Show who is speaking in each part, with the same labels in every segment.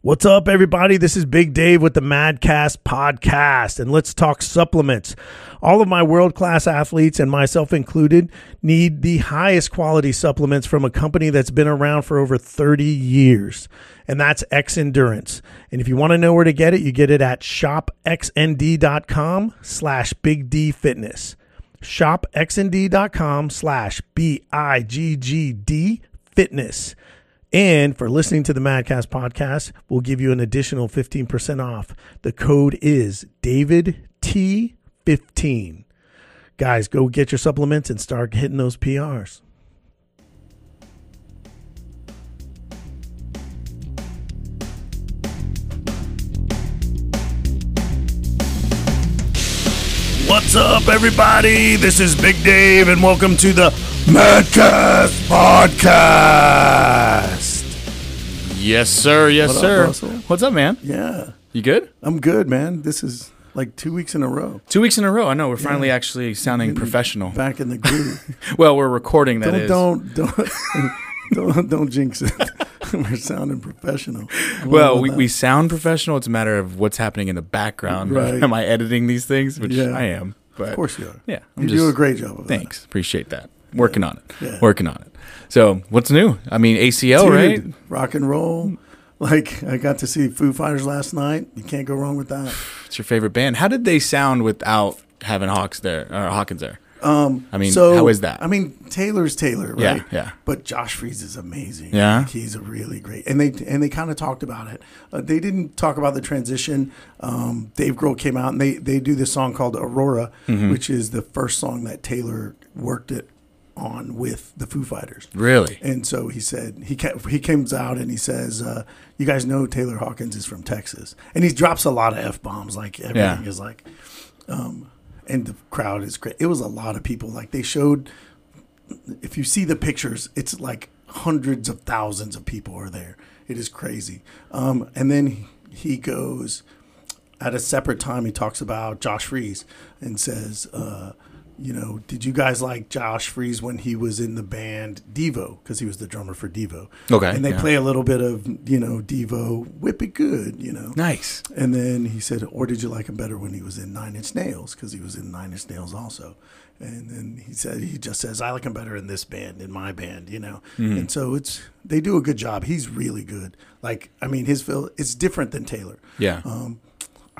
Speaker 1: What's up, everybody? This is Big Dave with the Madcast Podcast, and let's talk supplements. All of my world class athletes, and myself included, need the highest quality supplements from a company that's been around for over 30 years, and that's X Endurance. And if you want to know where to get it, you get it at shopxnd.com slash Big D Fitness. Shopxnd.com slash B I G G D Fitness. And for listening to the Madcast podcast, we'll give you an additional 15% off. The code is DavidT15. Guys, go get your supplements and start hitting those PRs. What's up, everybody? This is Big Dave, and welcome to the Madcast Podcast.
Speaker 2: Yes, sir. Yes,
Speaker 3: What up,
Speaker 2: sir.
Speaker 3: Russell?
Speaker 2: What's up, man?
Speaker 3: Yeah,
Speaker 2: You good?
Speaker 3: I'm good, man. This is like two weeks in a row.
Speaker 2: Two weeks in a row. I know we're finally actually sounding professional.
Speaker 3: Back in the groove.
Speaker 2: Well, we're recording. That
Speaker 3: Mm-hmm. don't,
Speaker 2: is.
Speaker 3: don't don't don't don't jinx it. We're sounding professional.
Speaker 2: Well, we, we sound professional. It's a matter of what's happening in the background.
Speaker 3: Right.
Speaker 2: Am I editing these things? Which
Speaker 3: Yeah.
Speaker 2: I am. But
Speaker 3: of course you are.
Speaker 2: Yeah. I'm
Speaker 3: you
Speaker 2: just,
Speaker 3: do a great job. Of that.
Speaker 2: Thanks. Appreciate that. Working on it.
Speaker 3: Yeah.
Speaker 2: Working on it. So, what's new? I mean, ACL,
Speaker 3: Dude,
Speaker 2: right?
Speaker 3: Rock and roll. Like I got to see Foo Fighters last night. You can't go wrong with that.
Speaker 2: It's your favorite band. How did they sound without having Hawks there or Hawkins there?
Speaker 3: Um,
Speaker 2: I mean,
Speaker 3: so
Speaker 2: how is that?
Speaker 3: I mean, Taylor's Taylor, right?
Speaker 2: Yeah, yeah.
Speaker 3: But Josh Fries is amazing.
Speaker 2: Yeah?
Speaker 3: Like, he's a really great. And they and they kind of talked about it. Uh, they didn't talk about the transition. Um, Dave Grohl came out and they they do this song called Aurora,
Speaker 2: Mm-hmm.
Speaker 3: which is the first song that Taylor worked it on with the Foo Fighters.
Speaker 2: Really?
Speaker 3: And so he said he ca- he comes out and he says, uh, "You guys know Taylor Hawkins is from Texas," and he drops a lot of f bombs. Like everything
Speaker 2: Yeah.
Speaker 3: is like, um, and the crowd is great. It was a lot of people. Like they showed, if you see the pictures, it's like hundreds of thousands of people are there. It is crazy. Um, and then he goes at a separate time, he talks about Josh Fries and says, uh, you know, did you guys like Josh Fries when he was in the band Devo? Because he was the drummer for Devo.
Speaker 2: Okay,
Speaker 3: And they
Speaker 2: yeah.
Speaker 3: play a little bit of, you know, Devo, Whip It Good, you know.
Speaker 2: Nice.
Speaker 3: And then he said, or did you like him better when he was in Nine Inch Nails? Because he was in Nine Inch Nails also. And then he said, he just says, I like him better in this band, in my band, you know? And so it's, they do a good job. He's really good. Like, I mean, his feel, it's different than Taylor.
Speaker 2: Yeah.
Speaker 3: Um,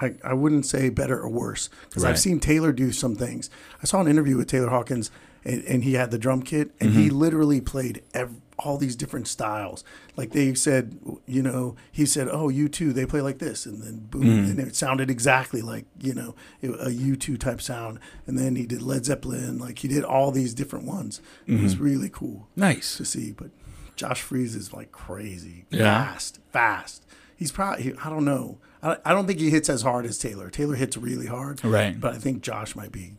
Speaker 3: I, I wouldn't say better or worse because
Speaker 2: Right.
Speaker 3: I've seen Taylor do some things. I saw an interview with Taylor Hawkins and, and he had the drum kit and he literally played ev- all these different styles. Like they said, you know, he said, "Oh, you two, they play like this," and then boom, and it sounded exactly like you know it, a U two type sound. And then he did Led Zeppelin, like he did all these different ones. It was really cool
Speaker 2: Nice.
Speaker 3: to see. But Josh Fries is like crazy,
Speaker 2: Yeah.
Speaker 3: fast, fast. He's probably I don't know. I, I don't think he hits as hard as Taylor. Taylor hits really hard,
Speaker 2: Right.
Speaker 3: But I think Josh might be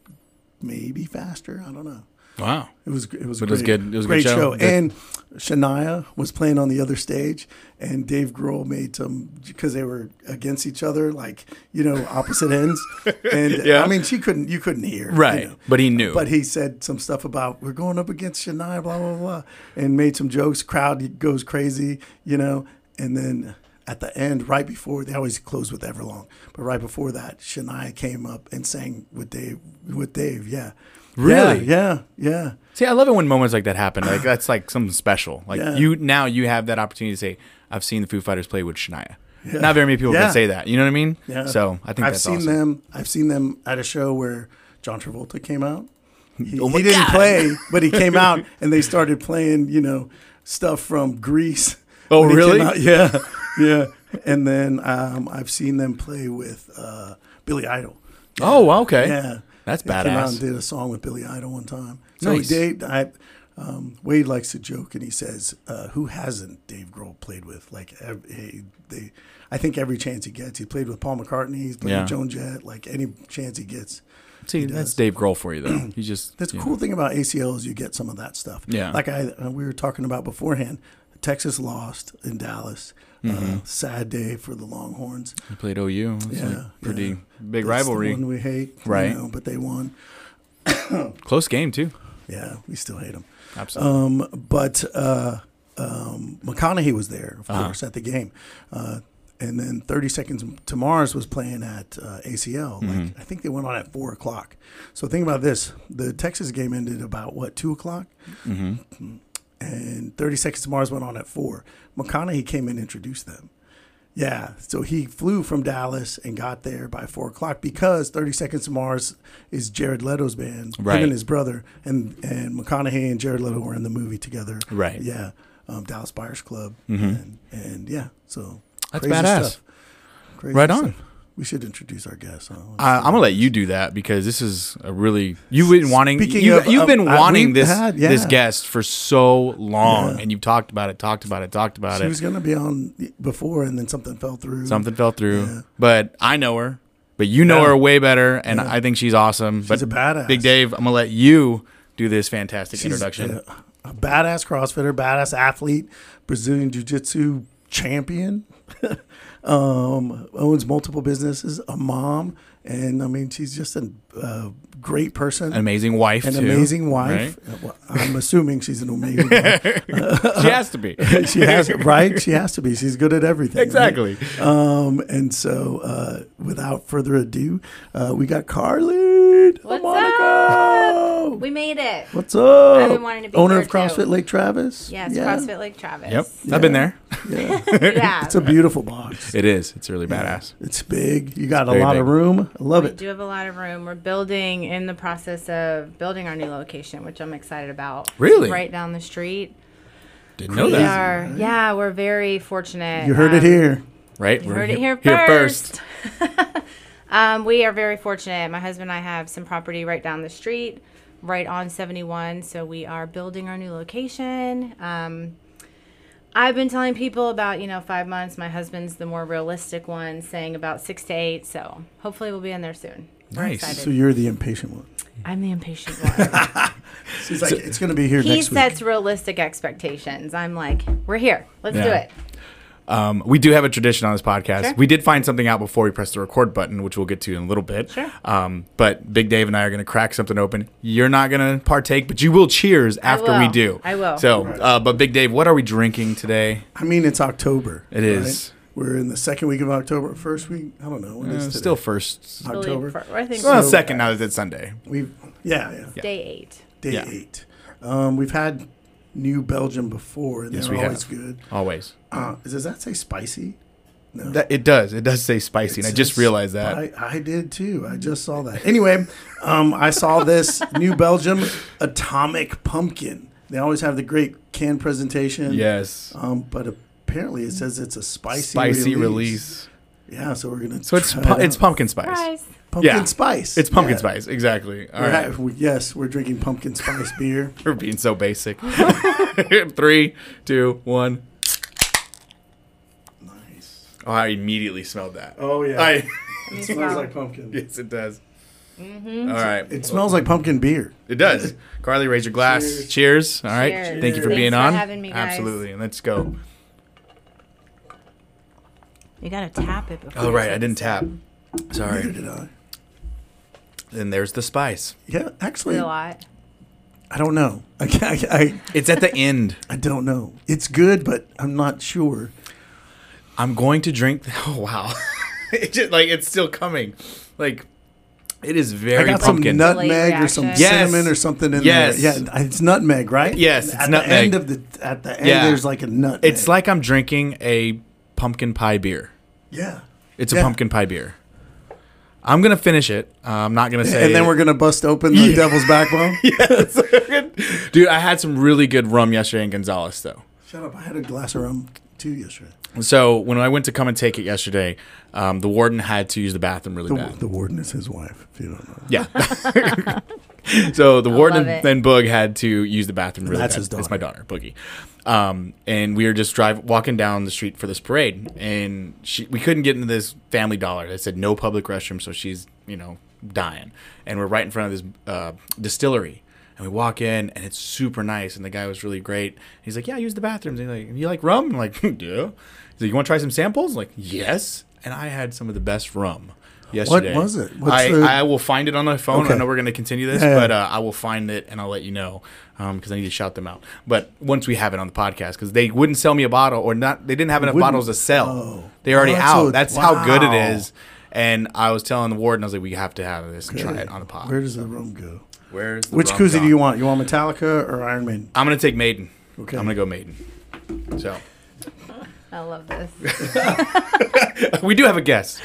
Speaker 3: maybe faster. I don't know.
Speaker 2: Wow.
Speaker 3: It was it was,
Speaker 2: But
Speaker 3: great,
Speaker 2: it was good. It was a
Speaker 3: great
Speaker 2: good show.
Speaker 3: show.
Speaker 2: Good.
Speaker 3: And Shania was playing on the other stage, and Dave Grohl made some because they were against each other, like you know, opposite ends. And
Speaker 2: Yeah.
Speaker 3: I mean, she couldn't you couldn't hear, you
Speaker 2: Right.
Speaker 3: know.
Speaker 2: But he knew.
Speaker 3: But he said some stuff about we're going up against Shania, blah blah blah, and made some jokes. Crowd goes crazy, you know. And then at the end, right before they always close with Everlong, but right before that, Shania came up and sang with Dave. With Dave, yeah.
Speaker 2: Really?
Speaker 3: Yeah, yeah. yeah.
Speaker 2: See, I love it when moments like that happen. Like that's like something special. Like
Speaker 3: Yeah.
Speaker 2: you now you have that opportunity to say, "I've seen the Foo Fighters play with Shania." Not very many people
Speaker 3: Yeah.
Speaker 2: can say that. You know what I mean?
Speaker 3: Yeah.
Speaker 2: So I think
Speaker 3: I've
Speaker 2: that's
Speaker 3: seen
Speaker 2: awesome.
Speaker 3: them. I've seen them at a show where John Travolta came out. He,
Speaker 2: Oh my
Speaker 3: he didn't
Speaker 2: God.
Speaker 3: play, but he came out and they started playing, you know, stuff from Greece.
Speaker 2: Oh,
Speaker 3: when he came
Speaker 2: really?
Speaker 3: out. Yeah, yeah. And then um, I've seen them play with uh, Billy Idol.
Speaker 2: Oh, wow, okay.
Speaker 3: Yeah,
Speaker 2: That's
Speaker 3: They Came out
Speaker 2: badass.
Speaker 3: and did a song with Billy Idol one time. So
Speaker 2: Nice.
Speaker 3: Dave, I, um, Wade likes to joke, and he says, uh, "Who hasn't Dave Grohl played with? Like, ev- he- they, I think every chance he gets, he played with Paul McCartney, he's played
Speaker 2: Yeah.
Speaker 3: with Joan Jett. Like any chance he gets,
Speaker 2: See, that's Dave Grohl for you though. He just
Speaker 3: that's
Speaker 2: you
Speaker 3: the cool thing about ACL is you get some of that stuff.
Speaker 2: Yeah.
Speaker 3: Like I uh, we were talking about beforehand, Texas lost in Dallas.
Speaker 2: Mm-hmm.
Speaker 3: Uh, sad day for the Longhorns.
Speaker 2: know, he played OU. It's yeah,
Speaker 3: Yeah,
Speaker 2: pretty
Speaker 3: yeah.
Speaker 2: big
Speaker 3: That's the
Speaker 2: rivalry.
Speaker 3: one we hate, you
Speaker 2: Right.
Speaker 3: know, but they won.
Speaker 2: Close game too.
Speaker 3: Yeah, we still hate them.
Speaker 2: Absolutely.
Speaker 3: Um, but uh, um, McConaughey was there, of course, at the game. Uh, and then 30 Seconds to Mars was playing at uh, ACL. Like I think they went on at four o'clock. So think about this: the Texas game ended about what two o'clock, and 30 Seconds to Mars went on at four. McConaughey came and introduced them. Yeah, so he flew from Dallas and got there by four o'clock because 30 Seconds to Mars is Jared Leto's band,
Speaker 2: Right.
Speaker 3: him and his brother, and and McConaughey and Jared Leto were in the movie together.
Speaker 2: Right. Mm-hmm.
Speaker 3: Yeah, um, Dallas Buyers Club, and, and yeah, so
Speaker 2: That's badass.
Speaker 3: Crazy
Speaker 2: Right on.
Speaker 3: We should introduce our guest. Huh?
Speaker 2: I, I'm gonna let you do that because this is a really you've been wanting
Speaker 3: Speaking
Speaker 2: you,
Speaker 3: of-
Speaker 2: you've been
Speaker 3: of- I-
Speaker 2: wanting
Speaker 3: we've
Speaker 2: this
Speaker 3: had- yeah.
Speaker 2: this guest for so long,
Speaker 3: Yeah.
Speaker 2: and you've talked about it, talked about it, talked about
Speaker 3: she
Speaker 2: it.
Speaker 3: was gonna be on before, and then something fell through.
Speaker 2: Something fell through,
Speaker 3: Yeah.
Speaker 2: but I know her, but you know
Speaker 3: Yeah.
Speaker 2: her way better, and I think she's awesome. She's but
Speaker 3: a badass.
Speaker 2: Big Dave, I'm gonna let you do this fantastic
Speaker 3: She's
Speaker 2: introduction.
Speaker 3: A, a badass CrossFitter, badass athlete, Brazilian Jiu Jitsu champion. um, owns multiple businesses, a mom, and I mean she's just a uh, great person,
Speaker 2: An amazing wife,
Speaker 3: an
Speaker 2: too,
Speaker 3: amazing wife. Uh, well, I'm assuming she's an amazing wife.
Speaker 2: right? she has to be
Speaker 3: she has right. She has to be. She's good at everything. right?
Speaker 2: exactly.
Speaker 3: Um, and so, uh, without further ado, uh, we got Carly.
Speaker 4: What's
Speaker 3: Delmonico.
Speaker 4: We made it.
Speaker 3: What's up?
Speaker 4: I've been wanting to be
Speaker 3: Owner
Speaker 4: here,
Speaker 3: of CrossFit
Speaker 4: too.
Speaker 3: Lake Travis.
Speaker 4: Yes,
Speaker 3: Yeah.
Speaker 4: CrossFit Lake Travis.
Speaker 2: Yep, I've been there.
Speaker 4: Yeah.
Speaker 3: It's a beautiful box.
Speaker 2: It is. It's really badass.
Speaker 3: It's big. You got a
Speaker 2: very
Speaker 3: lot of
Speaker 2: big.
Speaker 3: room. I love
Speaker 4: we
Speaker 3: it.
Speaker 4: do have a lot of room. We're building in the process of building our new location, which I'm excited about.
Speaker 2: Really?
Speaker 4: Right down the street.
Speaker 2: Didn't know
Speaker 4: We
Speaker 2: that.
Speaker 4: are, yeah, we're very fortunate.
Speaker 3: You heard it
Speaker 4: Um,
Speaker 3: here.
Speaker 2: Right?
Speaker 4: You
Speaker 2: We're
Speaker 4: heard it
Speaker 2: he-
Speaker 4: here first. Um, we are very fortunate. My husband and I have some property right down the street, right on 71. So we are building our new location. Um, I've been telling people about, you know, five months. My husband's the more realistic one, saying about six to eight. So hopefully we'll be in there soon. We're
Speaker 2: Nice.
Speaker 4: excited.
Speaker 3: So you're the impatient one.
Speaker 4: I'm the impatient one.
Speaker 3: She's like, it's going to be here
Speaker 4: he
Speaker 3: next week.
Speaker 4: sets realistic expectations. I'm like, we're here. Let's do
Speaker 2: Yeah.
Speaker 4: it.
Speaker 2: Um, we do have a tradition on this podcast.
Speaker 4: Sure.
Speaker 2: We did find something out before we pressed the record button, which we'll get to in a little bit.
Speaker 4: Sure.
Speaker 2: Um, but Big Dave and I are going to crack something open. You're not going to partake, but you will cheers after we
Speaker 4: will.
Speaker 2: do.
Speaker 4: I will.
Speaker 2: So, uh, but Big Dave, what are we drinking today?
Speaker 3: I mean, it's October.
Speaker 2: It is.
Speaker 3: We're in the second week of October. First week. I don't know. What is
Speaker 2: Uh,
Speaker 3: today?
Speaker 2: still first.
Speaker 4: Believe
Speaker 3: October.
Speaker 4: for- I think
Speaker 2: Well,
Speaker 3: So-
Speaker 2: second now that it's Sunday.
Speaker 3: We've yeah yeah.
Speaker 4: day eight.
Speaker 3: day
Speaker 2: Yeah.
Speaker 3: eight. Um, we've had New Belgium before, and
Speaker 2: Yes,
Speaker 3: they're
Speaker 2: we
Speaker 3: always
Speaker 2: have.
Speaker 3: good.
Speaker 2: Always.
Speaker 3: Uh, does that say spicy?
Speaker 2: That, it does. It does say spicy, and I just
Speaker 3: It's-
Speaker 2: realized that.
Speaker 3: I, I did too. I just saw that. Anyway, um, I saw this New Belgium Atomic Pumpkin. They always have the great can presentation.
Speaker 2: yes.
Speaker 3: Um, but apparently it says it's a spicy
Speaker 2: Spicy
Speaker 3: release.
Speaker 2: release.
Speaker 3: Yeah, so we're gonna.
Speaker 2: So it's
Speaker 3: try
Speaker 2: pu-
Speaker 3: it
Speaker 2: it's
Speaker 3: out.
Speaker 2: pumpkin spice.
Speaker 4: Surprise.
Speaker 3: pumpkin
Speaker 2: yeah.
Speaker 3: spice.
Speaker 2: It's pumpkin
Speaker 3: Yeah.
Speaker 2: spice. Exactly. All
Speaker 3: We're
Speaker 2: right.
Speaker 3: ha- we- yes, we're drinking pumpkin spice beer.
Speaker 2: We're being so basic. Three, two, one.
Speaker 3: Nice.
Speaker 2: Oh, I immediately smelled that.
Speaker 3: Oh yeah,
Speaker 2: I,
Speaker 3: it smells like pumpkin.
Speaker 2: yes, it does.
Speaker 3: Mm-hmm.
Speaker 2: All right.
Speaker 3: It
Speaker 2: It,
Speaker 3: smells like pumpkin beer.
Speaker 2: does. Carly, raise your glass.
Speaker 3: Cheers.
Speaker 2: Cheers. All right.
Speaker 4: Cheers.
Speaker 2: Thank you for
Speaker 4: Thanks
Speaker 2: being
Speaker 4: for
Speaker 2: on.
Speaker 4: having me, guys.
Speaker 2: Absolutely. And let's go.
Speaker 4: You gotta tap it before.
Speaker 2: All
Speaker 4: you
Speaker 2: Oh, right.
Speaker 4: take
Speaker 2: I
Speaker 4: a
Speaker 2: didn't
Speaker 4: sip.
Speaker 2: tap.
Speaker 3: Neither
Speaker 2: Sorry.
Speaker 3: did I.
Speaker 2: Then there's the spice.
Speaker 3: Yeah, actually,
Speaker 4: a lot.
Speaker 3: I don't know. I, can't- I, I,
Speaker 2: It's at the end.
Speaker 3: I don't know. It's good, but I'm not sure.
Speaker 2: I'm going to drink. Oh wow. it just, like it's still coming. Like it is very
Speaker 3: I got
Speaker 2: pumpkin.
Speaker 3: some nutmeg or
Speaker 4: Late
Speaker 3: some
Speaker 4: reaction.
Speaker 2: Yes.
Speaker 3: cinnamon or something in
Speaker 2: Yes.
Speaker 3: there. Yeah, it's nutmeg, right?
Speaker 2: Yes, it's
Speaker 3: at
Speaker 2: nutmeg.
Speaker 3: the end of the at the end,
Speaker 2: Yeah.
Speaker 3: there's like a nutmeg.
Speaker 2: it's like I'm drinking a pumpkin pie beer.
Speaker 3: yeah,
Speaker 2: It's a
Speaker 3: Yeah.
Speaker 2: pumpkin pie beer. I'm gonna finish it. Uh, I'm not gonna say.
Speaker 3: and then we're gonna bust open the devil's backbone.
Speaker 2: dude. I had some really good rum yesterday in Gonzales though.
Speaker 3: Shut up! I had a glass of rum too yesterday.
Speaker 2: So when I went to come and take it yesterday, um, the warden had to use the bathroom really
Speaker 3: The,
Speaker 2: bad.
Speaker 3: the warden is his wife. If you don't know,
Speaker 2: yeah. so the warden
Speaker 4: love
Speaker 2: and,
Speaker 4: it.
Speaker 2: and Boog had to use the bathroom really
Speaker 3: That's
Speaker 2: bad.
Speaker 3: his
Speaker 2: It's my daughter, Boogie. Um, and we were just drive walking down the street for this parade, and she we couldn't get into this Family Dollar. They said no public restroom, so she's you know dying, and we're right in front of this uh, distillery. And we walk in, and it's super nice. And the guy was really great. He's like, "Yeah, use the bathrooms." And he's like, "You like rum?" I'm like, "Yeah." He's like, "You want to try some samples?" I'm like, "Yes." And I had some of the best rum yesterday.
Speaker 3: was it? What's
Speaker 2: I,
Speaker 3: the-
Speaker 2: I will find it on my phone.
Speaker 3: Okay.
Speaker 2: I know we're going to continue this,
Speaker 3: Yeah, yeah.
Speaker 2: but uh, I will find it and I'll let you know because I need to shout them out. But once we have it on the podcast, because they wouldn't sell me a bottle or not, they didn't have enough
Speaker 3: wouldn't?
Speaker 2: bottles to sell.
Speaker 3: Oh.
Speaker 2: They already
Speaker 3: Oh, that's
Speaker 2: out.
Speaker 3: what-
Speaker 2: that's how good
Speaker 3: wow.
Speaker 2: it is. And I was telling the warden, I was like, we have to have this and try it on the pod.
Speaker 3: Where does the rum go?
Speaker 2: Where's the
Speaker 3: Which
Speaker 2: rum
Speaker 3: koozie
Speaker 2: gone?
Speaker 3: do you want? You want Metallica or Iron Man?
Speaker 2: I'm going to take Maiden.
Speaker 3: Okay.
Speaker 2: I'm going to go Maiden. So
Speaker 5: I love this.
Speaker 2: we do have a guest.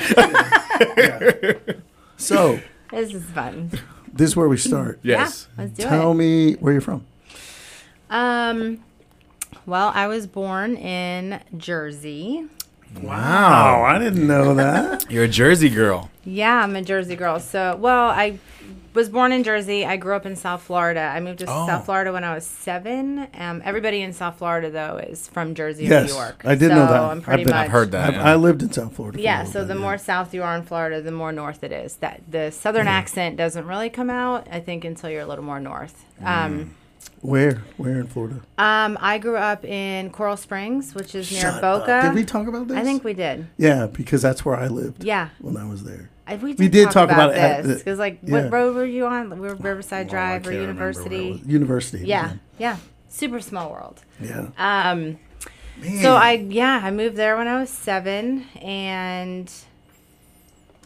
Speaker 3: So
Speaker 5: this is fun.
Speaker 3: this is where we start.
Speaker 2: Yes.
Speaker 5: Yeah, let's do
Speaker 3: Tell
Speaker 5: it.
Speaker 3: me where you're from.
Speaker 5: Um, well, I was born in Jersey.
Speaker 3: Wow, Oh, I didn't know that.
Speaker 2: You're a Jersey girl.
Speaker 5: Yeah, I'm a Jersey girl. So, well, I was born in Jersey. I grew up in South Florida. I moved to
Speaker 2: Oh.
Speaker 5: South Florida when I was seven. Um, everybody in South Florida, though, is from Jersey or
Speaker 3: Yes,
Speaker 5: New York.
Speaker 3: I did know
Speaker 5: So
Speaker 3: that.
Speaker 5: I'm
Speaker 3: I've
Speaker 5: pretty
Speaker 3: been-
Speaker 5: much,
Speaker 3: I've
Speaker 2: I've heard that. uh,
Speaker 3: I, I lived in South Florida. for a
Speaker 5: Yeah,
Speaker 3: little
Speaker 5: so
Speaker 3: bit,
Speaker 5: the
Speaker 3: yeah.
Speaker 5: more south you are in Florida, the more north it is. That the southern
Speaker 2: Mm-hmm.
Speaker 5: accent doesn't really come out, I think, until you're a little more north.
Speaker 2: Mm.
Speaker 5: Um,
Speaker 3: where where in Florida?
Speaker 5: um, I grew up in Coral Springs, which is near
Speaker 3: Shut up.
Speaker 5: Boca.
Speaker 3: Did we talk about this?
Speaker 5: I think we did.
Speaker 3: Yeah, because that's where I lived.
Speaker 5: Yeah.
Speaker 3: when I was there.
Speaker 5: I- We did,
Speaker 3: We did
Speaker 5: talk,
Speaker 3: talk
Speaker 5: about,
Speaker 3: about it at
Speaker 5: this
Speaker 3: the-
Speaker 5: because, like,
Speaker 3: yeah.
Speaker 5: what road were you on? We were Riverside
Speaker 2: Well, I
Speaker 5: Drive or
Speaker 2: can't remember where it
Speaker 5: University.
Speaker 3: University.
Speaker 5: Yeah, yeah, super small world.
Speaker 3: Yeah.
Speaker 5: Um,
Speaker 3: Man.
Speaker 5: so I yeah, I moved there when I was seven, and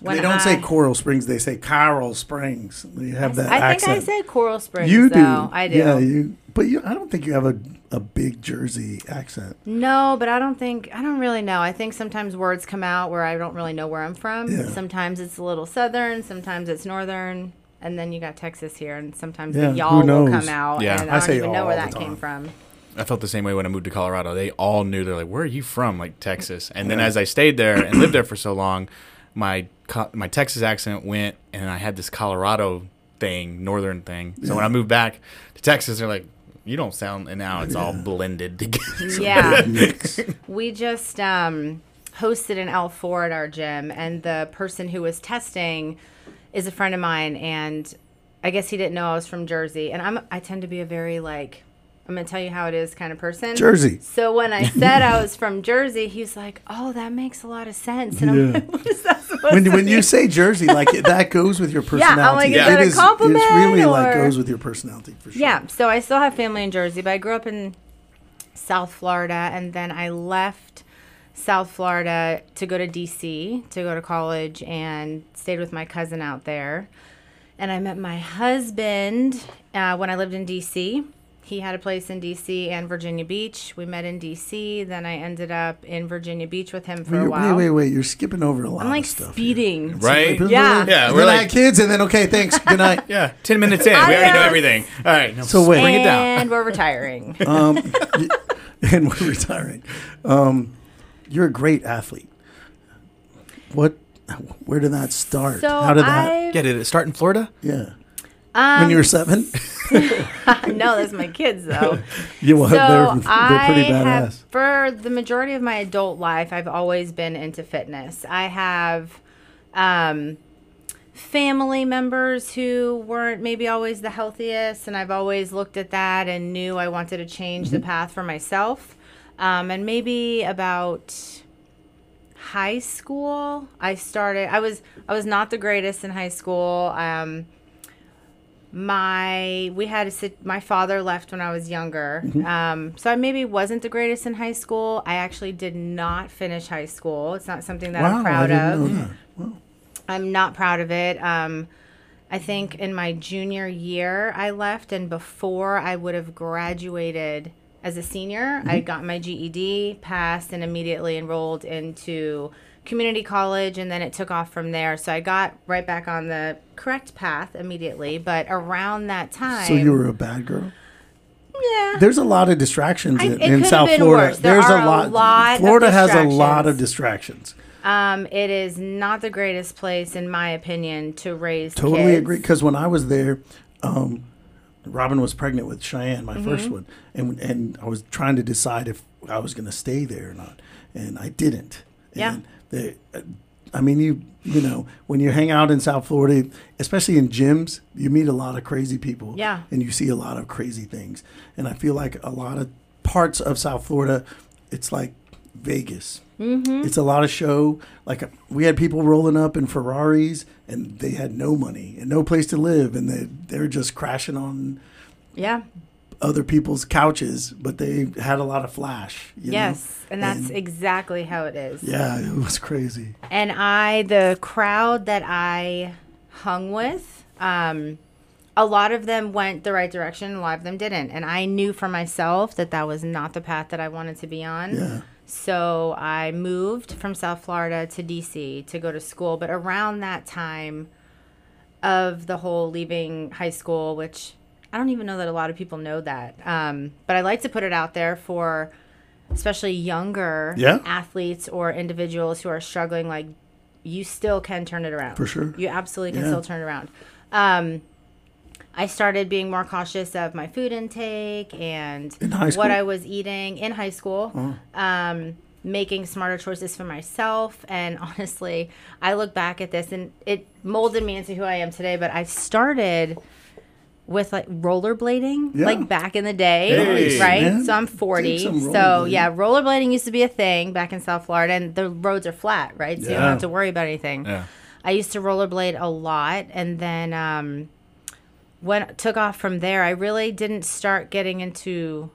Speaker 5: when
Speaker 3: they don't say
Speaker 5: I-
Speaker 3: Coral Springs. They say Coral Springs. They have that
Speaker 5: I think
Speaker 3: accent.
Speaker 5: I say Coral Springs.
Speaker 3: you do.
Speaker 5: though. I do.
Speaker 3: Yeah, you. But you, I don't think you have a a big Jersey accent.
Speaker 5: No, but I don't think I don't really know. I think sometimes words come out where I don't really know where I'm from.
Speaker 3: Yeah.
Speaker 5: Sometimes it's a little southern, sometimes it's northern, and then you got Texas here, and sometimes
Speaker 3: Yeah,
Speaker 5: the
Speaker 3: who
Speaker 5: y'all will
Speaker 3: knows?
Speaker 5: come out.
Speaker 2: Yeah.
Speaker 5: and
Speaker 3: I
Speaker 5: I,
Speaker 3: say
Speaker 5: don't even
Speaker 3: y'all
Speaker 5: know where
Speaker 3: all the
Speaker 5: that came
Speaker 3: time.
Speaker 5: from.
Speaker 2: I felt the same way when I moved to Colorado. They all knew they're like, "Where are you from?" Like Texas. And then as I stayed there and lived there for so long, my co- my Texas accent went, and I had this Colorado thing, northern thing. So when I moved back to Texas, they're like, "You don't sound." And now it's all blended together.
Speaker 5: Yeah,
Speaker 3: Mix.
Speaker 5: we just um, hosted an L4 at our gym, and the person who was testing is a friend of mine, and I guess he didn't know I was from Jersey. And I'm I tend to be a very like I'm gonna tell you how it is kind of person.
Speaker 3: Jersey.
Speaker 5: So when I said I was from Jersey, he's like, "Oh, that makes a lot of sense." And I'm
Speaker 3: Yeah.
Speaker 5: like, "What is that supposed
Speaker 3: When
Speaker 5: to
Speaker 3: when you
Speaker 5: mean?"
Speaker 3: say Jersey, like it, that goes with your
Speaker 5: I'm
Speaker 3: personality.
Speaker 5: like, is
Speaker 2: Yeah. that
Speaker 5: a compliment
Speaker 3: It really like
Speaker 5: or-
Speaker 3: goes with your personality for sure.
Speaker 5: Yeah, so I still have family in Jersey, but I grew up in South Florida, and then I left South Florida to go to DC to go to college and stayed with my cousin out there. And I met my husband uh, when I lived in DC. He had a place in DC and Virginia Beach. We met in DC. Then I ended up in Virginia Beach with him for
Speaker 3: Wait,
Speaker 5: a
Speaker 3: wait,
Speaker 5: while.
Speaker 3: wait, wait! You're skipping over a lot
Speaker 5: I'm like
Speaker 3: of stuff. here.
Speaker 5: speeding.
Speaker 2: Right?
Speaker 5: Yeah.
Speaker 2: Yeah.
Speaker 3: And
Speaker 2: We're
Speaker 3: then I
Speaker 2: like,
Speaker 3: had kids, and then okay, thanks, good night.
Speaker 2: yeah. Ten minutes in, we already know
Speaker 5: Adios.
Speaker 2: everything. All right. No,
Speaker 3: So wait.
Speaker 2: bring it down.
Speaker 5: And we're retiring.
Speaker 3: um, y- and we're retiring. Um, you're a great athlete. What? Where did that start?
Speaker 5: so
Speaker 3: How did that?
Speaker 5: I've-
Speaker 2: Yeah. Did it start in Florida?
Speaker 3: yeah.
Speaker 5: um,
Speaker 3: When you were seven,
Speaker 5: no, that's my kids though.
Speaker 3: you were.
Speaker 5: so
Speaker 3: they're, they're
Speaker 5: I
Speaker 3: pretty
Speaker 5: have,
Speaker 3: badass.
Speaker 5: for the majority of my adult life, I've always been into fitness. I have um, family members who weren't maybe always the healthiest, and I've always looked at that and knew I wanted to change
Speaker 3: Mm-hmm.
Speaker 5: the path for myself. Um, and maybe about high school, I started. I was I was not the greatest in high school. Um, my we had a sit- my father left when I was younger,
Speaker 3: Mm-hmm.
Speaker 5: um, so I maybe wasn't the greatest in high school. I actually did not finish high school. It's not something that
Speaker 3: Wow,
Speaker 5: I'm
Speaker 3: I
Speaker 5: proud
Speaker 3: didn't
Speaker 5: of.
Speaker 3: know that.
Speaker 5: I'm not proud of it. Um, I think in my junior year I left, and before I would have graduated as a senior,
Speaker 3: Mm-hmm.
Speaker 5: I got my GED, passed, and immediately enrolled into community college, and then it took off from there. So I got right back on the correct path immediately. But around that time,
Speaker 3: So you were a bad girl.
Speaker 5: yeah,
Speaker 3: There's a lot of distractions
Speaker 5: I-
Speaker 3: in,
Speaker 5: it
Speaker 3: in
Speaker 5: could've
Speaker 3: South
Speaker 5: been
Speaker 3: Florida.
Speaker 5: worse. There
Speaker 3: There's
Speaker 5: are
Speaker 3: a
Speaker 5: a
Speaker 3: lot.
Speaker 5: lot of
Speaker 3: Florida has a lot of distractions.
Speaker 5: um, it is not the greatest place, in my opinion, to raise.
Speaker 3: Totally
Speaker 5: kids.
Speaker 3: agree. Because when I was there, um, Robin was pregnant with Cheyenne, my
Speaker 5: Mm-hmm.
Speaker 3: first one, and and I was trying to decide if I was going to stay there or not, and I didn't.
Speaker 5: Yeah.
Speaker 3: And they, I mean, you you know, when you hang out in South Florida, especially in gyms, you meet a lot of crazy people.
Speaker 5: Yeah.
Speaker 3: And you see a lot of crazy things, and I feel like a lot of parts of South Florida, it's like Vegas.
Speaker 5: Mm-hmm.
Speaker 3: It's a lot of show. Like uh, we had people rolling up in Ferraris, and they had no money and no place to live, and they they're just crashing on
Speaker 5: Yeah.
Speaker 3: other people's couches. But they had a lot of flash. you know?
Speaker 5: Yes. And that's exactly how it is.
Speaker 3: yeah, it was crazy.
Speaker 5: And I, the crowd that I hung with, um, a lot of them went the right direction, a lot of them didn't. And I knew for myself that that was not the path that I wanted to be on.
Speaker 3: Yeah.
Speaker 5: So I moved from South Florida to DC to go to school. But around that time of the whole leaving high school, which I don't even know that a lot of people know that. Um, but I like to put it out there for especially younger
Speaker 3: Yeah.
Speaker 5: athletes or individuals who are struggling, like you still can turn it around.
Speaker 3: For sure.
Speaker 5: You absolutely can
Speaker 3: Yeah.
Speaker 5: still turn it around. Um, I started being more cautious of my food intake and
Speaker 3: In high school? Uh-huh.
Speaker 5: what I was eating in high school, um, making smarter choices for myself. And honestly, I look back at this and it molded me into who I am today. But I started with like rollerblading,
Speaker 3: Yeah.
Speaker 5: like back in the day,
Speaker 2: Nice,
Speaker 5: right?
Speaker 3: man.
Speaker 5: So I'm
Speaker 3: Did
Speaker 5: 40.
Speaker 3: some
Speaker 5: So
Speaker 3: rollerblading.
Speaker 5: yeah, rollerblading used to be a thing back in South Florida, and the roads are flat, right? So you
Speaker 3: Yeah.
Speaker 5: don't have to worry about anything.
Speaker 2: Yeah.
Speaker 5: I used to rollerblade a lot, and then um, when took off from there, I really didn't start getting into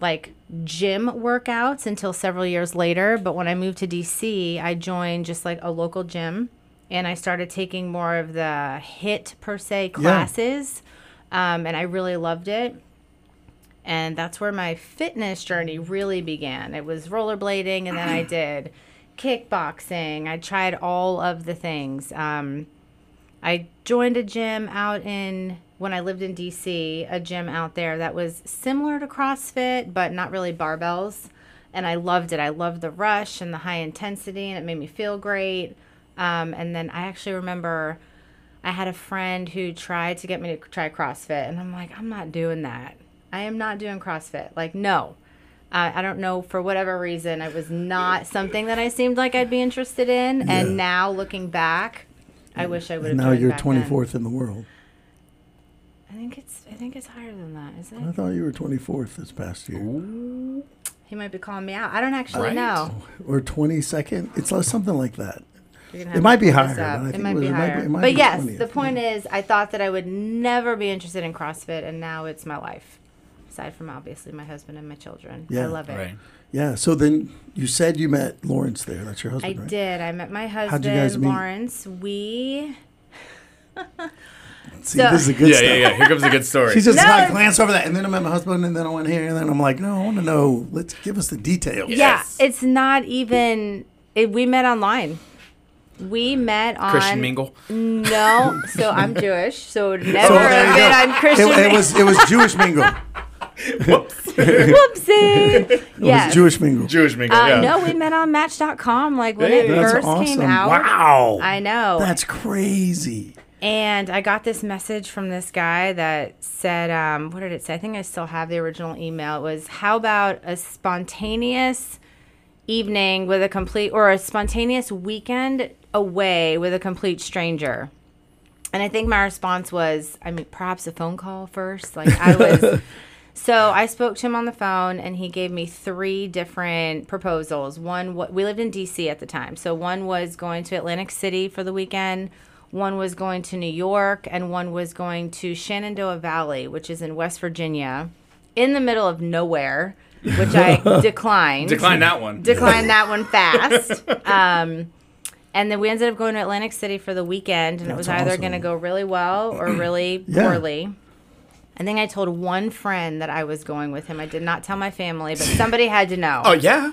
Speaker 5: like gym workouts until several years later. But when I moved to DC, I joined just like a local gym, and I started taking more of the hit per se classes, um, and I really loved it. And that's where my fitness journey really began. It was rollerblading, and then I did kickboxing. I tried all of the things. Um, I joined a gym out in, when I lived in DC, a gym out there that was similar to CrossFit, but not really barbells. And I loved it. I loved the rush and the high intensity, and it made me feel great. Um, and then I actually remember I had a friend who tried to get me to try CrossFit, and I'm like, I'm not doing that. I am not doing CrossFit. Like, no. Uh, I don't know for whatever reason, it was not something that I seemed like I'd be interested in.
Speaker 3: Yeah.
Speaker 5: And now looking back, I wish I would have.
Speaker 3: Now
Speaker 5: joined
Speaker 3: you're
Speaker 5: back then.
Speaker 3: 24th in the world.
Speaker 5: I think it's I think it's higher than that. Is it?
Speaker 3: I thought you were 24th this past year,
Speaker 5: He might be calling me out. I don't actually
Speaker 2: Right?
Speaker 5: know.
Speaker 3: or 22nd. It's like something like that.
Speaker 5: You're gonna
Speaker 3: It
Speaker 5: have
Speaker 3: might
Speaker 5: to
Speaker 3: be
Speaker 5: look this
Speaker 3: higher,
Speaker 5: up.
Speaker 3: but I
Speaker 5: It
Speaker 3: think
Speaker 5: might
Speaker 3: it was-
Speaker 5: be
Speaker 3: it might be-
Speaker 5: higher.
Speaker 3: it might
Speaker 5: but
Speaker 3: be
Speaker 5: yes,
Speaker 3: 20th,
Speaker 5: the point is, I thought that I would never be interested in CrossFit, and now it's my life. Aside from obviously my husband and my children, I
Speaker 3: Yeah.
Speaker 5: love it.
Speaker 2: Right.
Speaker 3: Yeah. So then you said you met Lawrence there. That's your
Speaker 5: I
Speaker 3: husband, right?
Speaker 5: did. I met my
Speaker 3: How'd you guys
Speaker 5: husband,
Speaker 3: meet?
Speaker 5: Lawrence. We
Speaker 3: See,
Speaker 5: So-
Speaker 3: this is a good
Speaker 2: Yeah,
Speaker 3: stuff.
Speaker 2: yeah, yeah. Here comes a good story.
Speaker 3: She's just
Speaker 5: No.
Speaker 3: like glance over that, and then I met my husband, and then I went here, and then I'm like, no, I want to know. Let's give us the details.
Speaker 2: Yes.
Speaker 5: Yeah, it's not even. It, we met online. We met on
Speaker 2: Christian Mingle.
Speaker 5: No, so I'm Jewish, so it would never
Speaker 3: So there
Speaker 5: have
Speaker 3: you
Speaker 5: been
Speaker 3: go.
Speaker 5: on Christian.
Speaker 3: It, it was it was Jewish mingle. It
Speaker 5: Whoopsie. Yeah.
Speaker 3: was Jewish mingle.
Speaker 2: Jewish Mingle. Oh,
Speaker 5: Uh,
Speaker 2: yeah.
Speaker 5: No, we met on Match.com. Like when
Speaker 2: Hey.
Speaker 5: it
Speaker 2: That's
Speaker 5: first came out.
Speaker 3: Wow.
Speaker 5: I know.
Speaker 3: That's crazy.
Speaker 5: And I got this message from this guy that said, um, what did it say? I think I still have the original email. It was, how about a spontaneous evening with a complete, or a spontaneous weekend away with a complete stranger? And I think my response was, I mean, perhaps a phone call first. Like I was. So I spoke to him on the phone, and he gave me three different proposals. One, wa- we lived in D.C. at the time, so one was going to Atlantic City for the weekend, one was going to New York, and one was going to Shenandoah Valley, which is in West Virginia, in the middle of nowhere, which I declined.
Speaker 2: Decline that one.
Speaker 5: Declined that one fast. Um, and then we ended up going to Atlantic City for the weekend, and it was
Speaker 3: That's
Speaker 5: either
Speaker 3: awesome.
Speaker 5: going to go really well or really
Speaker 3: Yeah.
Speaker 5: poorly. I think I told one friend that I was going with him. I did not tell my family, but somebody had to know.
Speaker 2: oh yeah.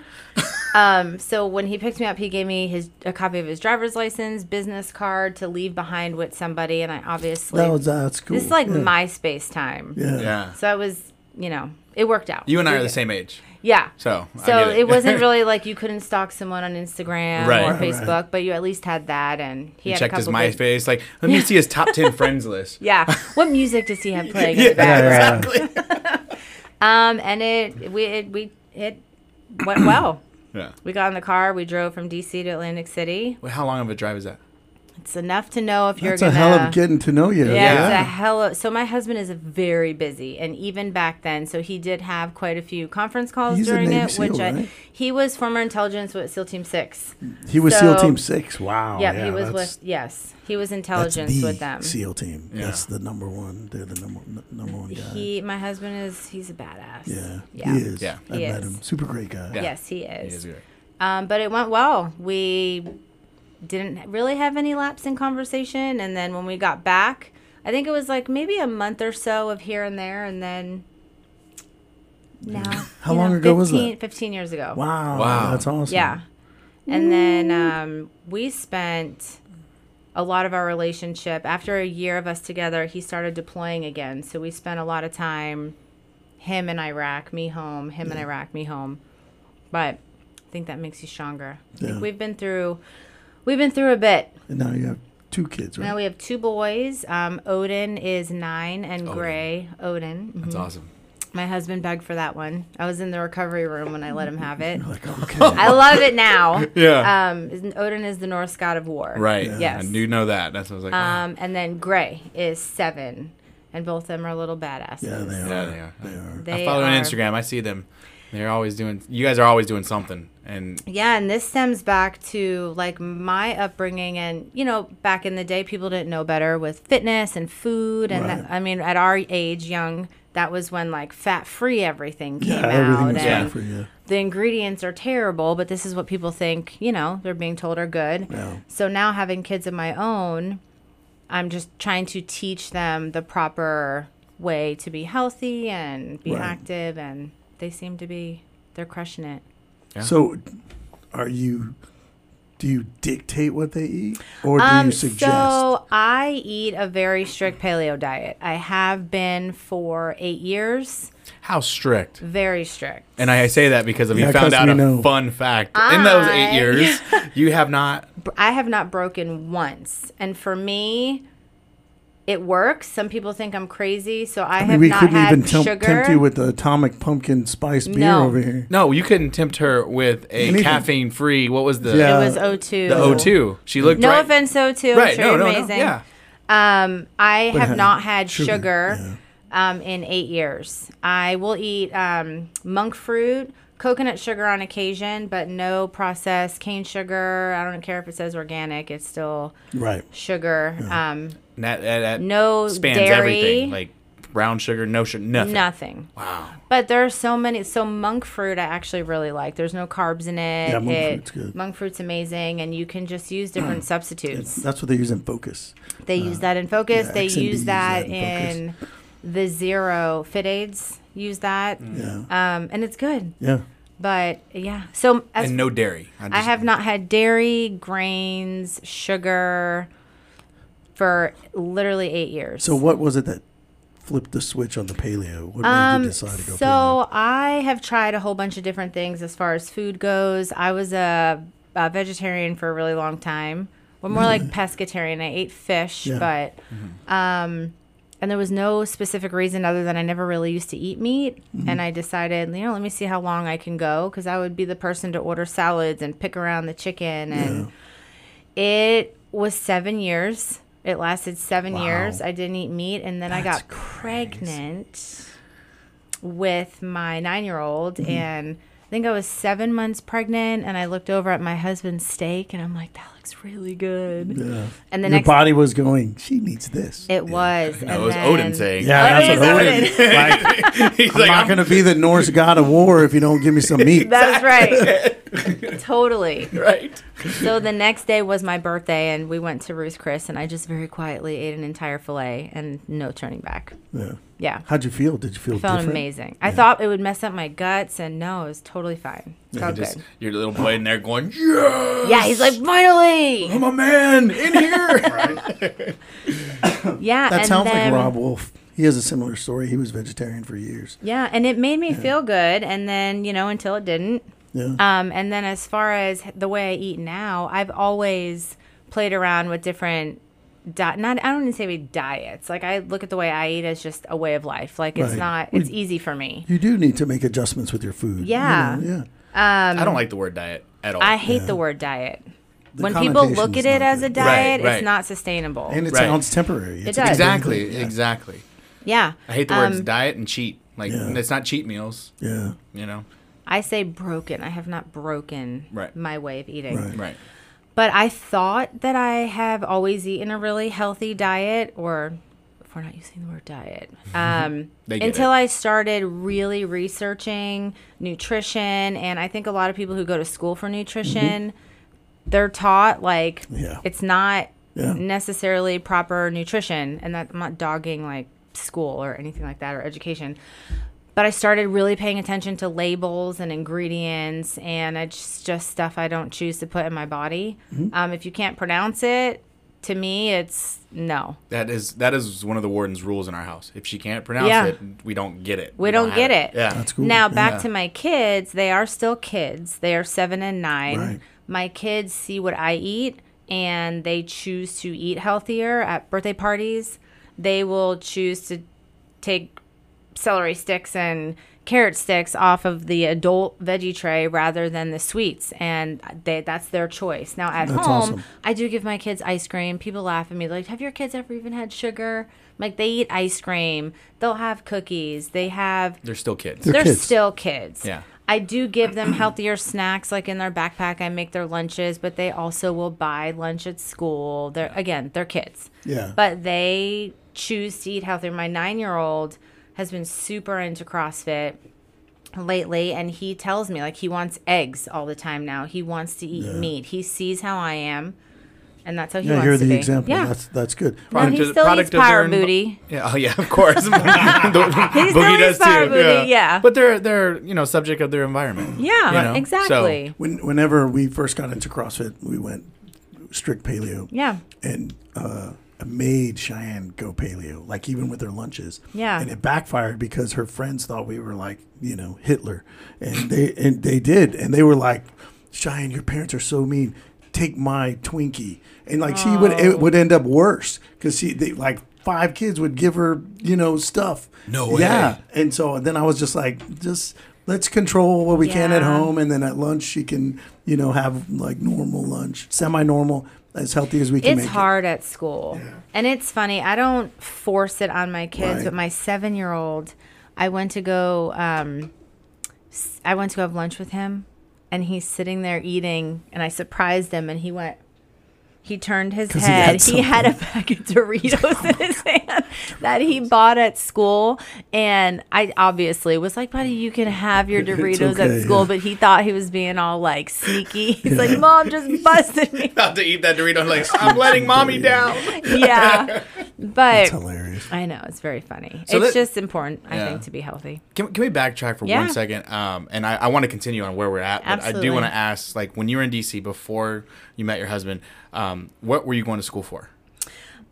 Speaker 5: So when he picked me up, he gave me his a copy of his driver's license, business card to leave behind with somebody, and I obviously
Speaker 3: That was that's cool.
Speaker 5: this is like
Speaker 3: yeah.
Speaker 5: MySpace time.
Speaker 3: Yeah.
Speaker 2: Yeah.
Speaker 5: So I was, you know, it worked out.
Speaker 2: You and I
Speaker 5: We
Speaker 2: are the
Speaker 5: did.
Speaker 2: same age.
Speaker 5: Yeah.
Speaker 2: So, I
Speaker 5: so
Speaker 2: get
Speaker 5: it.
Speaker 2: it.
Speaker 5: wasn't really like you couldn't stalk someone on Instagram
Speaker 2: Right.
Speaker 5: or
Speaker 2: Right,
Speaker 5: Facebook,
Speaker 3: right.
Speaker 5: but you at least had that, and he
Speaker 2: He
Speaker 5: had
Speaker 2: checked
Speaker 5: a
Speaker 2: his
Speaker 5: couple. big-
Speaker 2: MySpace. Like, let me see his top ten friends list.
Speaker 5: Yeah. What music does he have playing in
Speaker 2: Yeah,
Speaker 5: the background?
Speaker 2: exactly.
Speaker 5: Um, and it we it we it went well.
Speaker 2: yeah.
Speaker 5: We got in the car. We drove from DC to Atlantic City.
Speaker 2: Wait, how long of a drive is that?
Speaker 5: It's enough to know if you're
Speaker 3: That's a
Speaker 5: gonna.
Speaker 3: hell of getting to know you.
Speaker 5: Yeah, it's
Speaker 2: Yeah.
Speaker 5: a hell of. So my husband is very busy, and even back then, so he did have quite a few conference calls
Speaker 3: He's a
Speaker 5: during
Speaker 3: Navy
Speaker 5: it. which
Speaker 3: SEAL,
Speaker 5: I,
Speaker 3: right?
Speaker 5: he was former intelligence with SEAL Team Six.
Speaker 3: He was
Speaker 5: So-
Speaker 3: SEAL Team Six. Wow.
Speaker 5: Yep,
Speaker 3: Oh, yeah,
Speaker 5: he was
Speaker 3: that's-
Speaker 5: with yes, he was
Speaker 3: that's
Speaker 5: intelligence
Speaker 3: the
Speaker 5: with them.
Speaker 3: SEAL Team.
Speaker 2: Yeah.
Speaker 3: That's the number one. They're the number n- number one guy.
Speaker 5: He, my husband is he's a badass.
Speaker 3: yeah,
Speaker 5: yeah.
Speaker 3: he is.
Speaker 2: Yeah.
Speaker 3: I
Speaker 5: He
Speaker 3: met
Speaker 5: is.
Speaker 3: him. Super great guy.
Speaker 2: Yeah.
Speaker 5: Yes, he
Speaker 2: He
Speaker 5: is.
Speaker 2: is great.
Speaker 5: Um, but it went well. We didn't really have any lapse in conversation, and then when we got back, I think it was like maybe a month or so of here and there, and then now.
Speaker 3: How
Speaker 5: you
Speaker 3: long ago was
Speaker 5: 15
Speaker 3: that?
Speaker 5: 15 years ago.
Speaker 3: Wow.
Speaker 2: Wow.
Speaker 3: That's awesome.
Speaker 5: Yeah. And then um, we spent a lot of our relationship after a year of us together. He started deploying again, so we spent a lot of time him in Iraq, me home, him in Iraq, me home. But I think that makes you stronger. I think
Speaker 3: Yeah.
Speaker 5: we've been through we've been through a bit.
Speaker 3: And now you have two kids, right?
Speaker 5: Now we have two boys. Um, Odin is nine and Gray. Odin. mhm.
Speaker 2: That's awesome.
Speaker 5: My husband begged for that one. I was in the recovery room when I let him have it.
Speaker 3: like okay.
Speaker 5: I love it now.
Speaker 2: Yeah.
Speaker 5: Um, is- Odin is the Norse god of war.
Speaker 2: Right.
Speaker 5: Yes.
Speaker 2: I do know that. That's what I was like. "Oh, wow.
Speaker 5: Um, and then Gray is seven, and both of them are little badasses.
Speaker 3: yeah, they
Speaker 2: Yeah,
Speaker 3: are.
Speaker 2: they are.
Speaker 3: They are.
Speaker 5: They
Speaker 2: I follow
Speaker 5: are-
Speaker 2: on Instagram. I see them. They're always doing. You guys are always doing something. And
Speaker 5: Yeah, and this stems back to like my upbringing, and you know, back in the day, people didn't know better with fitness and food, and
Speaker 3: Right.
Speaker 5: that, I mean, at our age, young, that was when like fat-free everything came
Speaker 3: Yeah,
Speaker 5: out.
Speaker 3: everything was
Speaker 5: and-
Speaker 3: fine for you.
Speaker 5: the ingredients are terrible, but this is what people think, you know, they're being told are good.
Speaker 3: Yeah.
Speaker 5: So now having kids of my own, I'm just trying to teach them the proper way to be healthy and be
Speaker 3: Right.
Speaker 5: active and they seem to be they're crushing it.
Speaker 3: So, are you? Do you dictate what they eat, or do you suggest?
Speaker 5: Um, So I eat a very strict paleo diet. I have been for eight years.
Speaker 2: how strict.
Speaker 5: Very strict.
Speaker 2: And I say that because if
Speaker 3: Yeah,
Speaker 2: you found
Speaker 3: 'cause
Speaker 2: out
Speaker 3: we
Speaker 2: a
Speaker 3: know.
Speaker 2: fun fact in those eight
Speaker 5: I-
Speaker 2: years, you have not.
Speaker 5: I have not broken once. And for me, it works. Some people think I'm crazy, so
Speaker 3: I
Speaker 5: I,
Speaker 3: mean,
Speaker 5: have
Speaker 3: we
Speaker 5: not
Speaker 3: couldn't
Speaker 5: had
Speaker 3: even tempt,
Speaker 5: sugar.
Speaker 3: tempt you with the atomic pumpkin spice beer
Speaker 5: No.
Speaker 3: over here.
Speaker 2: No, you couldn't tempt her with a
Speaker 3: Anything.
Speaker 2: caffeine-free. What was the
Speaker 5: it
Speaker 3: Yeah.
Speaker 5: was O2.
Speaker 2: the O2? She looked
Speaker 5: No
Speaker 2: right.
Speaker 5: offense, O2.
Speaker 2: Right?
Speaker 5: I'm sure
Speaker 2: no,
Speaker 5: you're
Speaker 2: no, no.
Speaker 5: amazing.
Speaker 2: Yeah.
Speaker 5: Um, I
Speaker 3: But
Speaker 5: have
Speaker 3: had
Speaker 5: not had
Speaker 3: sugar,
Speaker 5: sugar, um, in eight years. I will eat um, monk fruit, coconut sugar on occasion, but no processed cane sugar. I don't care if it says organic; it's still
Speaker 3: Right.
Speaker 5: sugar. Um,
Speaker 2: And that, that, that
Speaker 5: No
Speaker 2: spans
Speaker 5: dairy.
Speaker 2: everything like brown sugar, no sugar, nothing.
Speaker 5: nothing.
Speaker 2: Wow.
Speaker 5: But there are so many. So monk fruit, I actually really like. There's no carbs in it.
Speaker 3: Yeah, monk
Speaker 5: It-
Speaker 3: fruit's good.
Speaker 5: Monk fruit's amazing, and you can just use different substitutes.
Speaker 3: That's what they use in focus.
Speaker 5: They use that in Focus.
Speaker 3: uh, yeah,
Speaker 5: they
Speaker 3: X and
Speaker 5: use
Speaker 3: Bs that
Speaker 5: that
Speaker 3: in
Speaker 5: in the Zero Fit Aids. Use that,
Speaker 2: Mm.
Speaker 3: Yeah.
Speaker 5: um, and it's good.
Speaker 3: Yeah.
Speaker 5: But yeah, so as
Speaker 2: And no dairy. I, just,
Speaker 5: I have not had dairy, grains, sugar for literally eight years.
Speaker 3: So what was it that flipped the switch on the paleo? What made you decide to go paleo?
Speaker 5: Um, So I have tried a whole bunch of different things as far as food goes. I was a, a vegetarian for a really long time. Well, more like pescatarian. I ate fish,
Speaker 3: Yeah.
Speaker 5: but um, and there was no specific reason other than I never really used to eat meat,
Speaker 3: Mm-hmm.
Speaker 5: and I decided, you know, let me see how long I can go because I would be the person to order salads and pick around the chicken and. It was seven years. It lasted seven
Speaker 3: Wow.
Speaker 5: years. I didn't eat meat, and then I
Speaker 3: That's
Speaker 5: got pregnant with my nine-year-old,
Speaker 3: Mm-hmm.
Speaker 5: and I think I was seven months pregnant. And I looked over at my husband's steak, and I'm like, "That looks really good."
Speaker 3: Yeah.
Speaker 5: And the
Speaker 3: Your
Speaker 5: next,
Speaker 3: body was going. She needs this.
Speaker 5: it was.
Speaker 2: That
Speaker 5: and
Speaker 2: was
Speaker 5: then-
Speaker 2: Odin saying. "Oh,
Speaker 3: yeah,
Speaker 5: Odin
Speaker 3: that's
Speaker 5: is
Speaker 3: what Odin. Like,
Speaker 2: He's
Speaker 3: I'm
Speaker 2: like,
Speaker 3: not going to be the Norse god of war if you don't give me some meat.
Speaker 5: That's right. totally.
Speaker 2: right.
Speaker 5: So the next day was my birthday, and we went to Ruth Chris, and I just very quietly ate an entire fillet, and no turning back.
Speaker 3: yeah.
Speaker 5: Yeah.
Speaker 3: How'd you feel? Did you feel
Speaker 5: felt
Speaker 3: different?
Speaker 5: amazing. I thought it would mess up my guts, and no, it was totally fine. Felt
Speaker 2: Just
Speaker 5: good.
Speaker 2: your little boy in there going, yeah,
Speaker 5: Yeah, he's like finally.
Speaker 2: I'm a man in here.
Speaker 5: Yeah,
Speaker 3: That
Speaker 5: and
Speaker 3: sounds like
Speaker 5: then,
Speaker 3: Rob Wolf. He has a similar story. He was vegetarian for years.
Speaker 5: Yeah, and it made me feel good, and then you know until it didn't.
Speaker 3: Yeah.
Speaker 5: Um, and then as far as the way I eat now, I've always played around with different. Di- not I don't even say we diets. Like I look at the way I eat as just a way of life. Like it's
Speaker 3: Right.
Speaker 5: not. It's easy for me.
Speaker 3: you do need to make adjustments with your food. you
Speaker 5: Yeah.
Speaker 3: know, yeah.
Speaker 2: I don't like the word diet at all.
Speaker 5: I hate the word diet.
Speaker 3: The
Speaker 5: when people look
Speaker 3: connotation's
Speaker 5: at it
Speaker 3: not
Speaker 5: as a
Speaker 3: good.
Speaker 5: diet,
Speaker 2: Right, right.
Speaker 5: it's not sustainable.
Speaker 3: and it
Speaker 2: Right.
Speaker 3: sounds temporary. It's
Speaker 5: does.
Speaker 2: Exactly,
Speaker 3: Yeah.
Speaker 2: exactly.
Speaker 5: yeah.
Speaker 2: I hate the words
Speaker 5: Um,
Speaker 2: diet and cheat. Like
Speaker 3: Yeah.
Speaker 2: it's not cheat meals,
Speaker 3: Yeah.
Speaker 2: you know.
Speaker 5: I say broken. I have not broken
Speaker 2: Right.
Speaker 5: my way of eating.
Speaker 3: Right.
Speaker 2: Right.
Speaker 5: But I thought that I have always eaten a really healthy diet, or if we're not using the word diet, um,
Speaker 2: They get
Speaker 5: until
Speaker 2: it.
Speaker 5: I started really researching nutrition. And I think a lot of people who go to school for nutrition,
Speaker 2: Mm-hmm.
Speaker 5: they're taught like
Speaker 3: Yeah.
Speaker 5: it's not
Speaker 3: Yeah.
Speaker 5: necessarily proper nutrition. And that I'm not dogging like school or anything like that or education but I started really paying attention to labels and ingredients, and it's just stuff I don't choose to put in my body. Um, if you can't pronounce it, to me, it's no.
Speaker 2: That is that is one of the warden's rules in our house. If she can't pronounce
Speaker 5: Yeah.
Speaker 2: it, we don't get it.
Speaker 5: We don't
Speaker 2: have
Speaker 5: get it.
Speaker 2: Yeah.
Speaker 3: That's cool.
Speaker 5: Now back
Speaker 2: Yeah.
Speaker 5: to my kids. They are still kids. They are seven and nine.
Speaker 3: Right.
Speaker 5: My kids see what I eat and they choose to eat healthier at birthday parties. They will choose to take celery sticks and carrot sticks off of the adult veggie tray rather than the sweets and they, that's their choice now at
Speaker 3: That's
Speaker 5: home
Speaker 3: awesome.
Speaker 5: i do give my kids ice cream people laugh at me like have your kids ever even had sugar I'm like they eat ice cream they'll have cookies they have
Speaker 2: They're still kids.
Speaker 3: They're
Speaker 5: they're
Speaker 3: kids.
Speaker 5: still kids.
Speaker 2: Yeah.
Speaker 5: I do give them healthier snacks like in their backpack. I make their lunches, but they also will buy lunch at school. They're again, they're kids.
Speaker 3: Yeah.
Speaker 5: But they choose to eat healthier. My 9-year-old has been super into CrossFit lately and he tells me like he wants eggs all the time now. He wants to eat meat. He sees how I am and that's how he
Speaker 3: Yeah,
Speaker 5: wants
Speaker 3: you're
Speaker 5: to
Speaker 3: the
Speaker 5: be.
Speaker 3: example.
Speaker 5: Yeah.
Speaker 3: That's that's good.
Speaker 5: no,
Speaker 2: Product
Speaker 5: he
Speaker 2: of-
Speaker 5: still eats
Speaker 2: product of their
Speaker 5: power
Speaker 2: env-
Speaker 5: booty.
Speaker 2: Yeah. Oh yeah. Of course. Boogie
Speaker 5: eats Power Booty, yeah.
Speaker 2: But they're they're you know subject of their environment.
Speaker 5: Yeah,
Speaker 2: you know? So-
Speaker 5: exactly.
Speaker 3: When, whenever we first got into CrossFit, we went strict paleo.
Speaker 5: yeah.
Speaker 3: and uh, made Cheyenne go paleo, like even with her lunches.
Speaker 5: Yeah.
Speaker 3: And it backfired because her friends thought we were like, you know, Hitler, and they and they did, and they were like, Cheyenne, your parents are so mean. Take my Twinkie, and like she would
Speaker 5: Oh.
Speaker 3: it would end up worse because she they, like five kids would give her you know stuff.
Speaker 2: No
Speaker 3: Yeah,
Speaker 2: way.
Speaker 3: and so then I was just like, just. Let's control what we can at
Speaker 5: Yeah.
Speaker 3: home, and then at lunch she can, you know, have like normal lunch, semi-normal, as healthy as we can
Speaker 5: it's
Speaker 3: make it.
Speaker 5: hard at school and it's funny i don't force it on my kids
Speaker 3: Right.
Speaker 5: but my seven year old i went to go um, s- i went to have lunch with him and he's sitting there eating and i surprised him and he went he turned his
Speaker 3: 'Cause he had Oh
Speaker 5: head. He had, a pack of Doritos in his hand that he bought at school. And I obviously was like, buddy, you can have your Doritos
Speaker 3: okay,
Speaker 5: at school.
Speaker 3: yeah.
Speaker 5: But he thought he was being all like sneaky. He's like, mom just busted me.
Speaker 2: About to eat that Dorito. I'm like I'm letting mommy down.
Speaker 5: yeah.
Speaker 3: It's
Speaker 5: But
Speaker 3: hilarious.
Speaker 5: I know it's very funny.
Speaker 2: So
Speaker 5: it's
Speaker 2: that-
Speaker 5: just important, I
Speaker 2: Yeah.
Speaker 5: think, to be healthy.
Speaker 2: Can, can we backtrack for
Speaker 5: Yeah.
Speaker 2: one second? Um, and I, I want to continue on where we're at, but I
Speaker 5: Absolutely.
Speaker 2: do want to ask, like, when you were in DC before you met your husband, um, what were you going to school for?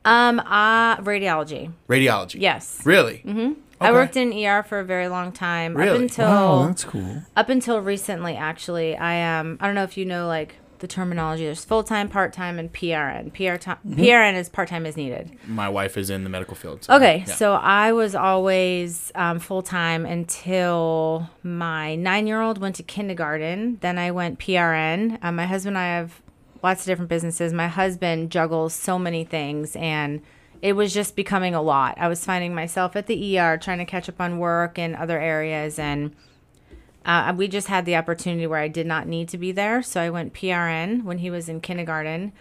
Speaker 5: Um, uh, radiology.
Speaker 2: Radiology.
Speaker 5: Yes.
Speaker 2: Really? Mm-hmm.
Speaker 5: I worked in ER for a very long time. Up
Speaker 2: Really?
Speaker 5: until
Speaker 3: Oh, that's cool.
Speaker 5: up until recently, actually. I um I don't know if you know like the terminology. There's full time, part time, and PRN. PR time PRN is part time as needed.
Speaker 2: My wife is in the medical field. so-
Speaker 5: Okay,
Speaker 2: yeah.
Speaker 5: so I was always um, full time until my nine year old went to kindergarten. Then I went PRN. Um, my husband and I have lots of different businesses. My husband juggles so many things, and it was just becoming a lot. I was finding myself at the ER trying to catch up on work and other areas, and uh, we just had the opportunity where I did not need to be there. So I went PRN when he was in kindergarten.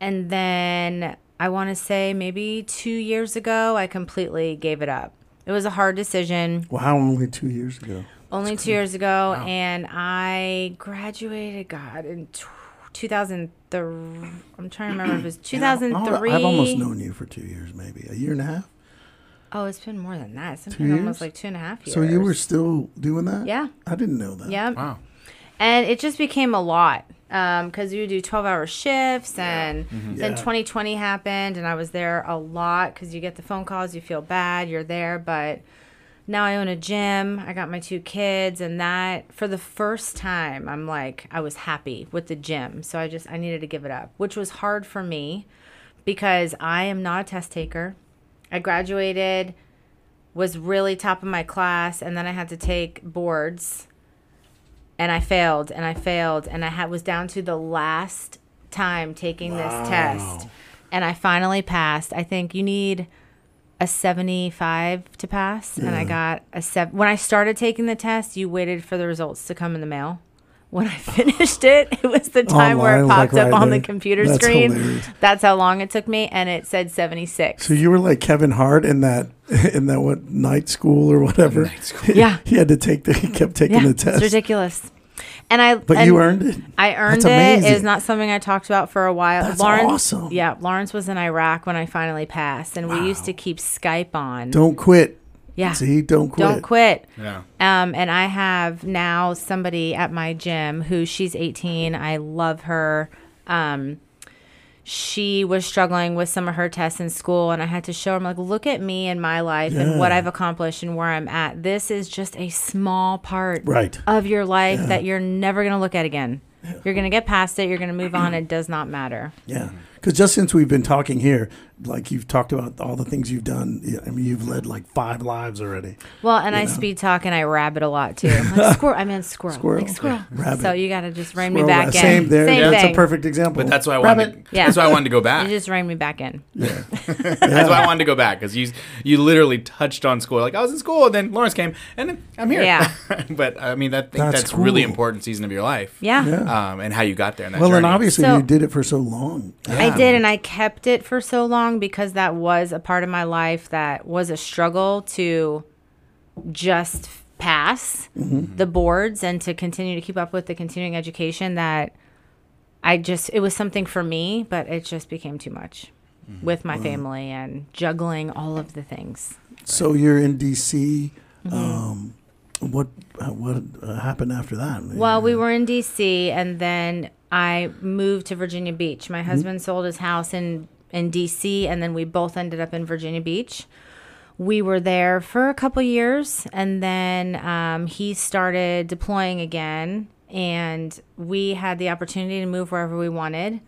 Speaker 5: And then I want to say maybe two years ago, I completely gave it up. It was a hard decision
Speaker 3: Wow, only two years ago.
Speaker 5: only two years ago. And I graduated, God, in t- 2003. I'm trying to remember if it was
Speaker 3: And I- I-
Speaker 5: 2003.
Speaker 3: I've almost known you for two years, maybe a year and a half.
Speaker 5: Oh, it's been more than that. It's
Speaker 3: Two
Speaker 5: been
Speaker 3: years?
Speaker 5: almost like two and a half years.
Speaker 3: So you were still doing that?
Speaker 5: Yeah.
Speaker 3: I didn't know that.
Speaker 5: Yep.
Speaker 2: Wow.
Speaker 5: and it just became a lot because you would do 12 hour shifts and then
Speaker 3: Yeah.
Speaker 5: 2020 happened and i was there a lot because you get the phone calls you feel bad you're there but now i own a gym i got my two kids and that for the first time i'm like i was happy with the gym so i just i needed to give it up which was hard for me because i am not a test taker i graduated was really top of my class and then i had to take boards and I failed and I failed and I had was down to the last time taking this test. And I finally passed. I think you need a 75 to pass. And I got a seven. When I started taking the test, you waited for the results to come in the mail. When I finished it, it was the time where it
Speaker 3: Online, like
Speaker 5: popped up
Speaker 3: right
Speaker 5: on
Speaker 3: there.
Speaker 5: the computer
Speaker 3: That's
Speaker 5: screen.
Speaker 3: hilarious.
Speaker 5: That's how long it took me. And it said 76.
Speaker 3: So you were like Kevin Hart in that in that what night school or whatever.
Speaker 5: Yeah.
Speaker 3: he had to take the he kept taking
Speaker 5: yeah,
Speaker 3: the test.
Speaker 5: it's ridiculous. And I,
Speaker 3: But
Speaker 5: and
Speaker 3: you earned it.
Speaker 5: I earned
Speaker 3: That's
Speaker 5: it.
Speaker 3: amazing.
Speaker 5: It was not something I talked about for a while.
Speaker 3: That's
Speaker 5: Lawrence,
Speaker 3: awesome.
Speaker 5: Yeah, Lawrence was in Iraq when I finally passed, and we used to keep Skype on.
Speaker 3: Don't quit.
Speaker 5: yeah,
Speaker 3: See, don't quit.
Speaker 5: don't quit.
Speaker 2: Yeah.
Speaker 5: Um, and I have now somebody at my gym who she's 18. I love her. Um, she was struggling with some of her tests in school, and I had to show her, I'm like, look at me and my life and what
Speaker 3: Yeah.
Speaker 5: I've accomplished and where I'm at. This is just a small part
Speaker 3: Right.
Speaker 5: of your life that you're never going to look at again. You're going to get past it, you're going to move on. It does not matter.
Speaker 3: Yeah.
Speaker 2: Mm-hmm.
Speaker 3: Because just since we've been talking here, like you've talked about all the things you've done. Yeah, I mean, you've led like five lives already.
Speaker 5: Well, and I speed talk and I rabbit a lot too. I'm like squirrel, I meant squirrel,
Speaker 3: Squirrel.
Speaker 5: like squirrel.
Speaker 3: Rabbit.
Speaker 5: So you got to just rein
Speaker 3: Well,
Speaker 5: me
Speaker 3: uh,
Speaker 5: back in.
Speaker 3: Same there.
Speaker 5: Same
Speaker 3: That's
Speaker 5: thing.
Speaker 3: a perfect example.
Speaker 2: But that's why I wanted. To,
Speaker 5: Yeah.
Speaker 2: That's why I wanted to go back.
Speaker 5: you just rein me back in.
Speaker 2: That's why I wanted to go back because you you literally touched on school. Like I was in school, and then Lawrence came, and then I'm here.
Speaker 5: Yeah.
Speaker 2: but I mean, that think
Speaker 3: That's
Speaker 2: that's, really
Speaker 3: cool.
Speaker 2: important season of your life.
Speaker 5: Yeah.
Speaker 2: Um, and how you got there. And that
Speaker 3: Well, and
Speaker 2: journey.
Speaker 3: obviously
Speaker 5: So-
Speaker 3: you did it for so long.
Speaker 5: I did, and I kept it for so long because that was a part of my life that was a struggle to just pass the boards and to continue to keep up with the continuing education that I just, it was something for me, but it just became too much with my family and juggling all of the things.
Speaker 3: So you're in D.C.
Speaker 5: Mm-hmm.
Speaker 3: Um, what uh, what uh, happened after that?
Speaker 5: Well, we were in DC and then I moved to Virginia Beach. My husband sold his house in in DC and then we both ended up in Virginia Beach. We were there for a couple years and then um, he started deploying again and we had the opportunity to move wherever we wanted.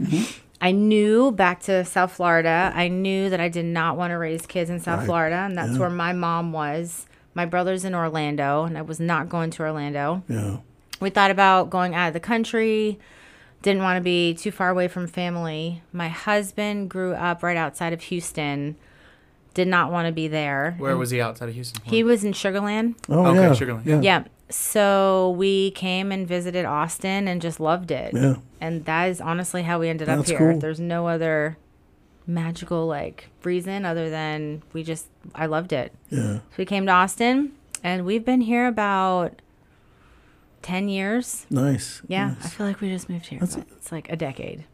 Speaker 5: I knew back to South Florida, I knew that I did not want to raise kids in South Florida and that's where my mom was. My brother's in Orlando and I was not going to Orlando
Speaker 3: yeah.
Speaker 5: we thought about going out of the country didn't want to be too far away from family my husband grew up right outside of houston did not want to be there
Speaker 2: where was he outside of Houston?
Speaker 5: he was in sugarland
Speaker 3: Oh
Speaker 2: Okay,
Speaker 3: yeah.
Speaker 2: Sugarland.
Speaker 3: Yeah.
Speaker 5: yeah so we came and visited austin and just loved it
Speaker 3: Yeah.
Speaker 5: and that is honestly how we ended up
Speaker 3: That's
Speaker 5: here
Speaker 3: cool.
Speaker 5: there's no other magical like reason other than we just i loved it
Speaker 3: Yeah.
Speaker 5: so we came to austin and we've been here about 10 years
Speaker 3: Nice.
Speaker 5: yeah, I
Speaker 3: nice.
Speaker 5: feel like we just moved here. but it's like a decade.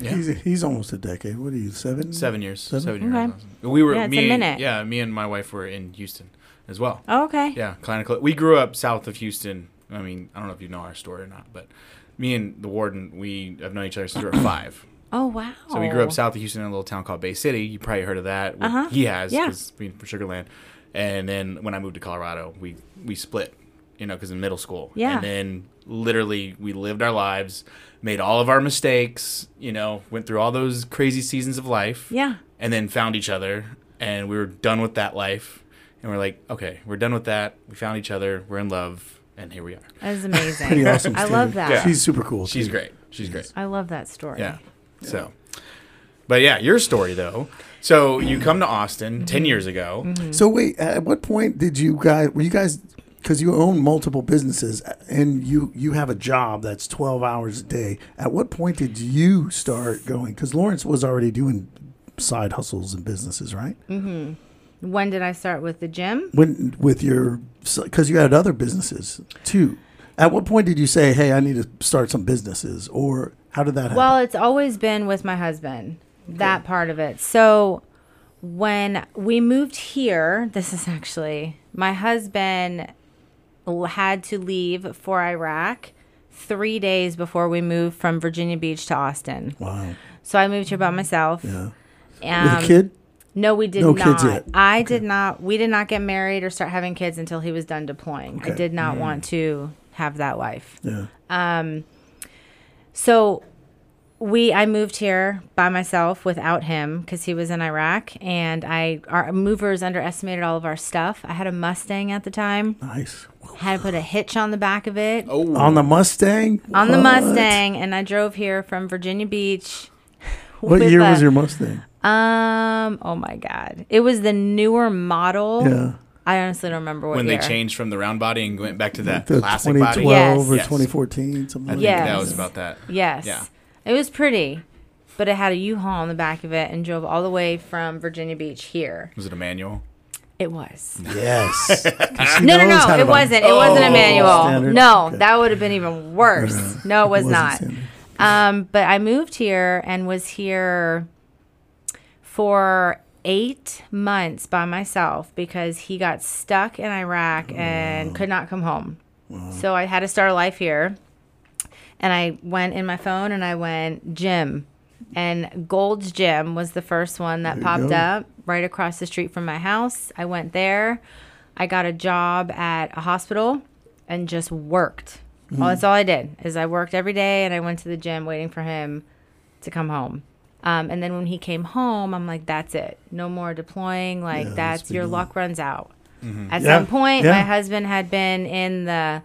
Speaker 2: Yeah.
Speaker 3: He's he's almost a decade. What are you seven?
Speaker 2: Seven years.
Speaker 3: Seven?
Speaker 2: Seven, years.
Speaker 5: Okay.
Speaker 2: We were
Speaker 5: Yeah, it's
Speaker 2: me
Speaker 5: a
Speaker 2: and-
Speaker 5: minute.
Speaker 2: yeah, me and my wife were in Houston as well.
Speaker 5: Oh, okay.
Speaker 2: Yeah, Kalina. Cl- we grew up south of Houston. I mean, I don't know if you know our story or not, but me and the warden, we have known each other since we were five.
Speaker 5: Oh wow.
Speaker 2: So we grew up south of Houston in a little town called Bay City. You probably heard of that. We-
Speaker 5: Uh-huh.
Speaker 2: He has
Speaker 5: Yeah.
Speaker 2: because being from Sugar Land. And then when I moved to Colorado, we we split, you know, because in middle school.
Speaker 5: Yeah.
Speaker 2: And then literally we lived our lives, made all of our mistakes, you know, went through all those crazy seasons of life.
Speaker 5: Yeah.
Speaker 2: And then found each other, and we were done with that life, and we're like, okay, we're done with that. We found each other. We're in love, and here we are.
Speaker 5: That is amazing.
Speaker 3: Pretty awesome.
Speaker 5: I
Speaker 3: story.
Speaker 5: love that.
Speaker 2: Yeah.
Speaker 3: She's super cool.
Speaker 2: She's
Speaker 3: too.
Speaker 2: great. She's great.
Speaker 5: I love that story.
Speaker 2: Yeah. So, but yeah, your story though. So you come to Austin
Speaker 5: Mm-hmm.
Speaker 2: ten years ago.
Speaker 3: So wait, at what point did you guys? Were you guys? Because you own multiple businesses and you you have a job that's twelve hours a day. At what point did you start going? Because Lawrence was already doing side hustles and businesses, right?
Speaker 5: When did I start with the gym?
Speaker 3: When with your because you had other businesses too. At what point did you say, "Hey, I need to start some businesses"? Or how did that happen?
Speaker 5: Well, it's always been with my husband. That part of it. So when we moved here, this is actually my husband l- had to leave for Iraq 3 days before we moved from Virginia Beach to Austin.
Speaker 3: wow.
Speaker 5: So I moved here by myself.
Speaker 3: Yeah.
Speaker 5: Um,
Speaker 3: With a kid.
Speaker 5: No, we did
Speaker 3: No
Speaker 5: not.
Speaker 3: kids yet.
Speaker 5: I did not. We did not get married or start having kids until he was done deploying. I
Speaker 3: Okay. Mm.
Speaker 5: did not want to have that life.
Speaker 3: Yeah.
Speaker 5: So we I moved here by myself without him because he was in Iraq, and I our movers underestimated all of our stuff. I had a Mustang at the time.
Speaker 3: Nice.
Speaker 5: Had to put a hitch on the back of it
Speaker 2: Oh,
Speaker 3: On the Mustang?
Speaker 5: on the
Speaker 3: What?
Speaker 5: Mustang, and I drove here from Virginia Beach.
Speaker 3: What
Speaker 5: with
Speaker 3: year
Speaker 5: a-
Speaker 3: was your Mustang?
Speaker 5: Um. Oh my God! It was the newer model.
Speaker 3: Yeah.
Speaker 5: I honestly don't remember what
Speaker 2: when
Speaker 5: year.
Speaker 2: they changed from the round body and went back to that
Speaker 3: The
Speaker 2: classic body.
Speaker 3: 2012
Speaker 5: Yeah.
Speaker 3: or
Speaker 2: Yes.
Speaker 3: 2014, something
Speaker 2: I
Speaker 3: like
Speaker 2: think
Speaker 5: Yes.
Speaker 2: that was about that.
Speaker 5: Yes.
Speaker 2: Yeah.
Speaker 5: It was pretty, but it had a U-Haul on the back of it, and drove all the way from Virginia Beach here.
Speaker 2: Was it a manual?
Speaker 5: It was.
Speaker 3: that. Yes. She
Speaker 5: No, no,
Speaker 3: knows how
Speaker 5: no.
Speaker 3: to
Speaker 5: It
Speaker 3: buy.
Speaker 5: wasn't. It wasn't a manual.
Speaker 3: Standard.
Speaker 5: No,
Speaker 3: Okay.
Speaker 5: that would have been even worse. No, it was
Speaker 3: wasn't
Speaker 5: not.
Speaker 3: standard.
Speaker 5: Um, but I moved here and was here for eight months by myself because he got stuck in Iraq and could not come home. So I had to start a life here. And I went in my phone and I went gym. And Gold's Gym was the first one that
Speaker 3: There you
Speaker 5: popped
Speaker 3: go.
Speaker 5: up right across the street from my house. I went there. I got a job at a hospital and just worked.
Speaker 3: Mm.
Speaker 5: Well, that's all I did is I worked every day and I went to the gym waiting for him to come home. Um, and then when he came home, I'm like, that's it. No more deploying. Like,
Speaker 3: Yeah, that's
Speaker 5: that's your
Speaker 3: been-
Speaker 5: luck runs out. At
Speaker 3: Yeah,
Speaker 5: some point,
Speaker 3: yeah.
Speaker 5: my husband had been in the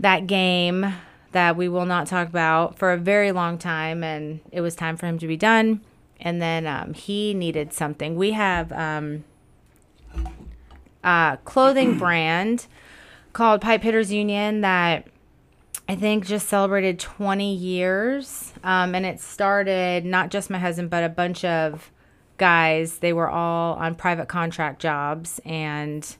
Speaker 5: that game that we will not talk about for a very long time, and it was time for him to be done. And then um, he needed something. We have um, a clothing brand called Pipe Hitters Union that I think just celebrated 20 years. Um, and it started not just my husband, but a bunch of guys. They were all on private contract jobs. And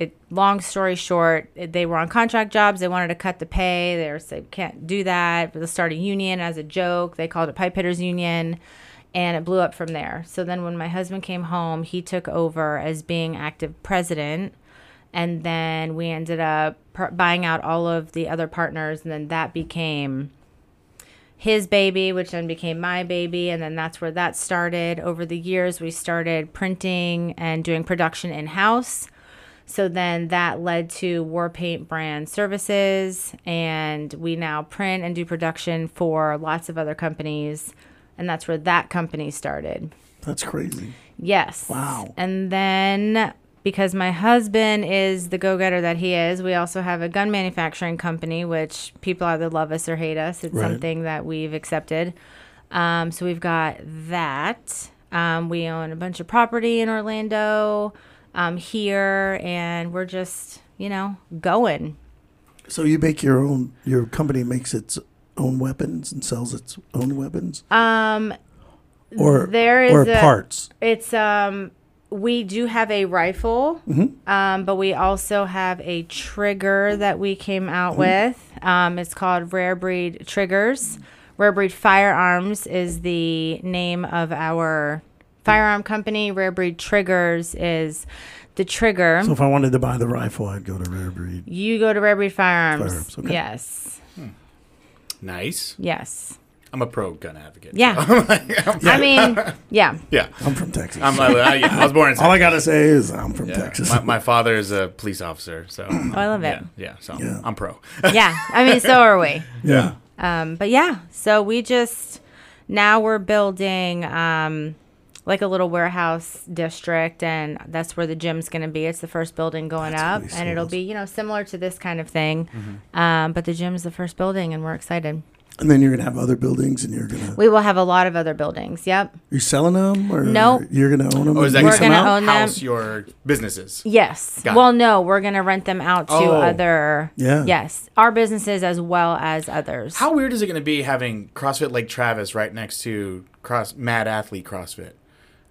Speaker 5: it, long story short, it- they were on contract jobs. They wanted to cut the pay. They were saying, can't do that. But they'll start a union as a joke. They called it Pipe Hitters Union. And it blew up from there. So then when my husband came home, he took over as being active president and then we ended up per- buying out all of the other partners and then that became his baby which then became my baby and then that's where that started over the years we started printing and doing production in house so then that led to War Paint Brand Services, and we now print and do production for lots of other companies, and that's where that company started.
Speaker 3: That's crazy.
Speaker 5: Yes.
Speaker 3: Wow.
Speaker 5: And then because my husband is the go-getter that he is, we also have a gun manufacturing company, which people either love us or hate us. It's
Speaker 3: Right.
Speaker 5: something that we've accepted. Um, so we've got that. Um, we own a bunch of property in Orlando, um, here, and we're just, you know, going.
Speaker 3: So you make your own. Your company makes its own weapons and sells its own weapons.
Speaker 5: Um,
Speaker 3: or
Speaker 5: there is
Speaker 3: or
Speaker 5: a-
Speaker 3: parts.
Speaker 5: It's um we do have a rifle,
Speaker 3: Mm-hmm.
Speaker 5: um, but we also have a trigger that we came out
Speaker 3: Mm-hmm.
Speaker 5: with. Um, it's called Rare Breed Triggers. Rare Breed Firearms is the name of our firearm company. Rare Breed Triggers is the trigger.
Speaker 3: So if I wanted to buy the rifle, I'd go to Rare Breed.
Speaker 5: you go to Rare Breed Firearms.
Speaker 3: Firearms, okay.
Speaker 5: Yes.
Speaker 2: Nice.
Speaker 5: Yes.
Speaker 2: I'm a pro gun advocate.
Speaker 5: Yeah. I mean, yeah.
Speaker 2: Yeah.
Speaker 3: I'm from Texas.
Speaker 2: I'm, I, I, yeah, I was born in
Speaker 3: All I gotta say is I'm from
Speaker 2: Yeah.
Speaker 3: Texas.
Speaker 2: My, my father is a police officer, so
Speaker 5: Oh, I love it.
Speaker 2: yeah, yeah. So
Speaker 3: Yeah.
Speaker 2: I'm pro.
Speaker 5: Yeah. I mean, so are we.
Speaker 3: yeah.
Speaker 5: Um, but yeah, so we just now we're building um, like a little warehouse district, and that's where the gym's going to be. It's the first building going up,
Speaker 3: really
Speaker 5: and it'll
Speaker 3: smart.
Speaker 5: be you know similar to this kind of thing. Um, but the gym's the first building, and we're excited.
Speaker 3: And then you're gonna have other buildings, and you're gonna
Speaker 5: We will have a lot of other buildings. Yep.
Speaker 3: you're selling them, or
Speaker 5: Nope.
Speaker 3: you're gonna own them.
Speaker 2: Or Oh, is that
Speaker 5: We're
Speaker 2: gonna
Speaker 5: gonna
Speaker 2: somehow
Speaker 5: own them.
Speaker 2: house your businesses?
Speaker 5: Yes.
Speaker 2: Got
Speaker 5: well, no, we're going to rent them out to
Speaker 2: Oh.
Speaker 5: other.
Speaker 3: Yeah.
Speaker 5: Yes, our businesses as well as others.
Speaker 2: How weird is it going to be having CrossFit Lake Travis right next to Cross Mad Athlete CrossFit?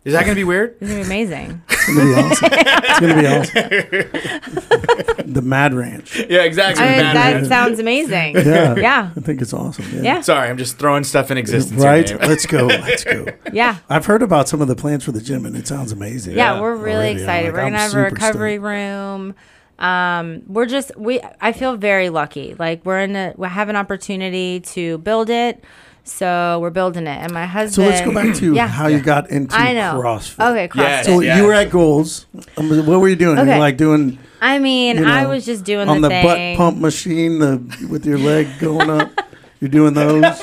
Speaker 2: Is that going to be weird?
Speaker 5: It's gonna be amazing.
Speaker 3: It's gonna be awesome. it's gonna be awesome. the Mad Ranch.
Speaker 2: yeah, exactly.
Speaker 5: I mean,
Speaker 2: Mad
Speaker 5: that
Speaker 2: Athlete.
Speaker 5: sounds amazing.
Speaker 3: Yeah.
Speaker 5: Yeah.
Speaker 3: I think it's awesome. Yeah.
Speaker 5: Yeah.
Speaker 2: Sorry, I'm just throwing stuff in existence. here,
Speaker 3: Right.
Speaker 2: Dave.
Speaker 3: Let's go. Let's go.
Speaker 5: Yeah.
Speaker 3: I've heard about some of the plans for the gym, and it sounds amazing.
Speaker 5: yeah, we're really
Speaker 3: Already, I'm
Speaker 5: excited.
Speaker 3: like,
Speaker 5: we're
Speaker 3: I'm
Speaker 5: gonna have a
Speaker 3: super
Speaker 5: recovery
Speaker 3: stoked.
Speaker 5: room. Um, we're just we. I feel very lucky. Like we're in a we have an opportunity to build it, so we're building it. And my husband.
Speaker 3: So let's go back to
Speaker 5: Yeah.
Speaker 3: how you got into
Speaker 5: I know.
Speaker 3: CrossFit.
Speaker 5: Okay, CrossFit.
Speaker 2: Yes.
Speaker 3: So
Speaker 2: Yeah.
Speaker 3: you were at Goals. Um, what were you doing? You were
Speaker 5: Okay.
Speaker 3: like doing
Speaker 5: I mean,
Speaker 3: you
Speaker 5: I
Speaker 3: know,
Speaker 5: was just doing
Speaker 3: on the,
Speaker 5: the, thing.
Speaker 3: butt pump machine, the with your leg going up. You're doing those.
Speaker 5: No, I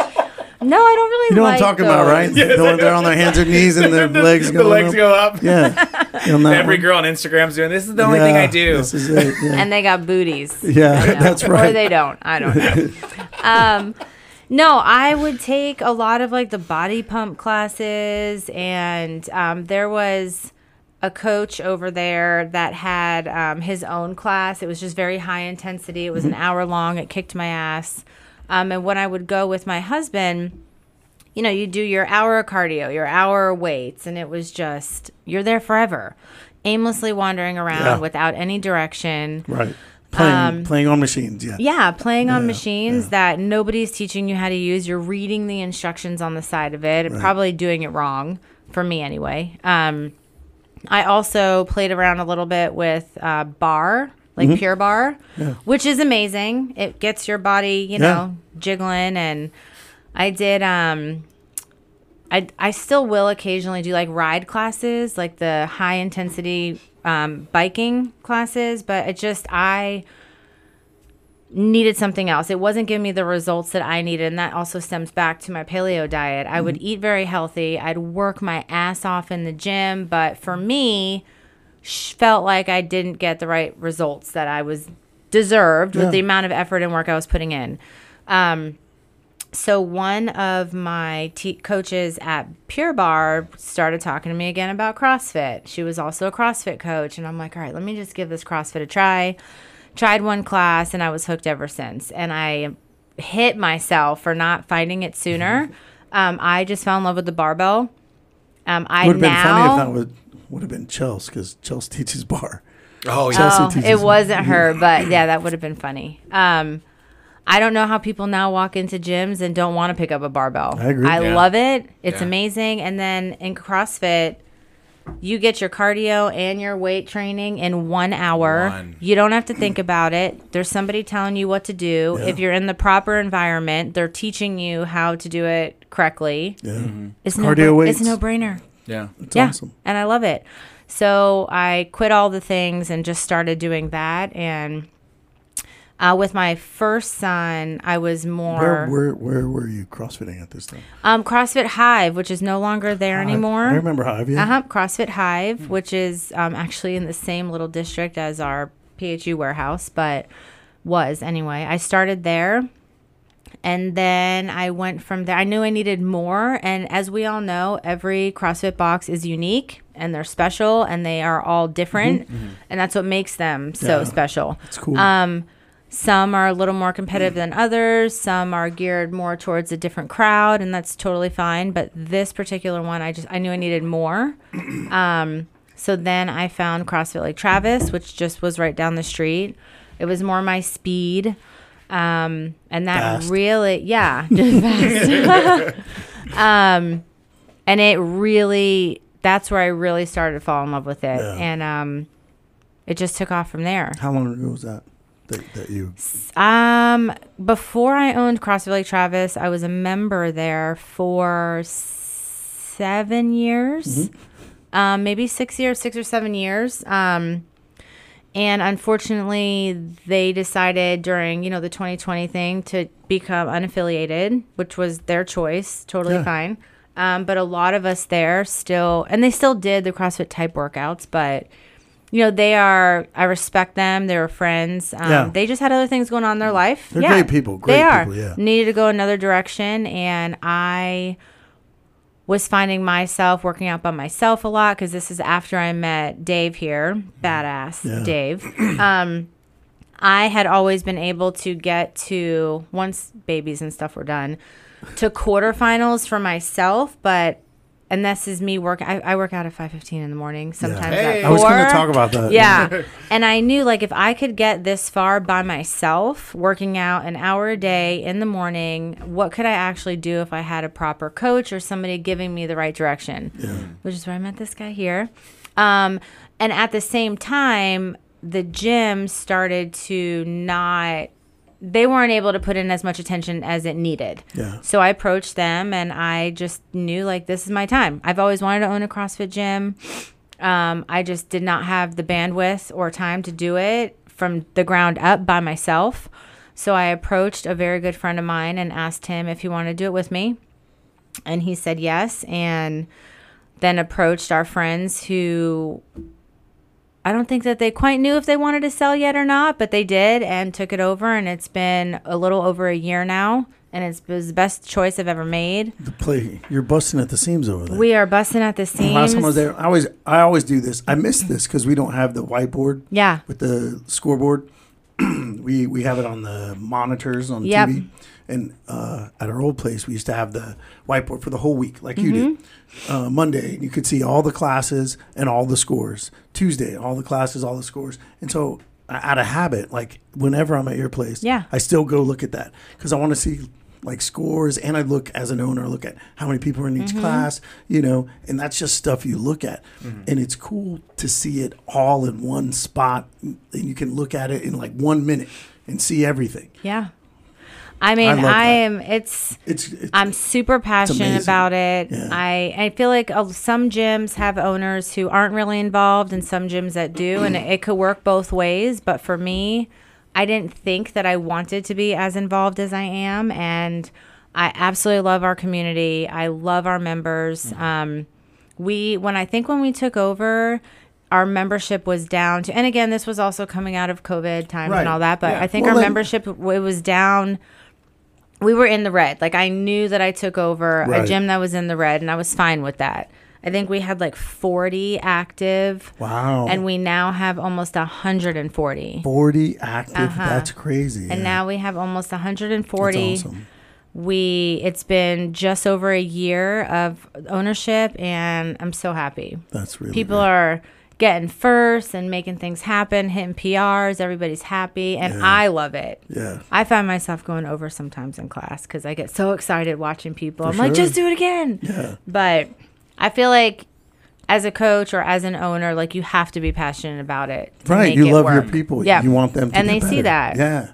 Speaker 5: don't really.
Speaker 3: You know what I'm
Speaker 5: like
Speaker 3: talking about,
Speaker 5: those.
Speaker 3: right? the one they're on their hands or knees and their legs
Speaker 2: the
Speaker 3: go
Speaker 2: legs
Speaker 3: up.
Speaker 2: go up.
Speaker 3: Yeah. You know, that
Speaker 2: Every
Speaker 3: one?
Speaker 2: girl on Instagram's doing this. Is the only thing I
Speaker 3: Yeah,
Speaker 2: do.
Speaker 3: This is it. Yeah,
Speaker 5: And they got booties.
Speaker 3: Yeah, that's
Speaker 5: Or
Speaker 3: right.
Speaker 5: they don't. I don't know. um, no, I would take a lot of like the body pump classes, and um, there was a coach over there that had um, his own class. It was just very high intensity. It was
Speaker 3: Mm-hmm.
Speaker 5: an hour long. It kicked my ass. Um, and when I would go with my husband you know, you do your hour of cardio, your hour of weights, and it was just you're there forever, aimlessly wandering around
Speaker 3: Yeah.
Speaker 5: without any direction.
Speaker 3: right. Playing, playing on machines. Yeah.
Speaker 5: Yeah, playing on machines that nobody's teaching you how to use. You're reading the instructions on the side of it, and probably doing it wrong for me anyway. Um, I also played around a little bit with uh, bar, like pure bar, which is amazing. It gets your body, you know, jiggling. And I did. Um, I, I still will occasionally do like ride classes, like the high intensity um, biking classes, but it just, I needed something else. It wasn't giving me the results that I needed. And that also stems back to my paleo diet. I would eat very healthy, I'd work my ass off in the gym, but for me, sh- felt like I didn't get the right results that I was deserved with the amount of effort and work I was putting in. Um, so one of my te- coaches at Pure Bar started talking to me again about CrossFit. She was also a CrossFit coach, and I'm like, all right, let me just give this CrossFit a try. Tried one class, and I was hooked ever since. And I hit myself for not finding it sooner. Um, I just fell in love with the barbell. Um, I
Speaker 3: It would have been funny
Speaker 5: now
Speaker 3: if that would would have been Chelsea because Chelsea teaches bar.
Speaker 2: Oh yeah.
Speaker 3: Chelsea
Speaker 5: Oh,
Speaker 3: teaches
Speaker 5: it wasn't her, but yeah, that would have been funny. Um, I don't know how people now walk into gyms and don't want to pick up a barbell.
Speaker 3: I agree.
Speaker 2: Yeah.
Speaker 5: love it. It's
Speaker 2: Yeah.
Speaker 5: amazing. And then in CrossFit, you get your cardio and your weight training in one hour.
Speaker 2: One.
Speaker 5: You don't have to think about it. There's somebody telling you what to do. If you're in the proper environment, they're teaching you how to do it correctly.
Speaker 3: Yeah,
Speaker 5: It's
Speaker 3: Cardio
Speaker 5: no, bra-
Speaker 3: weights.
Speaker 5: it's no brainer.
Speaker 2: Yeah.
Speaker 3: it's awesome.
Speaker 5: And I love it. So I quit all the things and just started doing that. And uh, with my first son, I was
Speaker 3: Where
Speaker 5: more
Speaker 3: where where were you crossfitting at this time?
Speaker 5: um, CrossFit Hive, which is no longer there anymore.
Speaker 3: I, I remember Hive. Yeah,
Speaker 5: Uh-huh, CrossFit Hive, which is um, actually in the same little district as our PHU warehouse, but was anyway. I started there. And then I went from there. I knew I needed more. And as we all know, every CrossFit box is unique and they're special and they are all different. And that's what makes them so
Speaker 3: Mm-hmm. Yeah.
Speaker 5: special.
Speaker 3: it's cool.
Speaker 5: Um, some are a little more competitive than others. Some are geared more towards a different crowd, and that's totally fine. But this particular one, I just I knew I needed more. Um, so then I found CrossFit Lake Travis, which just was right down the street. It was more my speed, um, and that
Speaker 3: Fast.
Speaker 5: really, yeah, just fast. um, and it really, that's where I really started to fall in love with it,
Speaker 3: Yeah.
Speaker 5: and um, it just took off from there.
Speaker 3: How long ago was that? That, that you
Speaker 5: Um, before I owned CrossFit Lake Travis, I was a member there for s- seven years, um, maybe six years, six or seven years. Um, and unfortunately, they decided during you know the 2020 thing to become unaffiliated, which was their choice, totally
Speaker 3: Yeah.
Speaker 5: fine. Um, but a lot of us there still, and they still did the CrossFit type workouts, but you know they are. I respect them. They were friends. Um,
Speaker 3: Yeah.
Speaker 5: They just had other things going on in their life.
Speaker 3: They're great people, great
Speaker 5: they are.
Speaker 3: people, yeah.
Speaker 5: Needed to go another direction, and I was finding myself working out by myself a lot because this is after I met Dave here, badass
Speaker 3: Yeah.
Speaker 5: Dave. Um, I had always been able to get to once babies and stuff were done to quarterfinals for myself, but and this is me work. I, I work out at five fifteen in the morning sometimes.
Speaker 2: Hey.
Speaker 5: At
Speaker 3: I was going
Speaker 5: four.
Speaker 3: to talk about that.
Speaker 5: Yeah. and I knew like if I could get this far by myself, working out an hour a day in the morning, what could I actually do if I had a proper coach or somebody giving me the right direction? Which is where I met this guy here. Um, and at the same time, the gym started to not they weren't able to put in as much attention as it needed.
Speaker 3: Yeah.
Speaker 5: So I approached them and I just knew like this is my time. I've always wanted to own a CrossFit gym. Um, I just did not have the bandwidth or time to do it from the ground up by myself. So I approached a very good friend of mine and asked him if he wanted to do it with me. And he said yes, and then approached our friends who I don't think that they quite knew if they wanted to sell yet or not, but they did and took it over. And it's been a little over a year now, and it's, it was the best choice I've ever made.
Speaker 3: The play you're busting at the seams over there.
Speaker 5: We are busting at the seams.
Speaker 3: Last time I was there, I always I always do this. I miss this because we don't have the whiteboard
Speaker 5: Yeah.
Speaker 3: with the scoreboard. we we have it on the monitors on
Speaker 5: Yep.
Speaker 3: TV. And uh, at our old place, we used to have the whiteboard for the whole week, like you did.
Speaker 5: Mm-hmm.
Speaker 3: Uh, Monday, you could see all the classes and all the scores. Tuesday, all the classes, all the scores. And so, uh, out of habit, like whenever I'm at your place,
Speaker 5: Yeah.
Speaker 3: I still go look at that because I want to see like scores, and I look as an owner, look at how many people are in
Speaker 5: Mm-hmm.
Speaker 3: each class, you know, and that's just stuff you look at, and it's cool to see it all in one spot, and you can look at it in like one minute and see everything.
Speaker 5: Yeah. I mean,
Speaker 3: love
Speaker 5: I
Speaker 3: that.
Speaker 5: am, it's,
Speaker 3: It's, it's
Speaker 5: I'm super passionate
Speaker 3: amazing.
Speaker 5: about it.
Speaker 3: Yeah.
Speaker 5: I, I feel like uh, some gyms have owners who aren't really involved and some gyms that do, and it, it could work both ways. But for me, I didn't think that I wanted to be as involved as I am. And I absolutely love our community. I love our members.
Speaker 3: Mm-hmm.
Speaker 5: Um, we, when I think when we took over, our membership was down to, and again, this was also coming out of COVID times
Speaker 3: Right.
Speaker 5: and all that, but
Speaker 3: Yeah.
Speaker 5: I think
Speaker 3: Well,
Speaker 5: our
Speaker 3: then-
Speaker 5: membership w- it was down we were in the red. Like I knew that I took over
Speaker 3: Right.
Speaker 5: a gym that was in the red, and I was fine with that. I think we had like 40 active,
Speaker 3: wow,
Speaker 5: and we now have almost 140.
Speaker 3: 40 active. That's crazy.
Speaker 5: Uh-huh. And
Speaker 3: yeah.
Speaker 5: now we have almost
Speaker 3: that's
Speaker 5: 140.
Speaker 3: awesome.
Speaker 5: We it's been just over a year of ownership, and I'm so happy.
Speaker 3: That's really
Speaker 5: People are getting first and making things happen, hitting PRs. Everybody's happy, and I love it.
Speaker 3: yeah.
Speaker 5: I find myself going over sometimes in class because I get so excited watching people. I'm like,
Speaker 3: sure.
Speaker 5: just do it again.
Speaker 3: Yeah.
Speaker 5: But I feel like as a coach or as an owner, like you have to be passionate about it. to
Speaker 3: Right,
Speaker 5: make
Speaker 3: you
Speaker 5: it
Speaker 3: love your
Speaker 5: work.
Speaker 3: people.
Speaker 5: Yeah.
Speaker 3: you want them, to
Speaker 5: and
Speaker 3: get
Speaker 5: they see
Speaker 3: better.
Speaker 5: that. Yeah.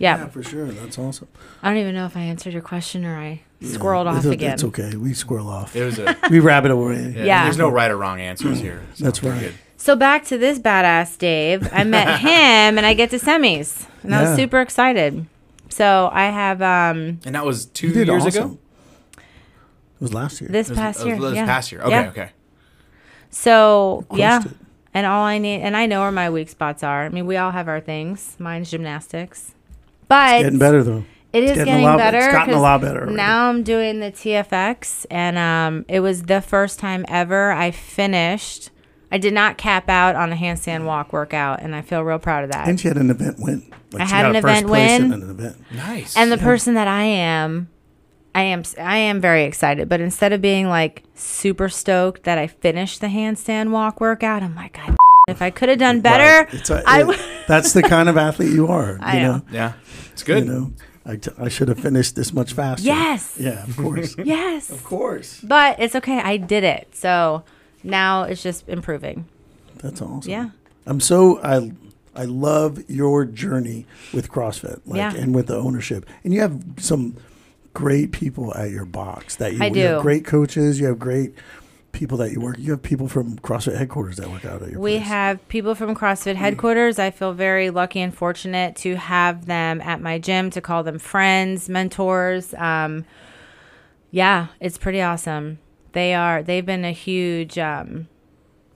Speaker 3: Yeah. yeah, for sure. That's awesome.
Speaker 5: I don't even know if I answered your question or I squirreled off
Speaker 3: it's,
Speaker 5: again.
Speaker 3: It's okay. We squirrel off.
Speaker 2: It was a
Speaker 3: we rabbit away.
Speaker 2: yeah,
Speaker 5: Yeah.
Speaker 2: There's no right or wrong answers here. so
Speaker 3: That's
Speaker 2: we're
Speaker 3: right.
Speaker 2: good.
Speaker 5: So back to this badass Dave. I met him and I get to semis, and I was
Speaker 3: Yeah.
Speaker 5: super excited. So I have um
Speaker 2: And that was two
Speaker 3: You did
Speaker 2: years
Speaker 3: awesome.
Speaker 2: ago.
Speaker 3: It was last year.
Speaker 5: this
Speaker 2: It was-
Speaker 5: past
Speaker 2: it
Speaker 5: year.
Speaker 2: was This
Speaker 5: yeah.
Speaker 2: past year. Okay.
Speaker 5: Yeah.
Speaker 2: Okay.
Speaker 5: So
Speaker 3: crushed
Speaker 5: yeah,
Speaker 3: it.
Speaker 5: and all I need, and I know where my weak spots are. I mean, we all have our things. Mine's gymnastics, but
Speaker 3: Getting better though.
Speaker 5: it is
Speaker 3: getting a
Speaker 5: getting
Speaker 3: lot-
Speaker 5: better.
Speaker 3: it's gotten a
Speaker 5: 'cause
Speaker 3: lot better already.
Speaker 5: Now I'm doing the TFX, and um, it was the first time ever I finished. I did not cap out on a handstand walk workout, and I feel real proud of that.
Speaker 3: And she had an event win. Like
Speaker 5: I
Speaker 3: she
Speaker 5: had
Speaker 3: got
Speaker 5: an
Speaker 3: a first
Speaker 5: event
Speaker 3: place in
Speaker 5: win.
Speaker 3: an event.
Speaker 2: Nice.
Speaker 5: and the person that I am, I am I am very excited. But instead of being like super stoked that I finished the handstand walk workout, I'm like, God, if I could have done better,
Speaker 3: Right. It's a,
Speaker 5: I
Speaker 3: it-
Speaker 5: would.
Speaker 3: that's the kind of athlete you are. You
Speaker 5: I
Speaker 3: know.
Speaker 5: am.
Speaker 2: yeah, it's good.
Speaker 3: You know. I, t- I should have finished this much faster.
Speaker 5: Yes.
Speaker 3: Yeah, of course. of
Speaker 5: Yes.
Speaker 3: course.
Speaker 5: But it's okay. I did it. So now it's just improving.
Speaker 3: That's awesome.
Speaker 5: Yeah.
Speaker 3: I'm so I I love your journey with CrossFit, like
Speaker 5: Yeah.
Speaker 3: and with the ownership. And you have some great people at your box that you,
Speaker 5: I
Speaker 3: you have
Speaker 5: do.
Speaker 3: great coaches, you have great people that you work. You have people from CrossFit headquarters that work out at your
Speaker 5: We
Speaker 3: place.
Speaker 5: have people from CrossFit headquarters. I feel very lucky and fortunate to have them at my gym, to call them friends, mentors. Um, yeah, it's pretty awesome. They are, they've been a huge um,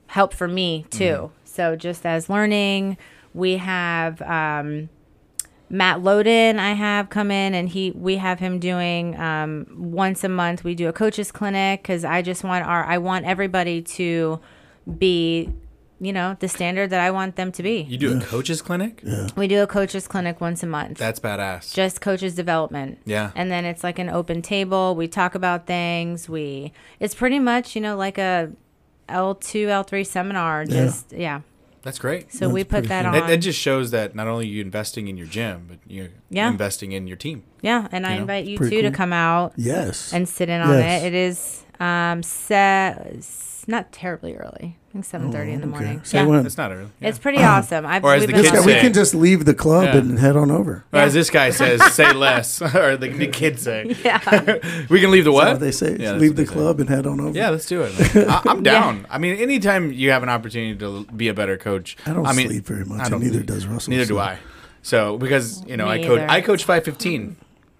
Speaker 5: help for me too.
Speaker 3: Mm-hmm.
Speaker 5: So just as learning, we have um, Matt Loden. I have come in, and he we have him doing um, once a month. We do a coaches clinic because I just want our I want everybody to be, you know, the standard that I want them to be.
Speaker 2: You do a coaches clinic?
Speaker 5: We do a coaches clinic once a month
Speaker 2: That's badass.
Speaker 5: just coaches development.
Speaker 2: Yeah.
Speaker 5: And then it's like an open table. We talk about things. We it's pretty much, you know, like a L two, L three seminar. Just yeah.
Speaker 2: That's great.
Speaker 5: So we put that on.
Speaker 2: That, that just shows that not only are you investing in your gym, but you're
Speaker 5: Yeah.
Speaker 2: investing in your team.
Speaker 5: yeah. And I
Speaker 2: know,
Speaker 5: invite you too
Speaker 3: pretty
Speaker 5: to
Speaker 3: cool.
Speaker 5: come out
Speaker 3: Yes.
Speaker 5: and sit in on
Speaker 3: Yes.
Speaker 5: it. It is um set it's not terribly early. I think seven thirty in the morning.
Speaker 3: Oh, So
Speaker 5: yeah.
Speaker 3: when-
Speaker 2: That's not a real.
Speaker 5: It's pretty awesome. I've
Speaker 2: Or as
Speaker 5: we've
Speaker 2: the
Speaker 5: been
Speaker 2: kids
Speaker 5: lucky.
Speaker 3: yeah, we
Speaker 2: say-
Speaker 3: can just leave the club
Speaker 2: Yeah.
Speaker 3: and head on over.
Speaker 2: Or as this guy says, say less. or the, the kids say.
Speaker 5: Yeah.
Speaker 2: We can leave the
Speaker 3: That's
Speaker 2: what?
Speaker 3: what they say.
Speaker 2: Yeah, that's
Speaker 3: leave
Speaker 2: what
Speaker 3: the
Speaker 2: they say.
Speaker 3: club and head on over.
Speaker 2: Yeah, let's do it. man. I, I'm down. I mean, anytime you have an opportunity to l- be a better coach,
Speaker 3: I don't
Speaker 2: mean,
Speaker 3: sleep very much,
Speaker 2: I
Speaker 3: and
Speaker 2: don't
Speaker 3: neither
Speaker 2: sleep.
Speaker 3: does Russell,
Speaker 2: Neither do
Speaker 3: so-
Speaker 2: I. So because you know,
Speaker 5: Me
Speaker 2: I coach.
Speaker 5: either.
Speaker 2: I coach five fifteen.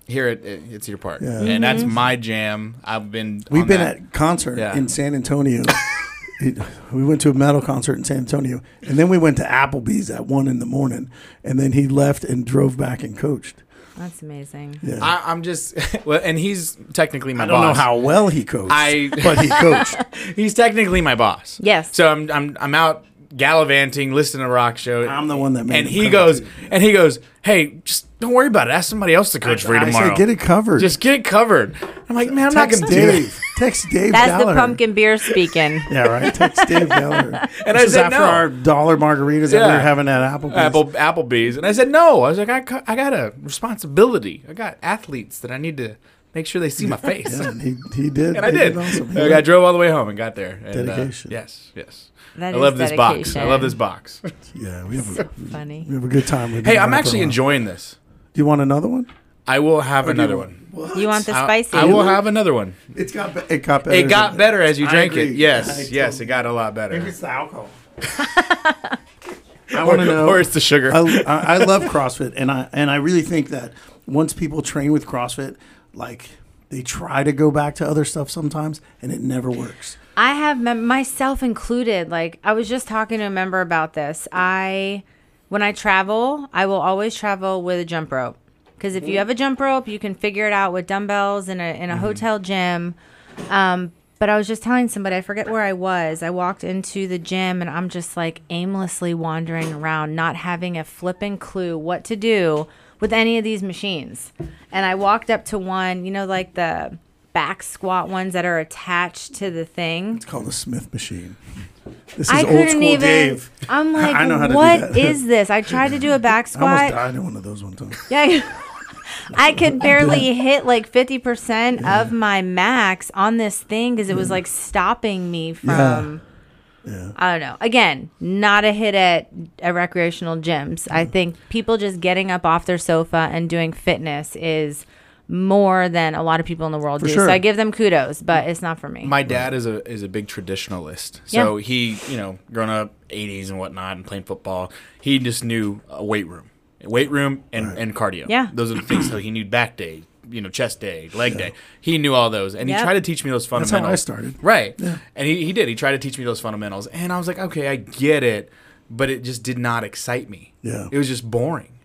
Speaker 2: here at it's your park,
Speaker 3: Yeah.
Speaker 2: and that's
Speaker 5: Mm-hmm.
Speaker 2: my jam. I've been
Speaker 3: We've
Speaker 2: on
Speaker 3: been
Speaker 2: that.
Speaker 3: at concert
Speaker 2: Yeah.
Speaker 3: in San Antonio. It- we went to a metal concert in San Antonio, and then we went to Applebee's at one in the morning, and then he left and drove back and coached.
Speaker 5: That's amazing.
Speaker 3: Yeah, I,
Speaker 2: I, I'm just well, and he's technically my
Speaker 3: don't know
Speaker 2: boss.
Speaker 3: how well he coached,
Speaker 2: I-
Speaker 3: but he coached.
Speaker 2: he's technically my boss.
Speaker 5: Yes.
Speaker 2: So I'm I'm I'm out gallivanting, listening to a rock show.
Speaker 3: I'm the one that made
Speaker 2: and
Speaker 3: him
Speaker 2: he
Speaker 3: come
Speaker 2: goes
Speaker 3: to you.
Speaker 2: and he goes, hey, just don't worry about it. Ask somebody else to coach for you
Speaker 3: I
Speaker 2: tomorrow.
Speaker 3: said, get it covered.
Speaker 2: Just get it covered. I'm like, man, I'm not
Speaker 3: text
Speaker 2: gonna do that.
Speaker 3: Dave. Text Dave.
Speaker 5: That's the
Speaker 3: Gallagher.
Speaker 5: pumpkin beer speaking.
Speaker 3: Yeah, right. Text Dave Gallagher.
Speaker 2: And
Speaker 3: this
Speaker 2: I
Speaker 3: is
Speaker 2: said
Speaker 3: after
Speaker 2: no.
Speaker 3: our dollar margaritas that we
Speaker 2: Yeah.
Speaker 3: were having at Applebee's.
Speaker 2: Apple Applebee's, and I said no. I was like, I, co- I got a responsibility. I got athletes that I need to make sure they see my face.
Speaker 3: Yeah, and he, he did.
Speaker 2: And I
Speaker 3: He
Speaker 2: did.
Speaker 3: awesome. He
Speaker 2: I
Speaker 3: went-
Speaker 2: drove all the way home and got there. And, uh,
Speaker 3: Dedication.
Speaker 2: yes, yes.
Speaker 5: That
Speaker 2: I
Speaker 5: is
Speaker 2: love this box. I
Speaker 5: dedication.
Speaker 2: love this box.
Speaker 3: Yeah, we have a,
Speaker 5: Funny.
Speaker 3: we have a good time. We've been
Speaker 2: hey, I'm
Speaker 3: around for a
Speaker 2: actually
Speaker 3: while.
Speaker 2: enjoying this.
Speaker 3: Do you want another one?
Speaker 2: I will have another
Speaker 3: you-
Speaker 2: one.
Speaker 5: You want the
Speaker 2: I-
Speaker 5: spicy?
Speaker 2: I, will have another one.
Speaker 3: It's got be- it got better.
Speaker 2: It got better as you
Speaker 3: I
Speaker 2: drank it.
Speaker 3: agree. I
Speaker 2: Yes,
Speaker 3: totally-
Speaker 2: yes, it got a lot
Speaker 3: Maybe
Speaker 2: better.
Speaker 3: it's the alcohol. I
Speaker 2: Or,
Speaker 3: want to know.
Speaker 2: or it's the sugar.
Speaker 3: I, I I love CrossFit, and I and I really think that once people train with CrossFit, like they try to go back to other stuff sometimes, and it never works.
Speaker 5: I have mem- myself included. Like I was just talking to a member about this. I, when I travel, I will always travel with a jump rope because
Speaker 3: Mm.
Speaker 5: if you have a jump rope, you can figure it out with dumbbells in a in
Speaker 3: Mm-hmm.
Speaker 5: a hotel gym. Um, but I was just telling somebody, I forget where I was. I walked into the gym and I'm just like aimlessly wandering around, not having a flipping clue what to do with any of these machines. And I walked up to one, you know, like the back squat ones that are attached to the thing.
Speaker 3: It's called the Smith machine. This is
Speaker 5: I
Speaker 3: old
Speaker 5: couldn't
Speaker 3: school
Speaker 5: even.
Speaker 3: Dave.
Speaker 5: I'm like,
Speaker 3: I know how to do
Speaker 5: what
Speaker 3: that."
Speaker 5: is this? I tried to do a back
Speaker 3: I almost
Speaker 5: squat.
Speaker 3: died in one of those one time.
Speaker 5: Yeah, I could barely hit like 50% of my max on this thing because it was like stopping me from. I don't know. Again, not a hit at, at recreational gyms. I think people just getting up off their sofa and doing fitness is more than a lot of people in the world do.
Speaker 3: sure.
Speaker 5: So I give them kudos, but it's not for me.
Speaker 2: My dad is a is a big traditionalist. So he, you know, growing up eighties and whatnot and playing football, he just knew a weight room. A weight room and, and cardio.
Speaker 5: Yeah.
Speaker 2: Those are the things so he knew back day, you know, chest day, leg day. He knew all those. And
Speaker 5: Yep.
Speaker 2: he tried to teach me those
Speaker 3: I
Speaker 2: fundamentals.
Speaker 3: started.
Speaker 2: Right. And he, he did. He tried to teach me those fundamentals. And I was like, okay, I get it, but it just did not excite me.
Speaker 3: Yeah.
Speaker 2: It was just boring.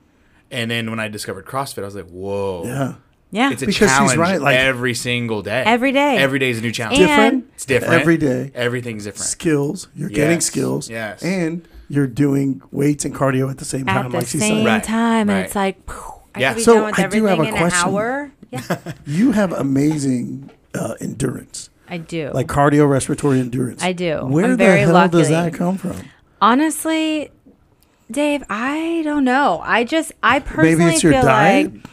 Speaker 2: And then when I discovered CrossFit, I was like, whoa.
Speaker 3: Yeah.
Speaker 5: yeah.
Speaker 2: It's a
Speaker 3: Because he's
Speaker 2: challenge
Speaker 3: right, like-
Speaker 2: every single day.
Speaker 5: Every day.
Speaker 2: Every day is a new challenge.
Speaker 5: And-
Speaker 3: Different.
Speaker 2: It's different.
Speaker 3: Every day.
Speaker 2: Everything's different.
Speaker 3: skills. You're getting
Speaker 2: Yes,
Speaker 3: skills.
Speaker 2: yes.
Speaker 3: And you're doing weights and cardio at the same
Speaker 5: at
Speaker 3: time,
Speaker 5: the
Speaker 3: like she
Speaker 5: same
Speaker 3: said.
Speaker 2: Right,
Speaker 5: time, and
Speaker 2: right.
Speaker 5: it's like, phew, I
Speaker 2: Yeah.
Speaker 5: could be
Speaker 3: So
Speaker 5: done with
Speaker 3: I do
Speaker 5: everything
Speaker 3: have a
Speaker 5: in
Speaker 3: question.
Speaker 5: an hour. Yeah,
Speaker 3: You have amazing uh, endurance,
Speaker 5: I do.
Speaker 3: like cardio respiratory endurance.
Speaker 5: I do.
Speaker 3: Where
Speaker 5: I'm
Speaker 3: the
Speaker 5: very
Speaker 3: hell does
Speaker 5: lucky.
Speaker 3: that come from?
Speaker 5: honestly, Dave, I don't know. I just, I personally
Speaker 3: Maybe it's your
Speaker 5: feel
Speaker 3: diet.
Speaker 5: like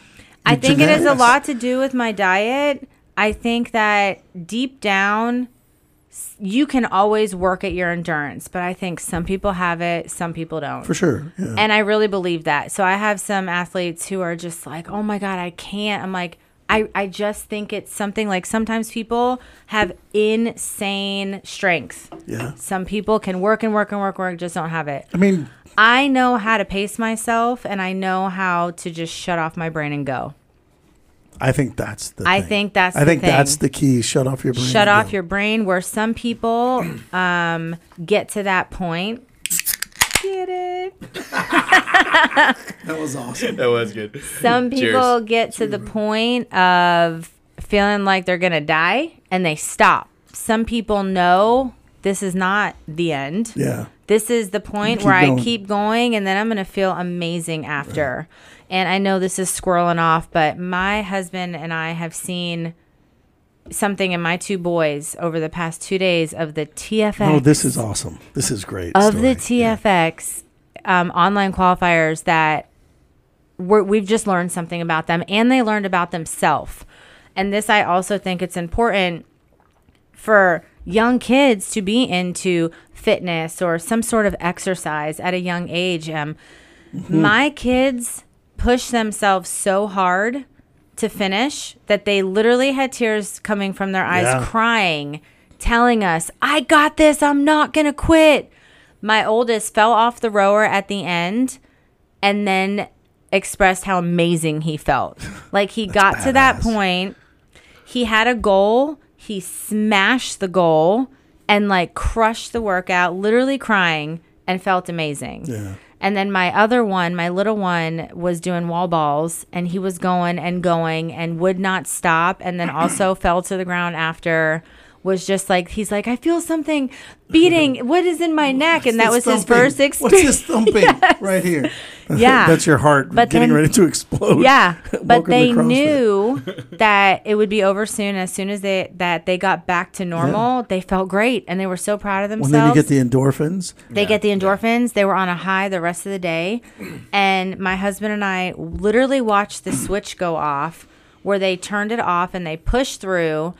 Speaker 5: I think it has a
Speaker 3: genetics.
Speaker 5: lot to do with my diet. I think that deep down, s- you can always work at your endurance, but I think some people have it, some people don't.
Speaker 3: For sure. Yeah.
Speaker 5: And I really believe that. So I have some athletes who are just like, oh my God, I can't. I'm like, I, I just think it's something like sometimes people have insane strength.
Speaker 3: yeah.
Speaker 5: Some people can work and work and work, work, just don't have it.
Speaker 3: I mean,
Speaker 5: I know how to pace myself and I know how to just shut off my brain and go.
Speaker 3: I think that's the.
Speaker 5: I
Speaker 3: thing.
Speaker 5: think that's
Speaker 3: I
Speaker 5: the
Speaker 3: think
Speaker 5: thing.
Speaker 3: that's the key. Shut off your brain.
Speaker 5: shut
Speaker 3: and
Speaker 5: off
Speaker 3: go.
Speaker 5: your brain where some people um, get to that point. Get it?
Speaker 3: That was awesome.
Speaker 2: That was good.
Speaker 5: some
Speaker 2: Cheers.
Speaker 5: people get to the point of feeling like they're gonna die and they stop some people know this is not the end
Speaker 3: Yeah.
Speaker 5: this is the point
Speaker 3: keep
Speaker 5: where
Speaker 3: going.
Speaker 5: i keep going and then i'm gonna feel amazing after and i know this is squirreling off but my husband and i have seen something in my two boys over the past two days of the tfx
Speaker 3: Oh, this is awesome. This is great.
Speaker 5: of
Speaker 3: story.
Speaker 5: the TFX um, online qualifiers that we're, we've just learned something about them and they learned about themselves. And this, I also think it's important for young kids to be into fitness or some sort of exercise at a young age. Um,
Speaker 3: Mm-hmm.
Speaker 5: My kids push themselves so hard to finish that they literally had tears coming from their eyes,
Speaker 3: Yeah.
Speaker 5: crying, telling us, I got this. I'm not going to quit. My oldest fell off the rower at the end and then expressed how amazing he felt. Like he got to that
Speaker 3: badass.
Speaker 5: point, he had a goal, he smashed the goal and like crushed the workout, literally crying and felt amazing.
Speaker 3: Yeah.
Speaker 5: And then my other one, my little one, was doing wall balls and he was going and going and would not stop. And then also fell to the ground after. Was just like, he's like, I feel something beating. What is in my neck? And that was
Speaker 3: What's this
Speaker 5: his
Speaker 3: thumping?
Speaker 5: first experience.
Speaker 3: What's this thumping right here?
Speaker 5: Yeah.
Speaker 3: That's your heart
Speaker 5: But
Speaker 3: getting
Speaker 5: then-
Speaker 3: ready to explode.
Speaker 5: Yeah, but
Speaker 3: Welcome to
Speaker 5: they
Speaker 3: CrossFit.
Speaker 5: knew that it would be over soon. As soon as they that they got back to normal, they felt great and they were so proud of
Speaker 3: Well,
Speaker 5: themselves.
Speaker 3: then you get the endorphins.
Speaker 5: they get the endorphins. They were on a high the rest of the day, and my husband and I literally watched the switch go off, where they turned it off and they pushed through,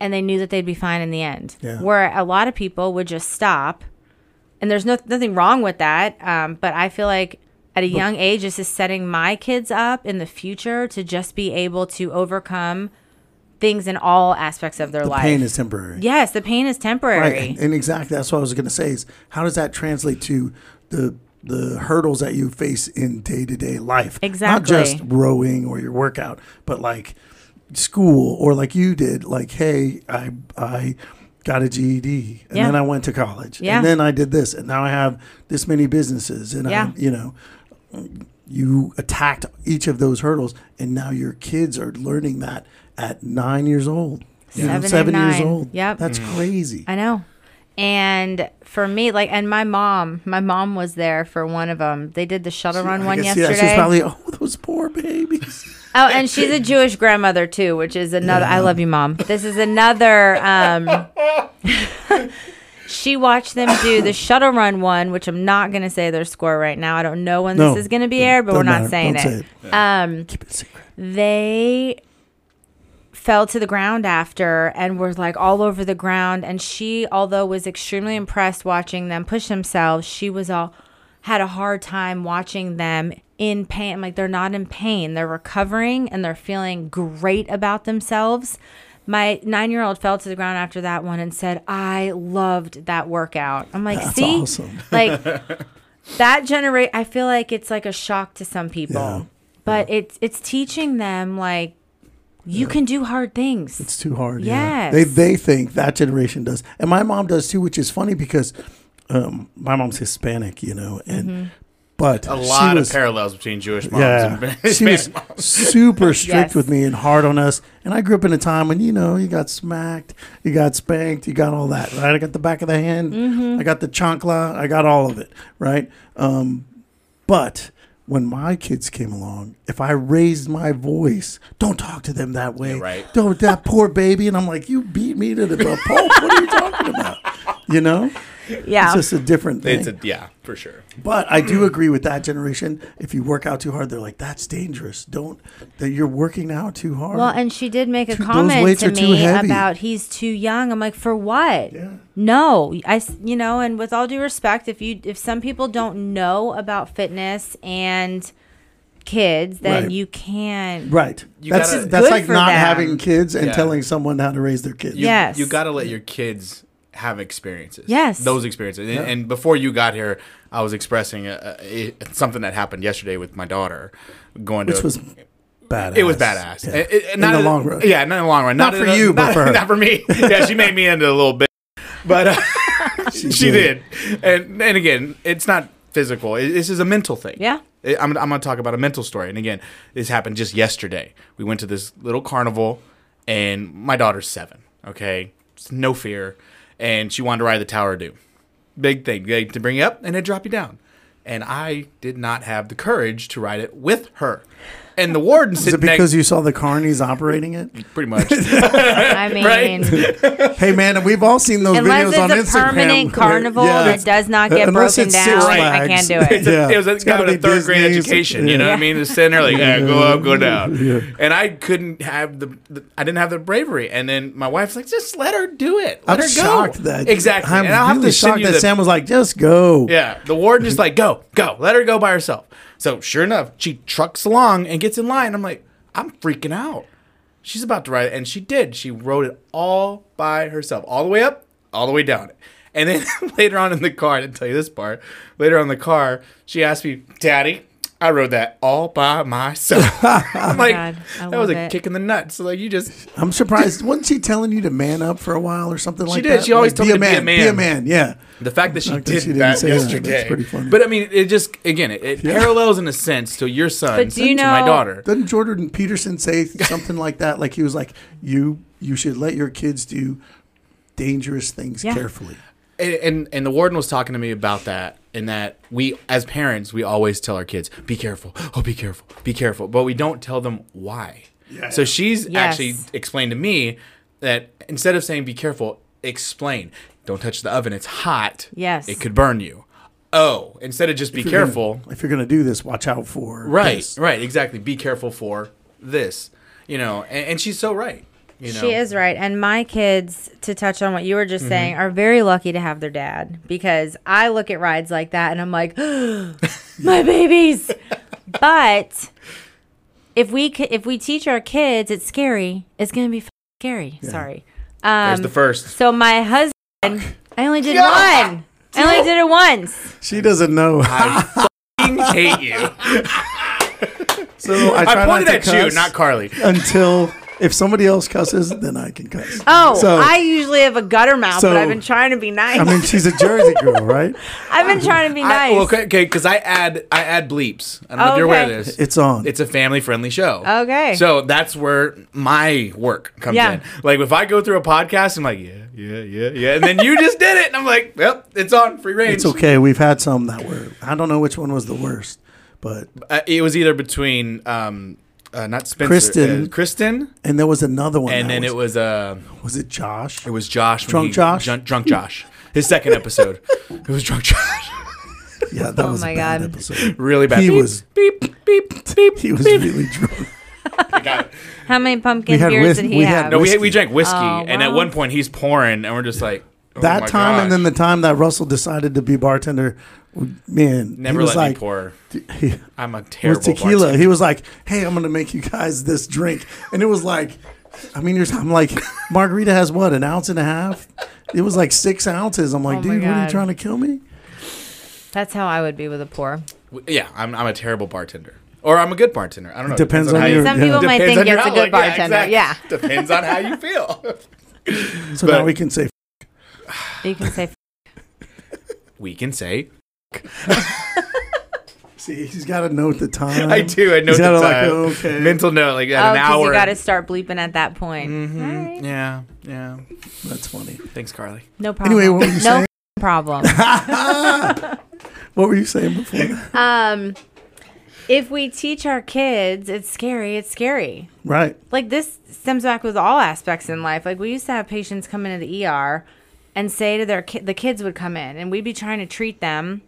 Speaker 5: and they knew that they'd be fine in the end.
Speaker 3: Yeah.
Speaker 5: Where a lot of people would just stop, and there's no, nothing wrong with that. Um, but I feel like at a young age, this is setting my kids up in the future to just be able to overcome things in all aspects of their
Speaker 3: The
Speaker 5: life.
Speaker 3: pain is temporary.
Speaker 5: yes, the pain is temporary.
Speaker 3: Right, and- and exactly that's what I was going to say is how does that translate to the the hurdles that you face in day to day life? Not just
Speaker 5: Exactly.
Speaker 3: rowing or your workout, but like school or like you did, like hey, I I got a GED and
Speaker 5: Yeah.
Speaker 3: then I went to college
Speaker 5: Yeah.
Speaker 3: and then I did this and now I have this many businesses and
Speaker 5: Yeah.
Speaker 3: I you know you attacked each of those hurdles and now your kids are learning that at nine years old you know,
Speaker 5: Seven and
Speaker 3: seven years
Speaker 5: nine.
Speaker 3: old
Speaker 5: Yep.
Speaker 3: that's crazy
Speaker 5: I know. And for me, like, and my mom, my mom was there for one of them. They did the shuttle run
Speaker 3: I
Speaker 5: one
Speaker 3: guess,
Speaker 5: yesterday.
Speaker 3: Yeah, she's probably oh those poor babies.
Speaker 5: oh, and she's a Jewish grandmother too, which is another. I love you, mom. This is another. Um, she watched them do the shuttle run one, which I'm not going to say their score right now. I don't know when
Speaker 3: No,
Speaker 5: this is going to be aired, but we're
Speaker 3: Doesn't matter.
Speaker 5: not saying
Speaker 3: Don't
Speaker 5: it.
Speaker 3: say
Speaker 5: Um,
Speaker 3: Keep it secret.
Speaker 5: they fell to the ground after and were like all over the ground and she although was extremely impressed watching them push themselves she was all had a hard time watching them in pain I'm like they're not in pain they're recovering and they're feeling great about themselves my nine-year-old fell to the ground after that one and said i loved that workout i'm like
Speaker 3: That's
Speaker 5: see
Speaker 3: awesome.
Speaker 5: like that generate i feel like it's like a shock to some people
Speaker 3: Yeah.
Speaker 5: but it's it's teaching them like you can do hard things
Speaker 3: It's too hard. Yeah.
Speaker 5: Yes.
Speaker 3: They they think that generation does, and my mom does too, which is funny because um, my mom's Hispanic, you know, and
Speaker 5: Mm-hmm.
Speaker 3: but
Speaker 2: A lot
Speaker 3: she
Speaker 2: of
Speaker 3: was,
Speaker 2: parallels between Jewish moms
Speaker 3: Yeah,
Speaker 2: and
Speaker 3: she was super strict
Speaker 5: Yes.
Speaker 3: with me and hard on us. And I grew up in a time when you know you got smacked, you got spanked, you got all that. Right? I got the back of the hand, I got the chancla, I got all of it. Right? Um, but when my kids came along, if I raised my voice, don't talk to them that way.
Speaker 2: Yeah, right.
Speaker 3: Don't that poor baby. And I'm like, you beat me to the pulp. What are you talking about? You know,
Speaker 5: yeah
Speaker 3: it's just a different thing.
Speaker 2: It's a yeah, for sure.
Speaker 3: But I do agree with that generation. If you work out too hard, they're like, "That's dangerous. Don't that you're working out too hard."
Speaker 5: well and she did make a
Speaker 3: Dude, those
Speaker 5: comment
Speaker 3: weights
Speaker 5: to
Speaker 3: are too
Speaker 5: me
Speaker 3: heavy.
Speaker 5: about he's too young i'm like for what
Speaker 3: Yeah.
Speaker 5: no i s- you know and with all due respect if you if some people don't know about fitness and kids then
Speaker 3: Right.
Speaker 5: you can't
Speaker 3: right.
Speaker 2: You
Speaker 3: that's
Speaker 2: gotta-
Speaker 3: that's
Speaker 5: Good
Speaker 3: like
Speaker 5: for
Speaker 3: not
Speaker 5: them.
Speaker 3: having kids and
Speaker 2: Yeah.
Speaker 3: telling someone how to raise their kids.
Speaker 2: you-
Speaker 5: Yes.
Speaker 2: You got to let your kids have experiences.
Speaker 5: Yes.
Speaker 2: Those experiences. And, and before you got here, I was expressing a, a, a- something that happened yesterday with my daughter going to.
Speaker 3: Which was badass.
Speaker 2: it was badass.
Speaker 3: Yeah.
Speaker 2: It- it-
Speaker 3: in
Speaker 2: not
Speaker 3: the long run.
Speaker 2: Yeah, not in the long run.
Speaker 3: Not
Speaker 2: in
Speaker 3: for
Speaker 2: the-
Speaker 3: you, but
Speaker 2: not-
Speaker 3: for her.
Speaker 2: Not for me. Yeah, she made me into a little bit. But uh, she, did.
Speaker 3: did.
Speaker 2: And and again, it's not physical. It- this is a mental thing.
Speaker 5: Yeah.
Speaker 2: I- I'm, I'm going to talk about a mental story. And again, this happened just yesterday. We went to this little carnival, and my daughter's seven, okay? It's no fear. And she wanted to ride the Tower of Doom. Big thing. They to bring you up and they drop you down. And I did not have the courage to ride it with her. And the warden
Speaker 3: Is it
Speaker 2: sitting next
Speaker 3: because you saw the carnies operating it?
Speaker 2: pretty much.
Speaker 5: i mean
Speaker 3: hey man, and we've all seen those
Speaker 5: Unless
Speaker 3: videos
Speaker 5: it's
Speaker 3: on
Speaker 5: a
Speaker 3: Instagram.
Speaker 5: permanent carnival that does not get
Speaker 3: Unless
Speaker 5: broken
Speaker 3: it's Six
Speaker 5: down, I
Speaker 3: Flags.
Speaker 5: can't do it.
Speaker 2: It's a- it was a,
Speaker 3: It's
Speaker 2: kind
Speaker 3: gotta
Speaker 2: of a
Speaker 3: be
Speaker 2: third grade
Speaker 3: Disney's.
Speaker 2: education. You know what I mean? Just sitting there like, yeah, go up, go down. And I couldn't have the, the, I didn't have the bravery. And then my wife's like, just let her do it. Let
Speaker 3: I'm
Speaker 2: her go.
Speaker 3: shocked that
Speaker 2: exactly.
Speaker 3: I'm
Speaker 2: and I'll
Speaker 3: really
Speaker 2: have to send
Speaker 3: shocked
Speaker 2: you
Speaker 3: that
Speaker 2: the,
Speaker 3: Sam was like, "Just go."
Speaker 2: yeah, the warden just like, go, go, let her go by herself. So sure enough, she trucks along and gets in line. I'm like, I'm freaking out. She's about to ride it, and she did. She rode it all by herself, all the way up, all the way down. And then later on in the car, I didn't tell you this part. Later on in the car, she asked me, "Daddy, I rode that all by myself. I'm like,
Speaker 5: Oh God, I
Speaker 2: that was
Speaker 5: love
Speaker 2: a
Speaker 5: it.
Speaker 2: kick in the nuts. Like you just,
Speaker 3: I'm surprised. Wasn't she telling you to man up for a while or something like that?
Speaker 2: did. She always
Speaker 3: Like,
Speaker 2: told
Speaker 3: be
Speaker 2: me to be a
Speaker 3: Be a
Speaker 2: man.
Speaker 3: man. Yeah.
Speaker 2: the fact that she
Speaker 3: Like that
Speaker 2: did
Speaker 3: she didn't
Speaker 2: that
Speaker 3: say that, that's
Speaker 2: yesterday.
Speaker 3: pretty funny.
Speaker 2: But I mean, it just again, it, it parallels in a sense to your son,
Speaker 5: But do you
Speaker 2: to my
Speaker 5: know-
Speaker 2: daughter.
Speaker 3: Doesn't Jordan Peterson say something like that? Like he was like, "You you should let your kids do dangerous things
Speaker 5: Yeah.
Speaker 3: carefully."
Speaker 2: And, and and the warden was talking to me about that and that we as parents we always tell our kids be careful oh be careful be careful but we don't tell them why so she's
Speaker 5: Yes.
Speaker 2: actually explained to me that instead of saying be careful explain don't touch the oven it's hot
Speaker 5: Yes.
Speaker 2: it could burn you oh instead of just be
Speaker 3: If you're gonna-
Speaker 2: careful
Speaker 3: if you're gonna do this, watch out for
Speaker 2: right
Speaker 3: this.
Speaker 2: right exactly be careful for this you know and, and she's so right you know
Speaker 5: She is right. And my kids, to touch on what you were
Speaker 3: Mm-hmm.
Speaker 5: just saying, are very lucky to have their dad because I look at rides like that and I'm like, my babies. but if we c- if we teach our kids, it's scary. It's gonna be f- scary. Sorry. Um,
Speaker 2: there's the first
Speaker 5: So my husband, I only did one. I only did it once.
Speaker 3: She doesn't know.
Speaker 2: I hate you
Speaker 3: So I, try
Speaker 2: i pointed
Speaker 3: not to
Speaker 2: at you
Speaker 3: cuss
Speaker 2: not carly
Speaker 3: until if somebody else cusses, then I can cuss.
Speaker 5: Oh,
Speaker 3: So-
Speaker 5: I usually have a gutter mouth,
Speaker 3: so-
Speaker 5: but I've been trying to be nice.
Speaker 3: I mean, she's a Jersey girl, right?
Speaker 5: I've been trying to be
Speaker 2: I-
Speaker 5: nice.
Speaker 2: well, okay, because I add I add bleeps. I don't know if you're aware of
Speaker 5: Okay.
Speaker 2: this.
Speaker 3: It's on.
Speaker 2: It's a family friendly show.
Speaker 5: Okay.
Speaker 2: So that's where my work comes
Speaker 5: Yeah.
Speaker 2: in. Like if I go through a podcast, I'm like, yeah, yeah, yeah, yeah, and then you just did it, and I'm like, yep, it's on free range.
Speaker 3: It's okay. We've had some that were. I don't know which one was the worst, but
Speaker 2: Uh, it was either between um, uh, not Spencer,
Speaker 3: Kristen.
Speaker 2: uh, Kristen,
Speaker 3: and there was another one.
Speaker 2: and
Speaker 3: that
Speaker 2: then
Speaker 3: was,
Speaker 2: it was uh,
Speaker 3: was it Josh.
Speaker 2: it was Josh, when
Speaker 3: Drunk
Speaker 2: he-
Speaker 3: Josh?
Speaker 2: drunk, drunk Josh, his second episode. it was drunk Josh,
Speaker 3: Yeah, that was
Speaker 5: Oh my
Speaker 3: a bad
Speaker 5: God.
Speaker 3: episode.
Speaker 2: really bad.
Speaker 3: He
Speaker 2: Beep,
Speaker 3: was-
Speaker 2: beep beep beep.
Speaker 3: He was really
Speaker 2: Oh
Speaker 3: drunk.
Speaker 2: I got it.
Speaker 5: How many pumpkin
Speaker 3: We had
Speaker 5: beers
Speaker 3: whis-
Speaker 5: did he
Speaker 3: we had
Speaker 5: have?
Speaker 2: No, we,
Speaker 3: Whiskey.
Speaker 2: we drank whiskey,
Speaker 5: Oh,
Speaker 2: and at
Speaker 5: wow.
Speaker 2: one point he's pouring, and we're just like oh
Speaker 3: That
Speaker 2: my
Speaker 3: time,
Speaker 2: gosh.
Speaker 3: and then the time that Russell decided to be bartender, w- man,
Speaker 2: never
Speaker 3: he was
Speaker 2: let
Speaker 3: like,
Speaker 2: me pour.
Speaker 3: He,
Speaker 2: I'm a
Speaker 3: with
Speaker 2: terrible
Speaker 3: tequila,
Speaker 2: tequila.
Speaker 3: he was like, "Hey, I'm gonna make you guys this drink," and it was like, I mean, you're, I'm like, margarita has what an ounce and a half. It was like six ounces. I'm like,
Speaker 5: Oh my
Speaker 3: dude, what are you
Speaker 5: God.
Speaker 3: trying to kill me?
Speaker 5: That's how I would be with a pour.
Speaker 2: Yeah, I'm, I'm a terrible bartender, or I'm a good bartender. I don't know.
Speaker 3: Depends on
Speaker 2: how you-
Speaker 3: your-
Speaker 5: Some
Speaker 3: Yeah.
Speaker 5: people might
Speaker 2: depends
Speaker 5: think
Speaker 2: on your
Speaker 5: it's a good
Speaker 2: outlook.
Speaker 5: bartender.
Speaker 2: exactly.
Speaker 5: Yeah,
Speaker 2: depends on how you feel.
Speaker 3: So
Speaker 2: But-
Speaker 3: now we can say,
Speaker 5: you can say.
Speaker 2: We can say
Speaker 3: see, he's got to note the time.
Speaker 2: I do. I know
Speaker 3: He's
Speaker 2: the
Speaker 3: gotta like,
Speaker 2: time.
Speaker 3: okay.
Speaker 2: Mental note, like at
Speaker 5: oh,
Speaker 2: an
Speaker 5: 'cause
Speaker 2: hour.
Speaker 5: you got to start bleeping at that point.
Speaker 2: Mhm. Yeah, yeah.
Speaker 3: That's funny.
Speaker 2: Thanks, Carly.
Speaker 5: No problem.
Speaker 3: Anyway, what were you
Speaker 5: no
Speaker 3: saying?
Speaker 5: f***ing problem.
Speaker 3: What were you saying before? that?
Speaker 5: um, if we teach our kids, it's scary. It's scary.
Speaker 3: Right.
Speaker 5: Like this stems back with all aspects in life. Like we used to have patients come into the ER and say to their kid, the kids would come in, and we'd be trying to treat them.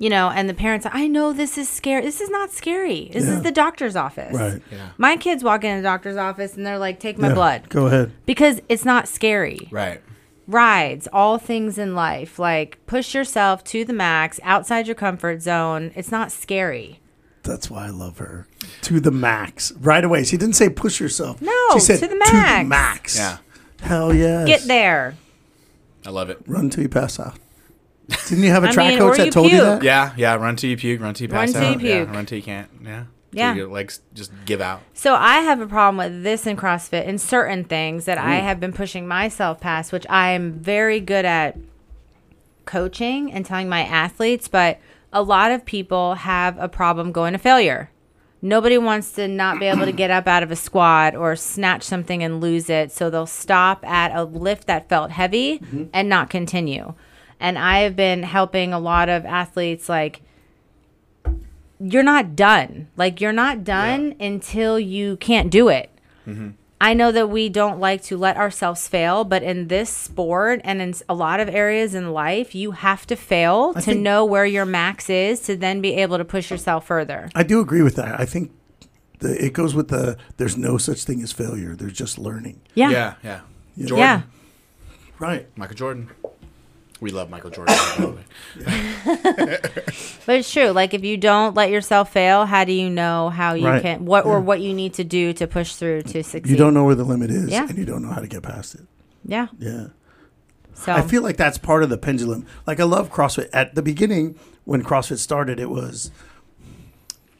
Speaker 5: You know, and the parents, I know this is scary. This is not scary. This
Speaker 3: Yeah.
Speaker 5: is the doctor's office.
Speaker 3: Right.
Speaker 2: Yeah.
Speaker 5: My kids walk into the doctor's office and they're like, take my
Speaker 3: Yeah,
Speaker 5: blood.
Speaker 3: Go ahead.
Speaker 5: because it's not scary.
Speaker 2: Right.
Speaker 5: Rides, all things in life, like push yourself to the max outside your comfort zone. It's not scary.
Speaker 3: That's why I love her to the max right away. She didn't say push yourself.
Speaker 5: No,
Speaker 3: she said
Speaker 5: to the max."
Speaker 3: max.
Speaker 2: Yeah.
Speaker 3: Hell yes.
Speaker 5: Get there.
Speaker 2: I love it.
Speaker 3: Run till you pass out. Didn't you have a
Speaker 5: I
Speaker 3: track
Speaker 5: mean,
Speaker 3: coach
Speaker 5: or
Speaker 3: that
Speaker 5: you
Speaker 3: told you
Speaker 5: puke.
Speaker 3: that?
Speaker 2: Yeah, yeah. Run till you puke. Run till you
Speaker 5: Run
Speaker 2: pass
Speaker 5: till you
Speaker 2: out. Yeah,
Speaker 5: puke.
Speaker 2: run till you can't. Yeah. Till
Speaker 5: Yeah.
Speaker 2: Your legs just give out.
Speaker 5: So I have a problem with this in CrossFit and certain things that I have been pushing myself past, which I am very good at coaching and telling my athletes, but a lot of people have a problem going to failure. Nobody wants to not be able to get up out of a squat or snatch something and lose it. So they'll stop at a lift that felt heavy and not continue. And I have been helping a lot of athletes like, you're not done. Like, you're not done until you can't do it. I know that we don't like to let ourselves fail, but in this sport and in s- a lot of areas in life, you have to fail to
Speaker 3: think-
Speaker 5: know where your max is to then be able to push yourself further.
Speaker 3: I do agree with that. I think the, it goes with the there's no such thing as failure. There's just learning.
Speaker 5: Yeah.
Speaker 2: Yeah. Yeah. Jordan.
Speaker 5: Yeah.
Speaker 3: Right.
Speaker 2: Michael Jordan. We love Michael Jordan. by the way.
Speaker 5: But it's true. Like if you don't let yourself fail, how do you know how you
Speaker 3: Right.
Speaker 5: can what or what you need to do to push through to succeed?
Speaker 3: You don't know where the limit is
Speaker 5: Yeah.
Speaker 3: and you don't know how to get past it.
Speaker 5: Yeah.
Speaker 3: Yeah.
Speaker 5: So
Speaker 3: I feel like that's part of the pendulum. Like I love CrossFit. At the beginning, when CrossFit started, it was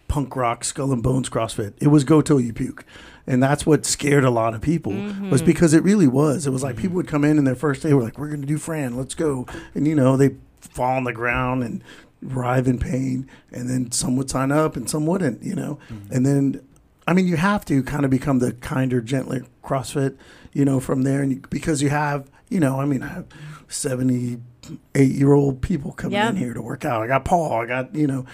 Speaker 3: punk rock skull and bones CrossFit. It was go till you puke. And that's what scared a lot of people was because it really was. It was like people would come in and their first day were like, We're gonna do Fran, let's go and you know, they fall on the ground and writhe in pain and then some would sign up and some wouldn't, you know. And then I mean, you have to kind of become the kinder, gentler CrossFit, you know, from there, and you, because you have, you know, I mean, I have seventy-eight-year-old people coming
Speaker 5: Yeah.
Speaker 3: in here to work out. I got Paul, I got you know,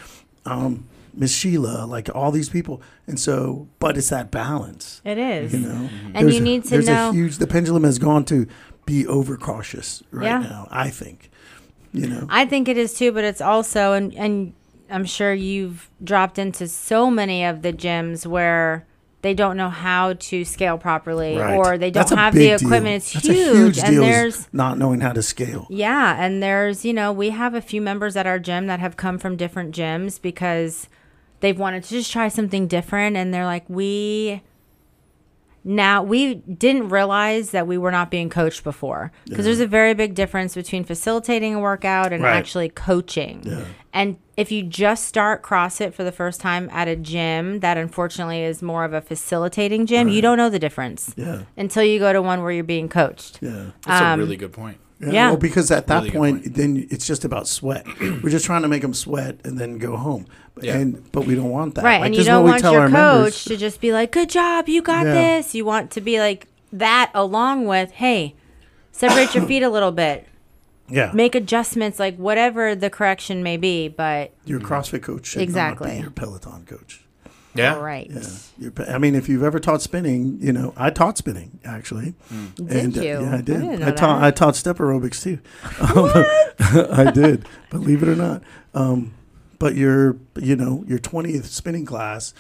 Speaker 3: um, Miss Sheila, like all these people, and so, but it's that balance,
Speaker 5: It is.
Speaker 3: you know.
Speaker 5: And
Speaker 3: There's
Speaker 5: you
Speaker 3: a-
Speaker 5: need to
Speaker 3: there's
Speaker 5: know-
Speaker 3: a huge. The pendulum has gone to be overcautious right
Speaker 5: Yeah.
Speaker 3: now. I think, you know,
Speaker 5: I think it is too, but it's also and and I'm sure you've dropped into so many of the gyms where they don't know how to scale properly
Speaker 3: Right.
Speaker 5: or they don't
Speaker 3: That's a
Speaker 5: have the
Speaker 3: big deal.
Speaker 5: equipment. It's
Speaker 3: That's a
Speaker 5: huge, and
Speaker 3: deal is
Speaker 5: there's
Speaker 3: not knowing how to scale.
Speaker 5: yeah, and there's you know we have a few members at our gym that have come from different gyms because they've wanted to just try something different, and they're like we. Now we didn't realize that we were not being coached before because there's a very big difference between facilitating a workout and
Speaker 1: Right.
Speaker 5: actually coaching. And if you just start CrossFit for the first time at a gym that unfortunately is more of a facilitating gym, you don't know the difference
Speaker 3: Yeah,
Speaker 5: until you go to one where you're being coached.
Speaker 3: yeah.
Speaker 2: That's
Speaker 5: Um,
Speaker 2: a really good point.
Speaker 3: Yeah.
Speaker 5: Yeah.
Speaker 3: Well, because at that
Speaker 2: Really good
Speaker 3: point, then it's just about sweat. We're just trying to make them sweat and then go home.
Speaker 2: Yeah.
Speaker 3: And but we don't want that.
Speaker 5: Right.
Speaker 3: Like,
Speaker 5: and
Speaker 3: this
Speaker 5: you
Speaker 3: is what
Speaker 5: don't
Speaker 3: we
Speaker 5: want
Speaker 3: tell
Speaker 5: your
Speaker 3: our
Speaker 5: coach
Speaker 3: members.
Speaker 5: to just be like, good job, you got
Speaker 3: Yeah.
Speaker 5: this. You want to be like that along with, hey, separate your feet a little bit,
Speaker 3: Yeah.
Speaker 5: make adjustments, like whatever the correction may be. But
Speaker 3: your CrossFit coach should exactly.
Speaker 5: Exactly.
Speaker 3: your Peloton coach.
Speaker 2: Yeah.
Speaker 5: all right.
Speaker 3: Yeah. Your, pe- I mean, if you've ever taught spinning, you know, I taught spinning actually. And, uh,
Speaker 5: Mm. you?
Speaker 3: yeah,
Speaker 5: I
Speaker 3: I did.
Speaker 5: didn't know
Speaker 3: I taught.
Speaker 5: that.
Speaker 3: I taught step aerobics too. Um, I did, believe it or not. Um, but your, you know, your twentieth spinning class,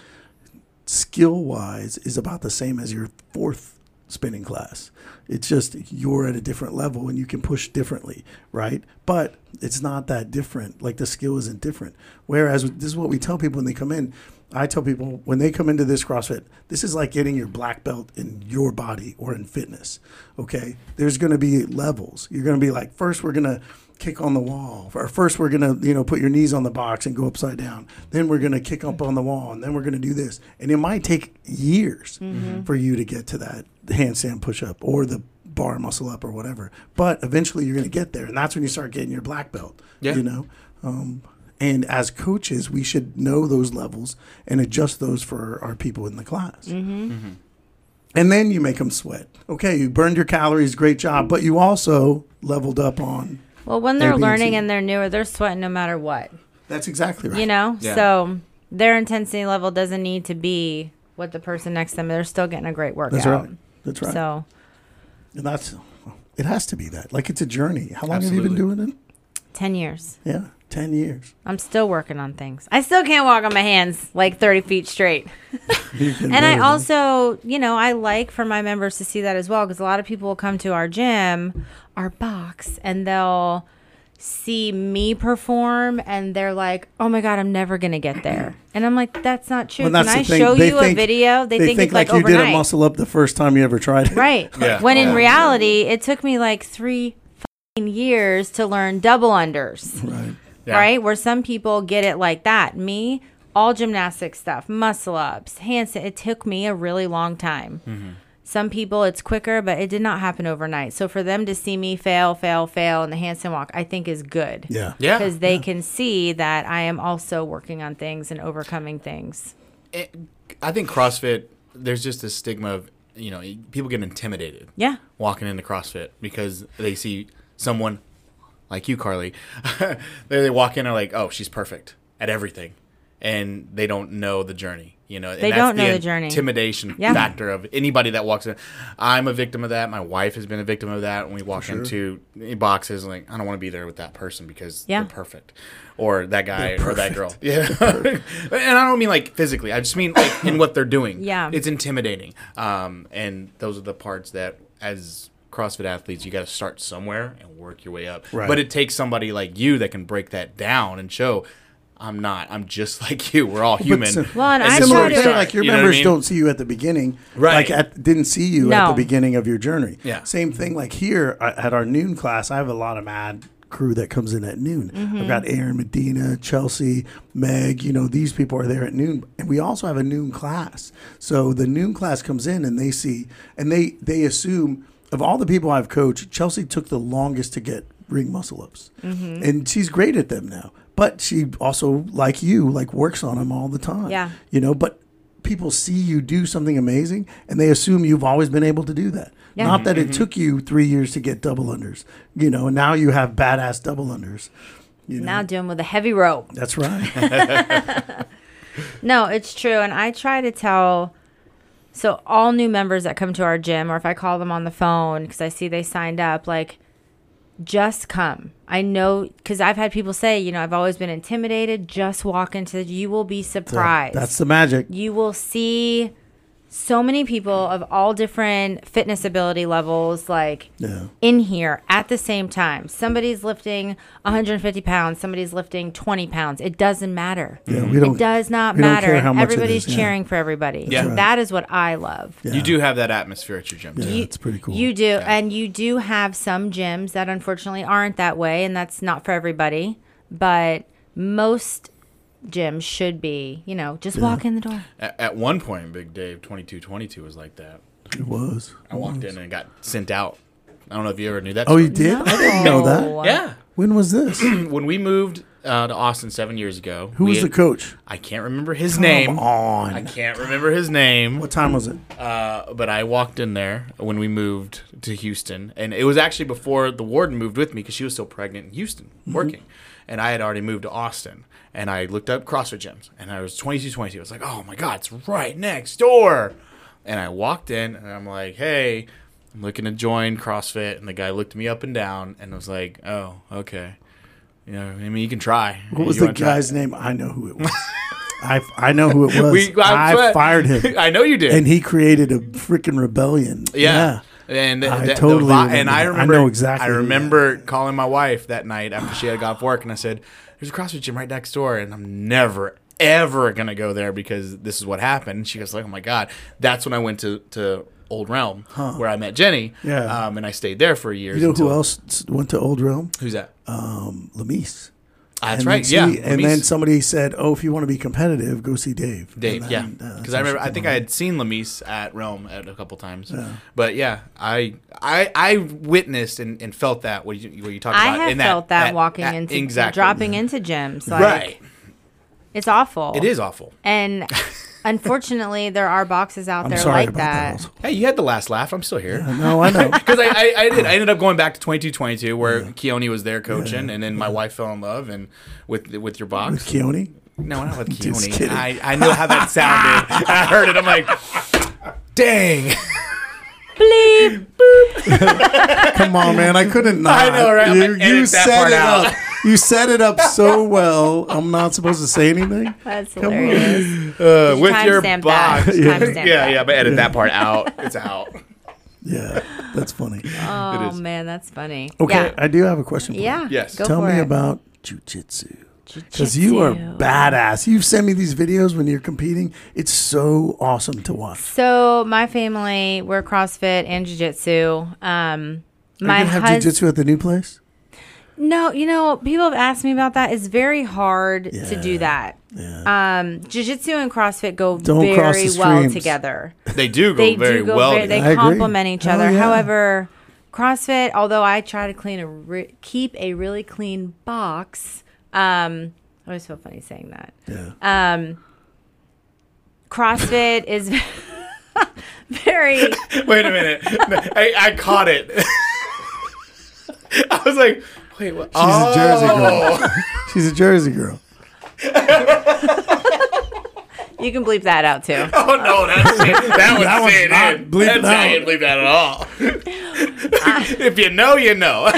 Speaker 3: skill wise, is about the same as your fourth spinning class. It's just you're at a different level and you can push differently, right? But it's not that different. Like the skill isn't different. Whereas this is what we tell people when they come in. I tell people when they come into this CrossFit, this is like getting your black belt in your body or in fitness. Okay. There's going to be levels. You're going to be like, first, we're going to kick on the wall, or first, we're going to, you know, put your knees on the box and go upside down. Then we're going to kick up on the wall, and then we're going to do this. And it might take years for you to get to that handstand push up or the bar muscle up or whatever. But eventually, you're going to get there. And that's when you start getting your black belt.
Speaker 2: Yeah.
Speaker 3: You know? Um, and as coaches, we should know those levels and adjust those for our people in the class. And then you make them sweat. Okay, you burned your calories, great job, but you also leveled up on.
Speaker 5: Well, when they're
Speaker 3: A, B, and
Speaker 5: learning
Speaker 3: C.
Speaker 5: and they're newer, they're sweating no matter what,
Speaker 3: That's exactly right.
Speaker 5: you know?
Speaker 2: Yeah.
Speaker 5: So their intensity level doesn't need to be what the person next to them. They're still getting a great workout.
Speaker 3: That's right. That's right.
Speaker 5: So
Speaker 3: And that's it has to be that. Like it's a journey. How long have you
Speaker 2: Absolutely.
Speaker 3: been doing it?
Speaker 5: 10 years.
Speaker 3: Yeah, 10 years.
Speaker 5: I'm still working on things. I still can't walk on my hands like 30 feet straight. and I also, you know, I like for my members to see that as well because a lot of people will come to our gym, our box, and they'll see me perform and they're like, "Oh my god, I'm never going to get there." And I'm like, "That's not true."
Speaker 3: Well,
Speaker 5: Can
Speaker 3: that's the
Speaker 5: I
Speaker 3: thing.
Speaker 5: show
Speaker 3: They
Speaker 5: you
Speaker 3: think-
Speaker 5: a video? They, think, it's like,
Speaker 3: you
Speaker 5: overnight.
Speaker 3: did a muscle up the first time you ever tried it.
Speaker 5: Right.
Speaker 2: Yeah.
Speaker 5: When in
Speaker 2: Yeah.
Speaker 5: reality, it took me like 3 fucking years to learn double unders
Speaker 3: Right.
Speaker 2: Yeah.
Speaker 5: right? Where some people get it like that. Me, all gymnastic stuff, muscle ups, handstand. It took me a really long time.
Speaker 2: Mm-hmm.
Speaker 5: Some people it's quicker, but it did not happen overnight. So for them to see me fail, fail, fail in the handstand walk, I think is good.
Speaker 3: Yeah.
Speaker 2: Yeah.
Speaker 5: Because they can see that I am also working on things and overcoming things.
Speaker 2: it- I think CrossFit, there's just this stigma of, you know, people get intimidated.
Speaker 5: Yeah.
Speaker 2: Walking into CrossFit because they see someone like you, Carly. they, they walk in and are like, oh, she's perfect at everything. And they don't know the journey. You know,
Speaker 5: They don't know the journey.
Speaker 2: Intimidation
Speaker 5: Yeah.
Speaker 2: factor of anybody that walks in. I'm a victim of that. My wife has been a victim of that. When we walk into boxes, like I don't want to be there with that person because
Speaker 5: Yeah.
Speaker 2: they're perfect, or that guy or that girl. Yeah, and I don't mean like physically. I just mean like in what they're doing.
Speaker 5: Yeah.
Speaker 2: it's intimidating. Um, and those are the parts that as CrossFit athletes, you got to start somewhere and work your way up.
Speaker 3: Right.
Speaker 2: But it takes somebody like you that can break that down and show. I'm not. I'm just like you. We're all human.
Speaker 3: so-
Speaker 5: Well, and I
Speaker 2: this is where
Speaker 5: try
Speaker 2: we
Speaker 5: to-
Speaker 2: start.
Speaker 3: like your
Speaker 2: You know what I
Speaker 3: members
Speaker 2: mean?
Speaker 3: don't see you at the beginning,
Speaker 2: Right.
Speaker 3: Like at, didn't see you at
Speaker 5: No.
Speaker 3: the beginning of your journey.
Speaker 2: Yeah.
Speaker 3: Same thing. Like here uh, at our noon class, I have a lot of mad crew that comes in at noon.
Speaker 5: Mm-hmm.
Speaker 3: I've got Aaron Medina, Chelsea, Meg, you know, these people are there at noon. And we also have a noon class. So the noon class comes in and they see and they they assume of all the people I've coached, Chelsea took the longest to get ring muscle ups.
Speaker 5: Mm-hmm.
Speaker 3: And she's great at them now. But she also like you, like works on them all the time.
Speaker 5: Yeah.
Speaker 3: You know, but people see you do something amazing and they assume you've always been able to do that.
Speaker 5: Yeah.
Speaker 3: Not
Speaker 2: Mm-hmm.
Speaker 3: that it took you three years to get double unders, you know, and now you have badass double unders. You know,
Speaker 5: Now doing with a heavy rope.
Speaker 3: that's right.
Speaker 5: No, it's true. And I try to tell. So, all new members that come to our gym, or if I call them on the phone because I see they signed up, like, just come. I know because I've had people say, you know, I've always been intimidated. Just walk into the, you will be surprised.
Speaker 3: that's the magic.
Speaker 5: you will see so many people of all different fitness ability levels, like,
Speaker 3: Yeah.
Speaker 5: in here at the same time. Somebody's lifting 150 pounds, somebody's lifting 20 pounds. It doesn't matter.
Speaker 3: Yeah, we don't
Speaker 5: It does not
Speaker 3: we don't
Speaker 5: matter.
Speaker 3: care how
Speaker 5: and
Speaker 3: much it
Speaker 5: Everybody's
Speaker 3: is, yeah.
Speaker 5: cheering for everybody.
Speaker 2: Yeah.
Speaker 5: And That is what I love.
Speaker 2: You do have that atmosphere at your gym.
Speaker 3: Yeah,
Speaker 2: too.
Speaker 3: it's pretty cool.
Speaker 5: You do. And you do have some gyms that unfortunately aren't that way. And that's not for everybody. But most gyms should be, you know, just walk in the door.
Speaker 2: At, at one point, Big Dave 2222 was like that.
Speaker 3: it was.
Speaker 2: I walked in and got sent out. I don't know if you ever knew that.
Speaker 3: Oh, you
Speaker 2: story.
Speaker 3: did? I didn't know that.
Speaker 2: Yeah.
Speaker 3: When was this? Who
Speaker 2: Um, When we moved uh, to Austin seven years ago, who
Speaker 3: was the coach?
Speaker 2: I can't remember his name.
Speaker 3: Come
Speaker 2: I
Speaker 3: on.
Speaker 2: can't remember his name.
Speaker 3: What time was it?
Speaker 2: Uh, but I walked in there when we moved to Houston, and it was actually before the warden moved with me because she was still pregnant in Houston
Speaker 3: Mm-hmm.
Speaker 2: working, and I had already moved to Austin. And I looked up CrossFit gyms, and I was 22, 22. I was like, oh my god, it's right next door. And I walked in, and I'm like, hey, I'm looking to join CrossFit, and the guy looked me up and down, and was like, oh, okay. You know, I mean, you can try.
Speaker 3: What was
Speaker 2: You
Speaker 3: the
Speaker 2: wanna try?"
Speaker 3: guy's name? I know who it was. I, I know who it was.
Speaker 2: We- I
Speaker 3: I
Speaker 2: swear-
Speaker 3: fired him.
Speaker 2: I know you did.
Speaker 3: and he created a freaking rebellion.
Speaker 2: Yeah. And th-
Speaker 3: I
Speaker 2: th- the
Speaker 3: totally
Speaker 2: vi-
Speaker 3: remember
Speaker 2: and I
Speaker 3: that. I
Speaker 2: remember
Speaker 3: know exactly
Speaker 2: I
Speaker 3: who-
Speaker 2: remember calling my wife that night after she had got off work and I said, There's a CrossFit gym right next door and I'm never ever gonna go there because this is what happened. And she goes like, Oh my god. That's when I went to, to Old Realm where I met Jenny.
Speaker 3: Yeah.
Speaker 2: Um, and I stayed there for years.
Speaker 3: You know
Speaker 2: until-
Speaker 3: who else s- went to Old Realm?
Speaker 2: Who's that?
Speaker 3: Um, Lamise.
Speaker 2: Ah, that's
Speaker 3: And
Speaker 2: right.
Speaker 3: see-
Speaker 2: Yeah.
Speaker 3: And
Speaker 2: Lamise.
Speaker 3: then somebody said, "Oh, if you want to be competitive, go see Dave."
Speaker 2: Dave,
Speaker 3: And
Speaker 2: yeah,
Speaker 3: then, uh,
Speaker 2: because I remember. I think I had seen Lamise at Rome at a couple times, but yeah, I I I witnessed and, and felt that what you what you talked
Speaker 5: I
Speaker 2: about.
Speaker 5: have
Speaker 2: in
Speaker 5: felt that,
Speaker 2: at-
Speaker 5: walking
Speaker 2: at-
Speaker 5: into
Speaker 2: exactly
Speaker 5: dropping into gyms. Like,
Speaker 2: right.
Speaker 5: It's awful.
Speaker 2: It is awful.
Speaker 5: And unfortunately, there are boxes out
Speaker 3: I'm
Speaker 5: there
Speaker 3: sorry
Speaker 5: like
Speaker 3: about
Speaker 5: that.
Speaker 3: that. also.
Speaker 2: Hey, you had the last laugh. I'm still here.
Speaker 3: No, I know.
Speaker 2: Because I, I, I did. I ended up going back to 2222 where Keone was there coaching, and then my wife fell in love and with with your box.
Speaker 3: Keone.
Speaker 2: No, not with
Speaker 3: Just
Speaker 2: Keone.
Speaker 3: kidding.
Speaker 2: I, I know how that sounded. I heard it. I'm like, dang.
Speaker 5: Bleep.
Speaker 3: Come on, man. I couldn't not.
Speaker 2: I know, right? I'm
Speaker 3: You,
Speaker 2: like,
Speaker 3: you
Speaker 2: edit that
Speaker 3: set
Speaker 2: part
Speaker 3: it
Speaker 2: out.
Speaker 3: up. You set it up so well. I'm not supposed to say anything.
Speaker 5: That's
Speaker 3: on.
Speaker 5: hilarious.
Speaker 2: Uh, with your
Speaker 5: timestamp
Speaker 2: box.
Speaker 5: that.
Speaker 2: yeah,
Speaker 5: Timestamp
Speaker 2: yeah,
Speaker 5: that.
Speaker 2: But edit that part out. It's out.
Speaker 3: Yeah, that's funny.
Speaker 5: Oh
Speaker 2: is.
Speaker 5: man, that's funny.
Speaker 3: Okay, I do have a question. for you.
Speaker 5: Yeah. yeah.
Speaker 2: Yes.
Speaker 5: Go
Speaker 3: Tell
Speaker 5: for
Speaker 3: me
Speaker 5: it.
Speaker 3: about jujitsu. Because you are badass. You send me these videos when you're competing. It's so awesome to watch.
Speaker 5: So my family, we're CrossFit and Jiu Jitsu. Um,
Speaker 3: Are
Speaker 5: my
Speaker 3: you gonna have
Speaker 5: hus-
Speaker 3: jujitsu at the new place?
Speaker 5: No, you know, people have asked me about that. It's very hard to
Speaker 3: Yeah.
Speaker 5: do that. Yeah. Um, Jiu Jitsu and CrossFit go
Speaker 3: Don't
Speaker 5: very
Speaker 3: cross the
Speaker 5: well
Speaker 3: streams.
Speaker 5: together.
Speaker 2: They do go
Speaker 5: they
Speaker 2: very
Speaker 5: do go
Speaker 2: well.
Speaker 5: very,
Speaker 2: together.
Speaker 3: I
Speaker 5: they
Speaker 3: agree.
Speaker 5: complement each
Speaker 3: Hell
Speaker 5: other.
Speaker 3: yeah.
Speaker 5: However, CrossFit, although I try to clean a re- keep a really clean box, um, it was so funny saying that.
Speaker 3: Yeah.
Speaker 5: Um, CrossFit is very
Speaker 2: Wait a minute. I, I caught it. I was like, wait, what?
Speaker 3: She's
Speaker 2: oh,
Speaker 3: a Jersey girl. She's a Jersey girl.
Speaker 5: you can bleep that out too.
Speaker 2: oh, no, that's it. That was
Speaker 3: That one's
Speaker 2: it.
Speaker 3: not
Speaker 2: in.
Speaker 3: bleeped
Speaker 2: That's not
Speaker 3: out.
Speaker 2: you believe that at all. if you know, you know.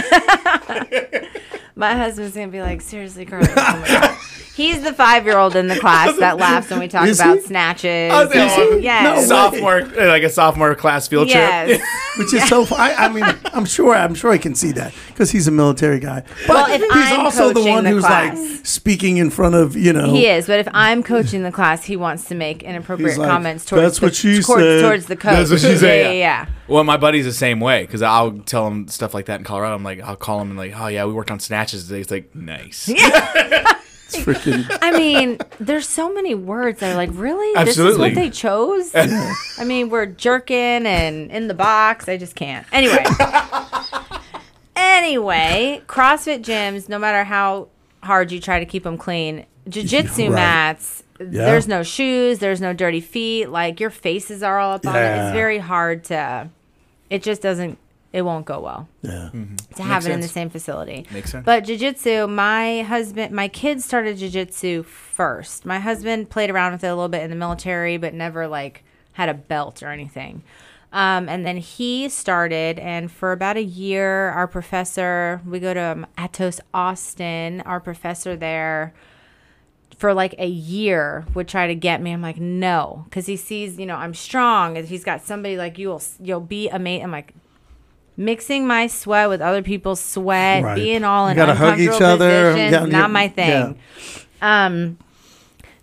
Speaker 5: My husband's gonna be like, seriously, Carly, oh my God. He's the five year old in the class that laughs when we talk
Speaker 3: Is
Speaker 5: about
Speaker 3: he?
Speaker 5: snatches.
Speaker 2: I was like, oh,
Speaker 5: Yes.
Speaker 3: No.
Speaker 2: sophomore, uh, like a sophomore class field trip.
Speaker 5: Yes.
Speaker 3: which is so. fu- I, I mean, I'm sure. I'm sure I can see that because he's a military guy. But
Speaker 5: Well, if
Speaker 3: he's
Speaker 5: I'm
Speaker 3: also the
Speaker 5: coaching
Speaker 3: one
Speaker 5: the
Speaker 3: who's
Speaker 5: class.
Speaker 3: like speaking in front of you know.
Speaker 5: He is, but if I'm coaching the class, he wants to make inappropriate
Speaker 3: He's like,
Speaker 5: comments towards
Speaker 3: "That's
Speaker 5: the,
Speaker 3: what she
Speaker 5: towards,
Speaker 3: said.
Speaker 5: towards the coach.
Speaker 2: That's what she said.
Speaker 5: Yeah, yeah, yeah.
Speaker 2: Well, my buddy's the same way because I'll tell him stuff like that in Colorado. I'm like, I'll call him and like, oh yeah, we worked on snatches today. It's like, nice.
Speaker 3: It's freaking.
Speaker 5: I mean, there's so many words that are like, really?
Speaker 2: Absolutely.
Speaker 5: This is what they chose? I mean, we're jerking and in the box. I just can't. Anyway. anyway, CrossFit gyms, no matter how hard you try to keep them clean, jujitsu
Speaker 3: Right.
Speaker 5: mats, there's no shoes, there's no dirty feet. Like, your faces are all up on it.
Speaker 3: Yeah.
Speaker 5: It's very hard to, it just doesn't, it won't go well
Speaker 3: Yeah.
Speaker 5: to have it in the
Speaker 2: sense.
Speaker 5: same facility.
Speaker 2: Makes sense.
Speaker 5: But jujitsu, my husband, my kids started jujitsu first. My husband played around with it a little bit in the military, but never like had a belt or anything. Um, and then he started, and for about a year, our professor, we go to um, Atos Austin, our professor there for like a year would try to get me. I'm like, no, because he sees, you know, I'm strong. And he's got somebody like you'll you'll be amazing. I'm like, mixing my sweat with other people's sweat,
Speaker 3: Right.
Speaker 5: being all
Speaker 3: You
Speaker 5: in
Speaker 3: gotta hug each
Speaker 5: uncomfortable
Speaker 3: other,
Speaker 5: positions,
Speaker 3: down
Speaker 5: not
Speaker 3: your-
Speaker 5: my thing.
Speaker 3: yeah.
Speaker 5: Um,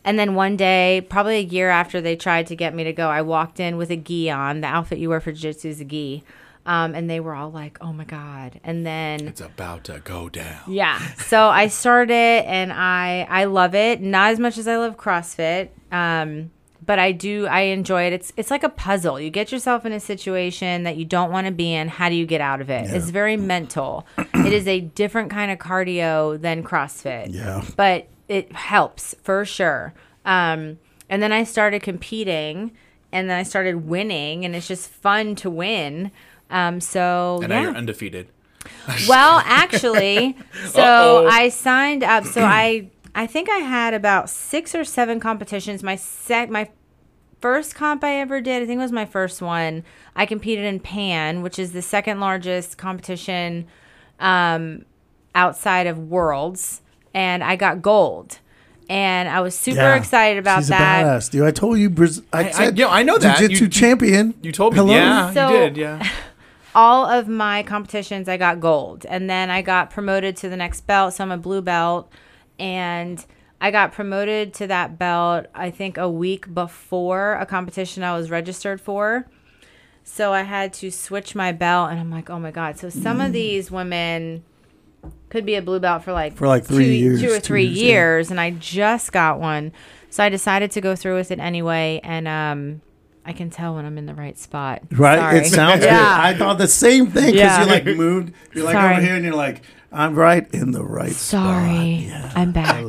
Speaker 5: and then one day, probably a year after they tried to get me to go, I walked in with a gi on. The outfit you wear for jiu-jitsu is a gi. Um, and they were all like, oh my God. And then
Speaker 2: It's about to go down.
Speaker 5: yeah. So I started and I I love it. Not as much as I love CrossFit. Um but I do I enjoy it. It's it's like a puzzle. You get yourself in a situation that you don't want to be in. How do you get out of it? It's very mental. it is a different kind of cardio than CrossFit.
Speaker 3: Yeah.
Speaker 5: But it helps for sure. Um and then I started competing and then I started winning and it's just fun to win. Um so
Speaker 2: And
Speaker 5: yeah.
Speaker 2: now you're undefeated.
Speaker 5: Well, actually, so
Speaker 2: Uh-oh.
Speaker 5: I signed up. So I I think I had about six or seven competitions. My sec my first comp I ever did, I think it was my first one. I competed in Pan, which is the second largest competition um, outside of Worlds, and I got gold. And I was super
Speaker 3: Yeah.
Speaker 5: excited about
Speaker 3: She's
Speaker 5: that.
Speaker 3: a badass, dude. I told you, Braz- I,
Speaker 2: I-
Speaker 3: said,
Speaker 2: yeah, I know that.
Speaker 3: Jiu-jitsu
Speaker 2: You- you-
Speaker 3: champion.
Speaker 2: You told me.
Speaker 3: Hello?
Speaker 2: Yeah,
Speaker 5: So-
Speaker 2: you did. Yeah.
Speaker 5: all of my competitions I got gold and then I got promoted to the next belt so I'm a blue belt and I got promoted to that belt I think a week before a competition I was registered for so I had to switch my belt and I'm like oh my god so some
Speaker 3: Mm.
Speaker 5: of these women could be a blue belt for like
Speaker 3: For, like, three
Speaker 5: two,
Speaker 3: years,
Speaker 5: two or
Speaker 3: two
Speaker 5: three
Speaker 3: years, yeah.
Speaker 5: years and I just got one so I decided to go through with it anyway and um I can tell when I'm in the right spot
Speaker 3: Right?
Speaker 5: Sorry.
Speaker 3: It sounds
Speaker 5: Yeah.
Speaker 3: good. I thought the same thing because
Speaker 5: Yeah.
Speaker 3: you're like moved. You're like
Speaker 5: Sorry.
Speaker 3: over here and you're like, I'm right in the right spot.
Speaker 5: Sorry, I'm back.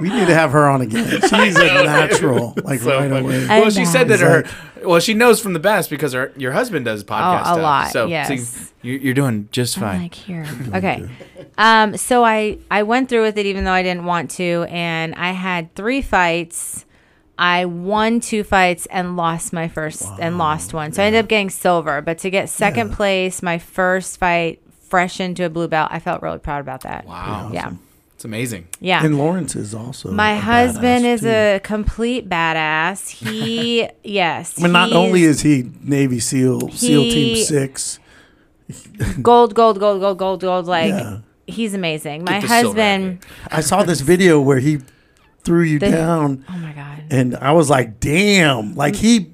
Speaker 3: We need to have her on again. She's a natural, like
Speaker 2: So
Speaker 3: right
Speaker 2: funny.
Speaker 3: away.
Speaker 2: Well, she said that her.
Speaker 3: Exactly.
Speaker 2: Well, she knows from the best because her your husband does podcast
Speaker 5: Oh, a
Speaker 2: stuff.
Speaker 5: lot,
Speaker 2: So,
Speaker 5: yes.
Speaker 2: so you, you're doing just
Speaker 5: I'm
Speaker 2: fine.
Speaker 5: like here. Okay. Um, so I I went through with it even though I didn't want to, and I had three fights. I won two fights and lost my first and lost one. So I ended up getting silver. But to get second place, my first fight fresh into a blue belt, I felt really proud about that.
Speaker 2: wow,
Speaker 5: Yeah.
Speaker 2: it's amazing.
Speaker 5: Yeah.
Speaker 3: And Lawrence is also.
Speaker 5: my
Speaker 3: a
Speaker 5: husband
Speaker 3: badass,
Speaker 5: is
Speaker 3: too.
Speaker 5: a complete badass. He yes.
Speaker 3: I mean, not
Speaker 5: he's
Speaker 3: only is he Navy SEAL, SEAL Team
Speaker 5: He-
Speaker 3: Six.
Speaker 5: gold, gold, gold, gold, gold, gold, like
Speaker 3: Yeah.
Speaker 5: he's amazing. My
Speaker 2: the silver out
Speaker 5: husband
Speaker 3: I saw this video where he threw you
Speaker 5: The-
Speaker 3: down,
Speaker 5: Oh my god.
Speaker 3: and I was like, "Damn!" Like he,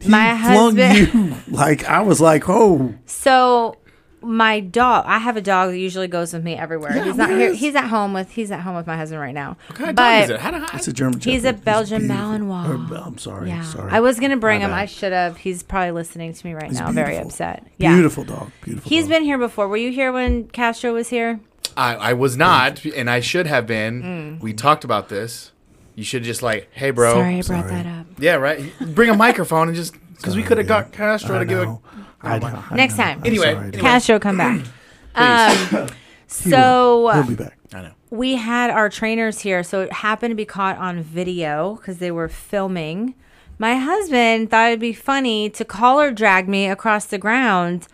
Speaker 3: he
Speaker 5: My
Speaker 3: flung
Speaker 5: husband-
Speaker 3: you. Like I was like, "Oh,
Speaker 5: So my dog, I have a dog that usually goes with me everywhere.
Speaker 3: Yeah,
Speaker 5: he's not
Speaker 3: where
Speaker 5: here.
Speaker 3: is-
Speaker 5: He's at home with he's at home with my husband right now.
Speaker 2: What kind of
Speaker 5: But-
Speaker 2: dog is it? How do I?
Speaker 3: it's a German."
Speaker 5: He's
Speaker 3: Shepherd.
Speaker 5: a Belgian
Speaker 3: beautiful.
Speaker 5: Malinois.
Speaker 3: Or Bel- I'm sorry.
Speaker 5: Yeah.
Speaker 3: Sorry.
Speaker 5: I was gonna bring him.
Speaker 3: bad.
Speaker 5: I should have. He's probably listening to me right
Speaker 3: He's
Speaker 5: now, very
Speaker 3: beautiful.
Speaker 5: upset. Yeah.
Speaker 3: Beautiful dog. Beautiful.
Speaker 5: He's
Speaker 3: dog.
Speaker 5: been here before. Were you here when Castro was here?
Speaker 2: I, I was
Speaker 5: Mm.
Speaker 2: not, and I should have been. We talked about this. You should just like, hey, bro.
Speaker 5: Sorry, I brought that up.
Speaker 2: Yeah, right. Bring a microphone and just because we could have got Castro
Speaker 3: I
Speaker 2: to give it.
Speaker 3: know. I know. I
Speaker 5: Next
Speaker 3: know.
Speaker 5: time.
Speaker 3: I'm
Speaker 2: Anyway,
Speaker 3: sorry, dude.
Speaker 2: anyway.
Speaker 5: Castro, come back.
Speaker 2: Please.
Speaker 5: so
Speaker 3: he'll be back.
Speaker 2: I know.
Speaker 5: we had our trainers here, so it happened to be caught on video because they were filming. My husband thought it'd be funny to collar drag me across the ground,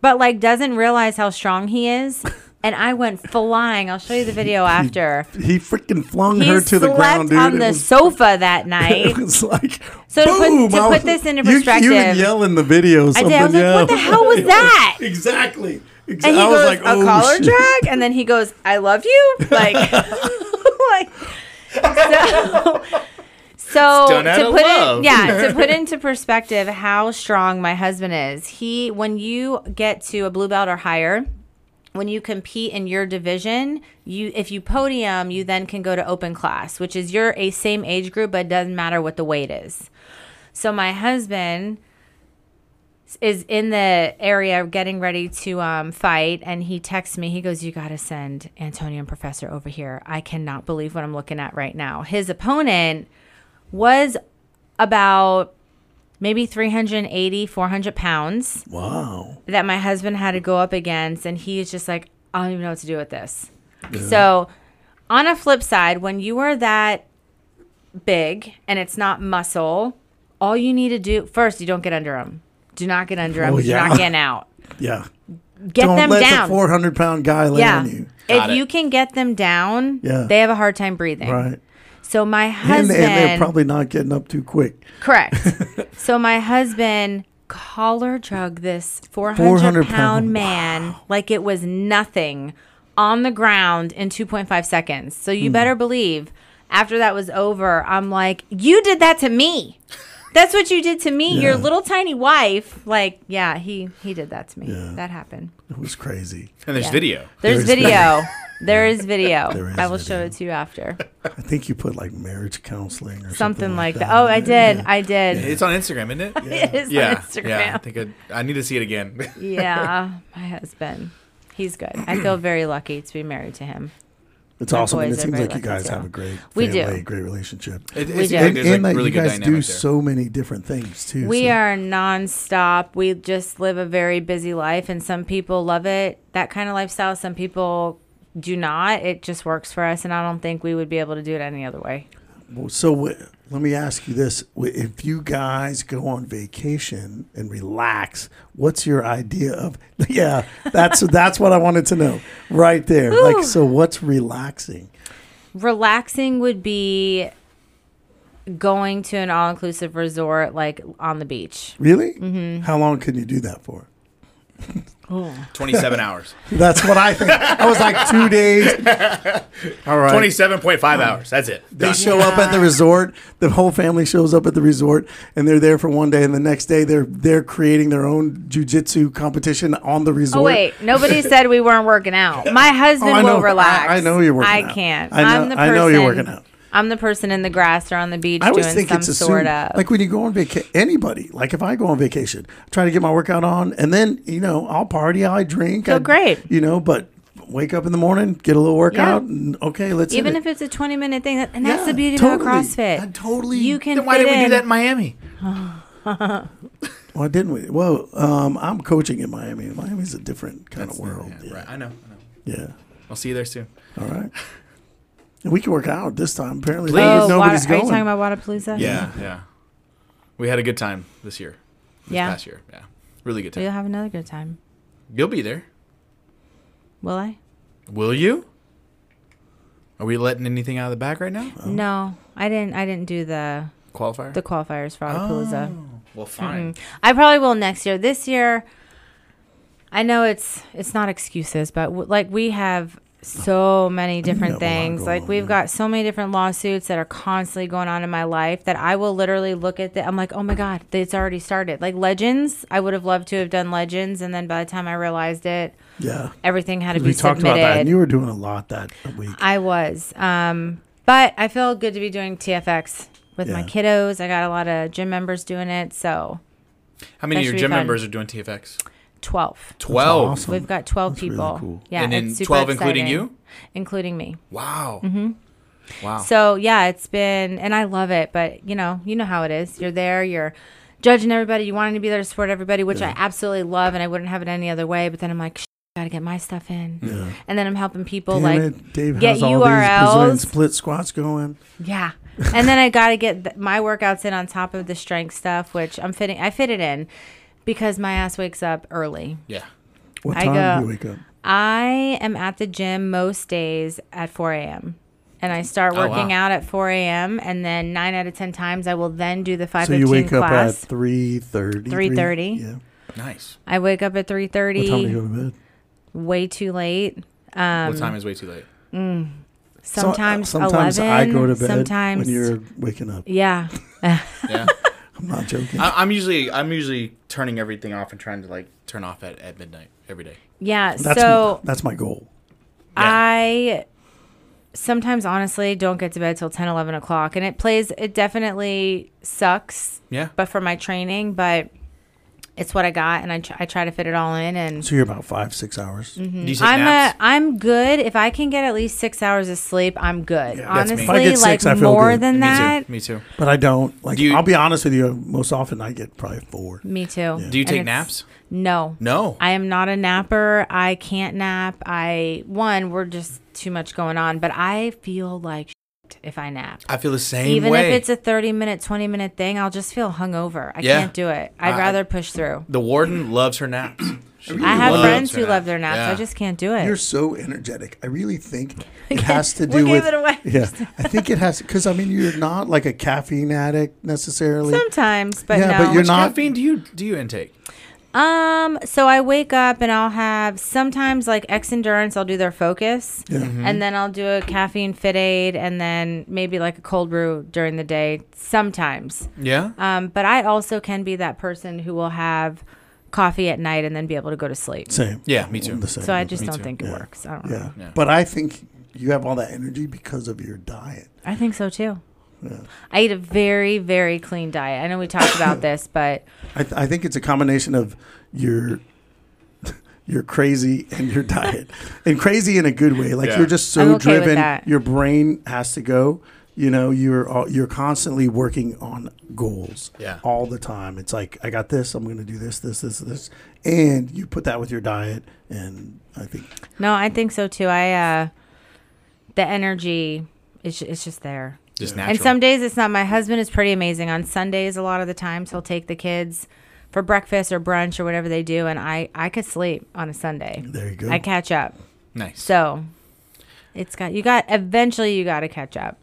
Speaker 5: but like doesn't realize how strong he is. and I went flying. I'll show you the video after.
Speaker 3: He freaking flung
Speaker 5: He
Speaker 3: her to
Speaker 5: slept
Speaker 3: the ground, dude.
Speaker 5: on
Speaker 3: It
Speaker 5: the
Speaker 3: was-
Speaker 5: sofa that night.
Speaker 3: It was like,
Speaker 5: So to put-
Speaker 3: boom,
Speaker 5: to
Speaker 3: I
Speaker 5: put this into
Speaker 3: you- You,
Speaker 5: perspective-
Speaker 3: would yell in the video.
Speaker 5: I
Speaker 3: Something,
Speaker 5: did. I was like, "What the
Speaker 3: yeah.
Speaker 5: hell was that?"
Speaker 3: Exactly. Ex-
Speaker 5: And he
Speaker 3: I was
Speaker 5: goes,
Speaker 3: like,
Speaker 5: "A
Speaker 3: oh,
Speaker 5: collar
Speaker 3: shit.
Speaker 5: drag," and then he goes, "I love you." Like, like so. So
Speaker 2: done out
Speaker 5: to
Speaker 2: of
Speaker 5: put
Speaker 2: love.
Speaker 5: it, yeah, to put into perspective how strong my husband is. He, when you get to a blue belt or higher, when you compete in your division, you if you podium, you then can go to open class, which is your a same age group, but it doesn't matter what the weight is. So my husband is in the area getting ready to um, fight, and he texts me. He goes, "You got to send Antonio and Professor over here. I cannot believe what I'm looking at right now." His opponent was about maybe 380 400 pounds
Speaker 3: Wow.
Speaker 5: that my husband had to go up against, and he's just like, I don't even know what to do with this. So, on a flip side, when you are that big and it's not muscle, all you need to do first, you don't get under them. Do not get under them.
Speaker 3: Oh,
Speaker 5: You're
Speaker 3: yeah.
Speaker 5: not getting out.
Speaker 3: Yeah.
Speaker 5: Get
Speaker 3: Don't
Speaker 5: them
Speaker 3: let
Speaker 5: down.
Speaker 3: the 400 pound guy lay
Speaker 5: yeah.
Speaker 3: on you.
Speaker 5: If
Speaker 2: Got it.
Speaker 5: you can get them down,
Speaker 3: Yeah.
Speaker 5: they have a hard time breathing.
Speaker 3: Right.
Speaker 5: So my
Speaker 3: And, and
Speaker 5: husband
Speaker 3: they're probably not getting up too quick.
Speaker 5: Correct. so my husband collar drug this 400
Speaker 3: 400
Speaker 5: pound,
Speaker 3: pound.
Speaker 5: man like it was nothing on the ground in 2.5 seconds. So
Speaker 3: Hmm.
Speaker 5: you better believe after that was over, I'm like, you did that to me. That's what you did to me, your
Speaker 3: Yeah. there's
Speaker 5: little tiny wife. Like, yeah, he he did that to me. That happened.
Speaker 3: It was crazy.
Speaker 2: And there's video.
Speaker 5: There's
Speaker 3: is
Speaker 5: video. There is video.
Speaker 3: There is
Speaker 5: I will show
Speaker 3: video.
Speaker 5: it to you after.
Speaker 3: I think you put like marriage counseling or something,
Speaker 5: Something like that.
Speaker 3: that.
Speaker 5: Oh, I
Speaker 3: Yeah.
Speaker 5: did. I did.
Speaker 2: It's on Instagram, isn't it?
Speaker 5: It is
Speaker 2: Yeah,
Speaker 5: on Instagram.
Speaker 2: yeah. I think I, I need to see it again.
Speaker 5: Yeah, my husband. He's good. I feel very lucky to be married to him.
Speaker 3: It's awesome. And it
Speaker 5: boys are
Speaker 3: seems
Speaker 5: very
Speaker 3: like you
Speaker 5: lucky,
Speaker 3: guys
Speaker 5: too.
Speaker 3: have a great
Speaker 5: We do.
Speaker 3: family, great relationship.
Speaker 2: It,
Speaker 5: We
Speaker 2: it
Speaker 5: do.
Speaker 2: seems like
Speaker 5: And-
Speaker 2: there's like
Speaker 3: and like
Speaker 2: really
Speaker 3: you guys
Speaker 2: good
Speaker 3: do
Speaker 2: dynamic there.
Speaker 3: so many different things too.
Speaker 5: We
Speaker 3: so-
Speaker 5: are nonstop. We just live a very busy life, and some people love it, that kind of lifestyle. Some people do not. It just works for us, and I don't think we would be able to do it any other way.
Speaker 3: Well, So wh- let me ask you this: Wh- If you guys go on vacation and relax, what's your idea of? Yeah, that's that's what I wanted to know right there. Like, so what's relaxing?
Speaker 5: Relaxing would be going to an all inclusive resort, like on the beach.
Speaker 3: Really? Mm-hmm. How long can you do that for?
Speaker 2: 27 hours.
Speaker 3: That's what I think. I was like two days. All right.
Speaker 2: 27.5 hours. That's it.
Speaker 3: They
Speaker 2: Done.
Speaker 3: show up at the resort. The whole family shows up at the resort, and they're there for one day. And the next day, they're they're creating their own jujitsu competition on the resort.
Speaker 5: Oh wait, nobody said we weren't working out. My husband
Speaker 3: Oh, I know.
Speaker 5: will relax.
Speaker 3: I- I know you're working
Speaker 5: I
Speaker 3: out.
Speaker 5: can't.
Speaker 3: I know-
Speaker 5: am the
Speaker 3: I
Speaker 5: person,
Speaker 3: know you're working out.
Speaker 5: I'm the person in the grass or on the beach
Speaker 3: I
Speaker 5: doing
Speaker 3: always think
Speaker 5: some
Speaker 3: it's
Speaker 5: sort
Speaker 3: assumed.
Speaker 5: of.
Speaker 3: Like when you go on vacation, anybody, like if I go on vacation, I try to get my workout on, and then, you know, I'll party, I drink.
Speaker 5: Feel
Speaker 3: I,
Speaker 5: great.
Speaker 3: You know, but wake up in the morning, get a little workout, and okay, let's
Speaker 5: even
Speaker 3: hit
Speaker 5: if
Speaker 3: it.
Speaker 5: it's a 20 minute thing, that- and that's
Speaker 3: Yeah,
Speaker 5: the beauty
Speaker 3: totally.
Speaker 5: about CrossFit.
Speaker 3: I totally-
Speaker 5: You can.
Speaker 2: Then why
Speaker 5: fit
Speaker 2: didn't we do
Speaker 5: in.
Speaker 2: that in Miami?
Speaker 3: Why didn't we? Well, um, I'm coaching in Miami. Miami's a different kind of world.
Speaker 2: Yeah,
Speaker 3: Yeah.
Speaker 2: Right. I know. I know.
Speaker 3: yeah.
Speaker 2: I'll see you there soon.
Speaker 3: All right. And we can work out this time. Apparently,
Speaker 2: Please.
Speaker 5: Oh,
Speaker 3: nobody's
Speaker 5: water, are
Speaker 3: going.
Speaker 5: you talking about Wadapalooza?
Speaker 2: Yeah. Yeah. We had a good time this year. This
Speaker 5: Yeah.
Speaker 2: past year. Yeah. Really good time.
Speaker 5: We'll have another good time.
Speaker 2: You'll be there.
Speaker 5: Will I?
Speaker 2: Will you? Are we letting anything out of the back right now?
Speaker 3: Oh.
Speaker 5: No, I didn't. I didn't do the
Speaker 2: Qualifier?
Speaker 5: Uh, the Mm-hmm. qualifiers for Wadapalooza.
Speaker 3: Oh.
Speaker 2: well, fine.
Speaker 5: I probably will next year. This year, I know it's it's not excuses, but w- like we have so many
Speaker 3: got a
Speaker 5: different
Speaker 3: lot
Speaker 5: things.
Speaker 3: going
Speaker 5: Like
Speaker 3: on,
Speaker 5: we've
Speaker 3: yeah.
Speaker 5: got so many different lawsuits that are constantly going on in my life that I will literally look at the I'm like, "Oh my god, it's already started." Like Legends, I would have loved to have done Legends and then by the time I realized it,
Speaker 3: yeah.
Speaker 5: everything had to be
Speaker 3: We talked
Speaker 5: submitted.
Speaker 3: about that, and you were doing a lot that week.
Speaker 5: I was. Um, but I feel good to be doing TFX with my
Speaker 3: Yeah.
Speaker 5: kiddos. I got a lot of gym members doing it, so
Speaker 2: How many
Speaker 5: That
Speaker 2: of your
Speaker 5: should be
Speaker 2: gym
Speaker 5: fun.
Speaker 2: members are doing TFX?
Speaker 5: 12.
Speaker 2: 12.
Speaker 3: awesome.
Speaker 5: We've got 12
Speaker 3: really
Speaker 5: people.
Speaker 3: cool.
Speaker 5: Yeah,
Speaker 2: and then
Speaker 5: it's super
Speaker 2: 12 including
Speaker 5: exciting.
Speaker 2: you? Oh.
Speaker 5: including me.
Speaker 2: Wow. Wow.
Speaker 5: So, yeah, it's been and I love it, but you know, you know how it is. You're there, you're judging everybody, you wanting to be there to support everybody, which I absolutely love and I wouldn't have it any other way, but then I'm like, "Sh- got to get my stuff in. And then I'm helping people
Speaker 3: Damn
Speaker 5: like
Speaker 3: it, Dave
Speaker 5: get
Speaker 3: how's all these Brazilian
Speaker 5: URLs.
Speaker 3: split squats going.
Speaker 5: yeah. and then I got to get th- my workouts in on top of the strength stuff, which I'm fitting I fit it in because my ass wakes up early.
Speaker 2: yeah.
Speaker 3: What
Speaker 5: I
Speaker 3: time do
Speaker 5: go-
Speaker 3: you wake up?
Speaker 5: I am at the gym most days at 4 a.m. And I start
Speaker 2: Oh, wow.
Speaker 5: working out at 4 a.m. And then nine out of 10 times I will then do the 5:15
Speaker 3: So you wake up
Speaker 5: class.
Speaker 3: at 3.30.
Speaker 5: 3:30.
Speaker 3: Yeah.
Speaker 2: Nice.
Speaker 5: I wake up at
Speaker 3: What time do you
Speaker 5: 3:30,
Speaker 3: go to bed?
Speaker 5: way too late. Um,
Speaker 2: what time is way too late?
Speaker 3: So- uh,
Speaker 5: Sometimes,
Speaker 3: sometimes
Speaker 5: 11.
Speaker 3: I go to bed
Speaker 5: Sometimes,
Speaker 3: when you're waking up.
Speaker 5: yeah.
Speaker 2: Yeah.
Speaker 3: I'm not joking.
Speaker 5: Uh,
Speaker 2: I, I'm usually I'm usually turning everything off and trying to like turn off at, at midnight every day.
Speaker 5: Yeah.
Speaker 3: that's,
Speaker 5: so
Speaker 3: that's my goal.
Speaker 5: I sometimes honestly don't get to bed till 10, 11 o'clock. And it plays, it definitely sucks,
Speaker 2: Yeah.
Speaker 5: but for my training, but it's what I got. And I, tr- I try to fit it all in. And
Speaker 3: So you're about five, six hours.
Speaker 2: Do you take
Speaker 5: mm, I'm a,
Speaker 2: naps?
Speaker 5: I'm good. If I can get at least six hours of sleep, I'm good.
Speaker 2: That's me.
Speaker 5: Honestly,
Speaker 2: If I
Speaker 3: get
Speaker 5: like
Speaker 3: six, I feel
Speaker 5: more
Speaker 3: good.
Speaker 5: than that.
Speaker 2: Me too. Me
Speaker 3: But I don't. Like,
Speaker 2: Do you-
Speaker 3: I'll be honest with you. Most often I get probably four.
Speaker 5: Me too.
Speaker 2: too. Do you
Speaker 5: And
Speaker 2: take
Speaker 5: it's-
Speaker 2: naps?
Speaker 5: No.
Speaker 2: No.
Speaker 5: I am not a napper. I can't nap. I one, we're just too much going on, but I feel like shit if I nap.
Speaker 2: I feel the same
Speaker 5: Even
Speaker 2: way.
Speaker 5: if it's a 30 minute, 20 minute thing, I'll just feel hungover. I
Speaker 2: Yeah.
Speaker 5: can't do it. I'd
Speaker 2: I-
Speaker 5: rather push through.
Speaker 2: the warden loves her naps. She
Speaker 5: I have
Speaker 2: loves
Speaker 5: friends
Speaker 2: her
Speaker 5: who love
Speaker 2: naps.
Speaker 5: their naps.
Speaker 2: Yeah.
Speaker 5: I just can't do it.
Speaker 3: You're so energetic. I really think it has to
Speaker 5: We
Speaker 3: do
Speaker 5: gave
Speaker 3: with.
Speaker 5: it away.
Speaker 3: Yeah, I think it has because I mean you're not like a caffeine addict necessarily.
Speaker 5: Sometimes, but
Speaker 3: Yeah,
Speaker 5: no.
Speaker 3: but you're
Speaker 2: Which
Speaker 3: not-
Speaker 2: caffeine do you do you intake?
Speaker 5: Um, so I wake up and I'll have sometimes like X endurance, I'll do their focus. And then I'll do a caffeine fit aid and then maybe like a cold brew during the day sometimes.
Speaker 2: Yeah.
Speaker 5: Um, but I also can be that person who will have coffee at night and then be able to go to sleep.
Speaker 3: Same.
Speaker 2: Yeah, me too.
Speaker 3: The same.
Speaker 5: So I just
Speaker 2: Me
Speaker 5: don't
Speaker 2: too.
Speaker 5: think it
Speaker 3: Yeah.
Speaker 5: works. I don't know.
Speaker 3: Yeah.
Speaker 2: Yeah.
Speaker 3: but I think you have all that energy because of your diet.
Speaker 5: I think so too. I eat a very, very clean diet. I know we talked about this, but
Speaker 3: I, th- I think it's a combination of your your crazy and your diet, and crazy in a good way. Like
Speaker 2: Yeah.
Speaker 3: you're just
Speaker 5: I'm
Speaker 3: so
Speaker 5: okay with
Speaker 3: driven,
Speaker 5: that.
Speaker 3: your brain has to go. You know, you're all, you're constantly working on goals.
Speaker 2: Yeah.
Speaker 3: all the time. It's like I got this. I'm going to do this, this, this, this, and you put that with your diet, and I think
Speaker 5: no, I think so too. I, uh, the energy is, ju- it's just there.
Speaker 2: Just
Speaker 5: And
Speaker 2: natural.
Speaker 5: some days it's not. My husband is pretty amazing. On Sundays, a lot of the times he'll take the kids for breakfast or brunch or whatever they do, and I I could sleep on a Sunday.
Speaker 3: there you go.
Speaker 5: I catch up.
Speaker 2: nice.
Speaker 5: So it's got you got eventually you got to catch up.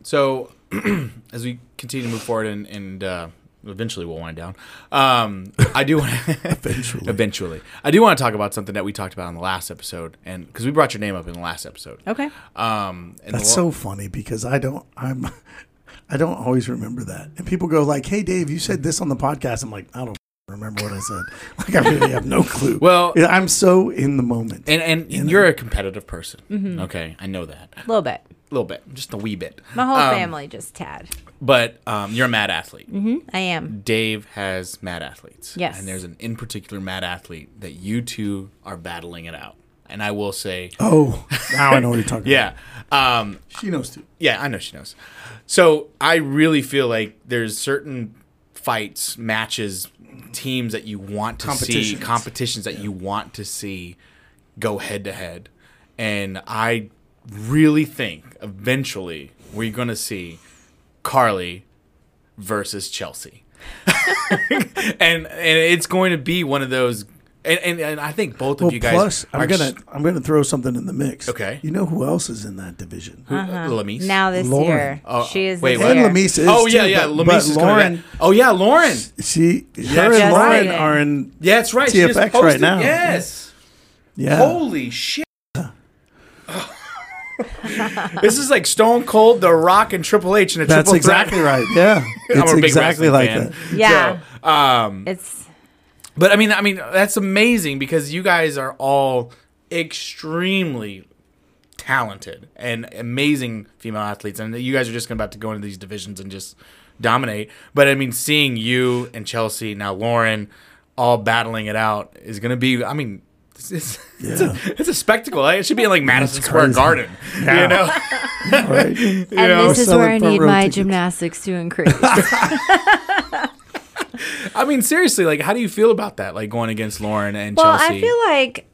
Speaker 2: So, as we continue to move forward and, and uh, eventually we'll wind down, um, I do want eventually. eventually I do want to talk about something that we talked about in the last episode, and because we brought your name up in the last episode.
Speaker 5: Okay.
Speaker 2: Um, and
Speaker 3: That's so funny because I don't I'm I don't always remember that. And people go like, "Hey Dave, you said this on the podcast." I'm like, "I don't remember what I said." Like I really have no clue.
Speaker 2: Well-
Speaker 3: Yeah, I'm so in the moment.
Speaker 2: And and you're a competitive person. Okay, I know that a
Speaker 5: A little bit.
Speaker 2: little bit, just a wee bit.
Speaker 5: My whole
Speaker 2: Um,
Speaker 5: family just tad.
Speaker 2: But um, you're a mad athlete.
Speaker 5: I am.
Speaker 2: Dave has mad athletes.
Speaker 5: Yes.
Speaker 2: And there's an in particular mad athlete that you two are battling it out. And I will say,
Speaker 3: oh, now I know what you're talking
Speaker 2: yeah. Um,
Speaker 3: about. She knows too.
Speaker 2: Yeah, I know she knows. So I really feel like there's certain fights, matches, teams that you want to see,
Speaker 3: Competitions.
Speaker 2: competitions that you want to see go head to head. And I really think eventually we're going to see Carly versus Chelsea. and and it's going to be one of those and, and, and I think both
Speaker 3: Well,
Speaker 2: of you guys
Speaker 3: Oh, plus
Speaker 2: are
Speaker 3: I'm gonna
Speaker 2: ex-
Speaker 3: I'm gonna throw something in the mix.
Speaker 2: Okay.
Speaker 3: You know who else is in that division?
Speaker 2: uh, Lamise?
Speaker 5: Now this
Speaker 3: Lauren.
Speaker 5: year,
Speaker 2: Oh,
Speaker 5: she is
Speaker 2: wait,
Speaker 5: this
Speaker 2: what?
Speaker 3: And
Speaker 5: year.
Speaker 3: Lamise is
Speaker 2: Oh yeah,
Speaker 3: too,
Speaker 2: yeah.
Speaker 3: But,
Speaker 2: Lamise
Speaker 3: but
Speaker 2: is coming
Speaker 3: Lauren,
Speaker 2: back. Oh yeah, Lauren.
Speaker 3: she, her
Speaker 2: Yes,
Speaker 3: and Lauren
Speaker 5: right.
Speaker 3: are in
Speaker 2: Yeah, that's right. She just
Speaker 3: TFX right
Speaker 2: posted.
Speaker 3: now.
Speaker 2: Yes.
Speaker 3: yeah.
Speaker 2: Holy shit. this is like Stone Cold, The Rock, and Triple H in a
Speaker 3: That's
Speaker 2: triple
Speaker 3: exactly
Speaker 2: threat.
Speaker 3: right. Yeah, it's
Speaker 2: I'm a big
Speaker 3: exactly
Speaker 2: wrestling
Speaker 3: like
Speaker 2: fan.
Speaker 3: that.
Speaker 5: Yeah.
Speaker 2: So, um,
Speaker 5: It's
Speaker 2: but I mean, I mean, that's amazing because you guys are all extremely talented and amazing female athletes, and you guys are just about to go into these divisions and just dominate. But I mean, seeing you and Chelsea now, Lauren, all battling it out is going to be. I mean. It's, it's, it's, a, it's a spectacle. It should be in like Madison Square
Speaker 3: crazy.
Speaker 2: Garden.
Speaker 3: Yeah.
Speaker 2: You know?
Speaker 3: Right.
Speaker 5: and this is
Speaker 3: selling
Speaker 5: where I
Speaker 3: front
Speaker 5: need
Speaker 3: row
Speaker 5: my
Speaker 3: tickets.
Speaker 5: gymnastics to increase.
Speaker 2: I mean, seriously, like, how do you feel about that? Like going against Lauren and
Speaker 5: Well,
Speaker 2: Chelsea?
Speaker 5: I feel like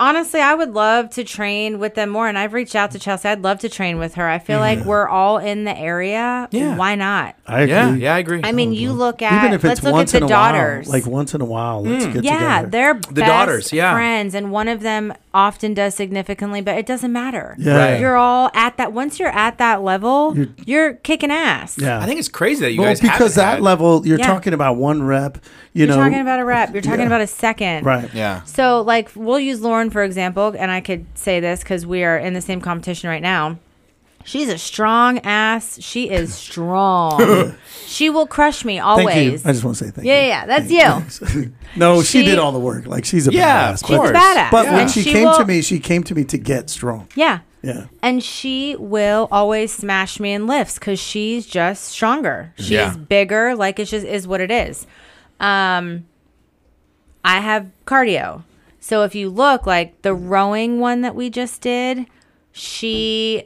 Speaker 5: honestly, I would love to train with them more. And I've reached out to Chelsea. I'd love to train with her. I feel like
Speaker 3: Mm-hmm.
Speaker 5: we're all in the area.
Speaker 2: Yeah.
Speaker 5: Why not?
Speaker 3: I agree.
Speaker 2: Yeah, yeah, I agree.
Speaker 5: I mean, you look at
Speaker 3: Even if it's
Speaker 5: let's look at
Speaker 3: once
Speaker 5: the
Speaker 3: in a
Speaker 5: daughters.
Speaker 3: while, like once in a while, let's
Speaker 2: Hmm.
Speaker 3: get
Speaker 5: yeah,
Speaker 3: together.
Speaker 5: they're
Speaker 2: The daughters, yeah.
Speaker 5: friends, and one of them often does significantly, but it doesn't matter.
Speaker 3: Yeah.
Speaker 2: Right.
Speaker 5: You're all at that. Once you're at that level, you're,
Speaker 3: You're-
Speaker 5: kicking ass.
Speaker 3: yeah.
Speaker 2: I think it's crazy that you
Speaker 3: well,
Speaker 2: guys
Speaker 3: because
Speaker 2: haven't
Speaker 3: that
Speaker 2: had-
Speaker 3: level, you're
Speaker 5: Yeah.
Speaker 3: talking about one rep. You
Speaker 5: You're
Speaker 3: know,
Speaker 5: talking about a rep. You're talking
Speaker 3: Yeah.
Speaker 5: about a second.
Speaker 3: right?
Speaker 2: Yeah.
Speaker 5: So, like, we'll use Lauren for example, and I could say this because we are in the same competition right now. She's a strong ass. She is strong. she will crush me
Speaker 3: Thank you.
Speaker 5: always.
Speaker 3: I just want to say thank
Speaker 5: Yeah,
Speaker 3: you.
Speaker 5: yeah, that's
Speaker 3: Thank you. no, she,
Speaker 5: She-
Speaker 3: did all the work. Like she's a
Speaker 2: Yeah,
Speaker 3: badass.
Speaker 2: of
Speaker 3: but-
Speaker 2: course.
Speaker 5: badass.
Speaker 3: But when
Speaker 5: And
Speaker 3: she,
Speaker 5: she
Speaker 3: came
Speaker 5: will-
Speaker 3: to me, she came to me to get strong.
Speaker 5: yeah.
Speaker 3: Yeah.
Speaker 5: And she will always smash me in lifts because she's just stronger. She's
Speaker 2: Yeah.
Speaker 5: bigger. Like it's just is what it is. Um, I have cardio. So if you look like the rowing one that we just did, she